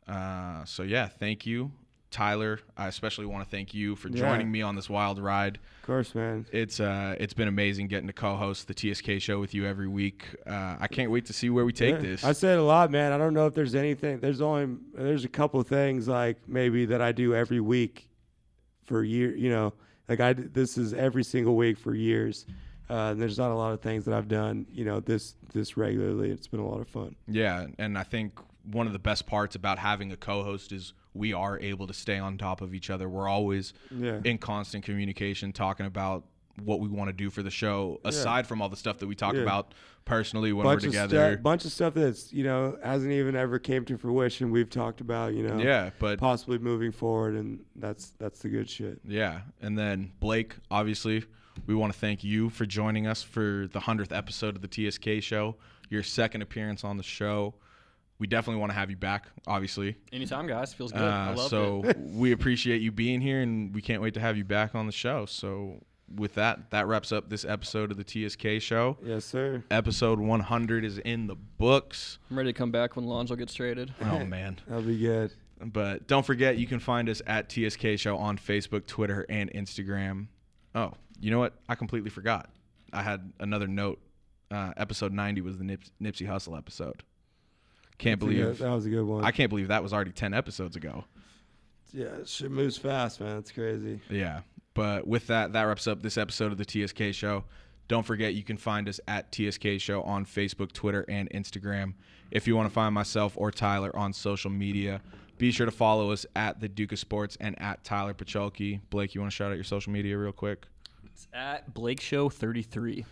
[SPEAKER 1] Uh, so yeah, thank you, Tyler. I especially want to thank you for
[SPEAKER 5] Yeah.
[SPEAKER 1] joining me on this wild ride.
[SPEAKER 5] Of course, man.
[SPEAKER 1] It's uh, it's been amazing getting to co-host the TSK show with you every week. Uh, I can't wait to see where we take
[SPEAKER 5] Yeah.
[SPEAKER 1] this.
[SPEAKER 5] I said a lot, man. I don't know if there's anything. There's only there's a couple things like maybe that I do every week for year. You know, like I d- this is every single week for years. Uh, and there's not a lot of things that I've done. You know, this this regularly. It's been a lot of fun.
[SPEAKER 1] Yeah, and I think one of the best parts about having a co-host is we are able to stay on top of each other. We're always
[SPEAKER 5] Yeah.
[SPEAKER 1] in constant communication, talking about what we want to do for the show. Aside from all the stuff that we talk
[SPEAKER 5] Yeah.
[SPEAKER 1] about personally when
[SPEAKER 5] Bunch
[SPEAKER 1] we're
[SPEAKER 5] of
[SPEAKER 1] together.
[SPEAKER 5] stuff, bunch of stuff that's you know hasn't even ever came to fruition. We've talked about you know.
[SPEAKER 1] yeah, but
[SPEAKER 5] possibly moving forward, and that's that's the good shit.
[SPEAKER 1] yeah, and then Blake, obviously, we want to thank you for joining us for the hundredth episode of the TSK show. Your second appearance on the show. We definitely want to have you back, obviously.
[SPEAKER 6] Anytime, guys. Feels good. I
[SPEAKER 1] Uh,
[SPEAKER 6] love
[SPEAKER 1] so we appreciate you being here, and we can't wait to have you back on the show. So with that, that wraps up this episode of the TSK show.
[SPEAKER 5] Yes, sir.
[SPEAKER 1] Episode 100 is in the books.
[SPEAKER 6] I'm ready to come back when Lonzo gets traded.
[SPEAKER 1] Oh man!
[SPEAKER 5] That'll be good.
[SPEAKER 1] But don't forget, you can find us at TSK Show on Facebook, Twitter, and Instagram. Oh, you know what? I completely forgot. I had another note. Uh, episode 90 was the Nips- Nipsey Hustle episode. Can't
[SPEAKER 5] Yeah,
[SPEAKER 1] believe
[SPEAKER 5] that was a good one.
[SPEAKER 1] I can't believe that was already 10 episodes ago.
[SPEAKER 5] yeah, shit moves fast, man. It's crazy.
[SPEAKER 1] Yeah. But with that, that wraps up this episode of the TSK Show. Don't forget, you can find us at TSK Show on Facebook, Twitter, and Instagram. If you want to find myself or Tyler on social media, be sure to follow us at the Duke of Sports and at Tyler Pacholke. Blake, you want to shout out your social media real quick?
[SPEAKER 6] It's at Blake Show 33.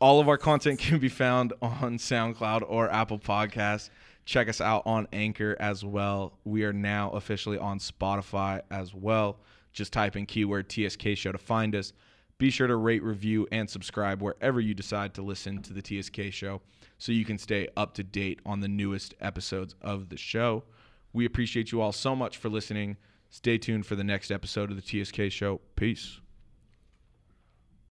[SPEAKER 1] All of our content can be found on SoundCloud or Apple Podcasts. Check us out on Anchor as well. We are now officially on Spotify as well. Just type in keyword TSK show to find us. Be sure to rate, review, and subscribe wherever you decide to listen to the TSK show so you can stay up to date on the newest episodes of the show. We appreciate you all so much for listening. Stay tuned for the next episode of the TSK show. Peace.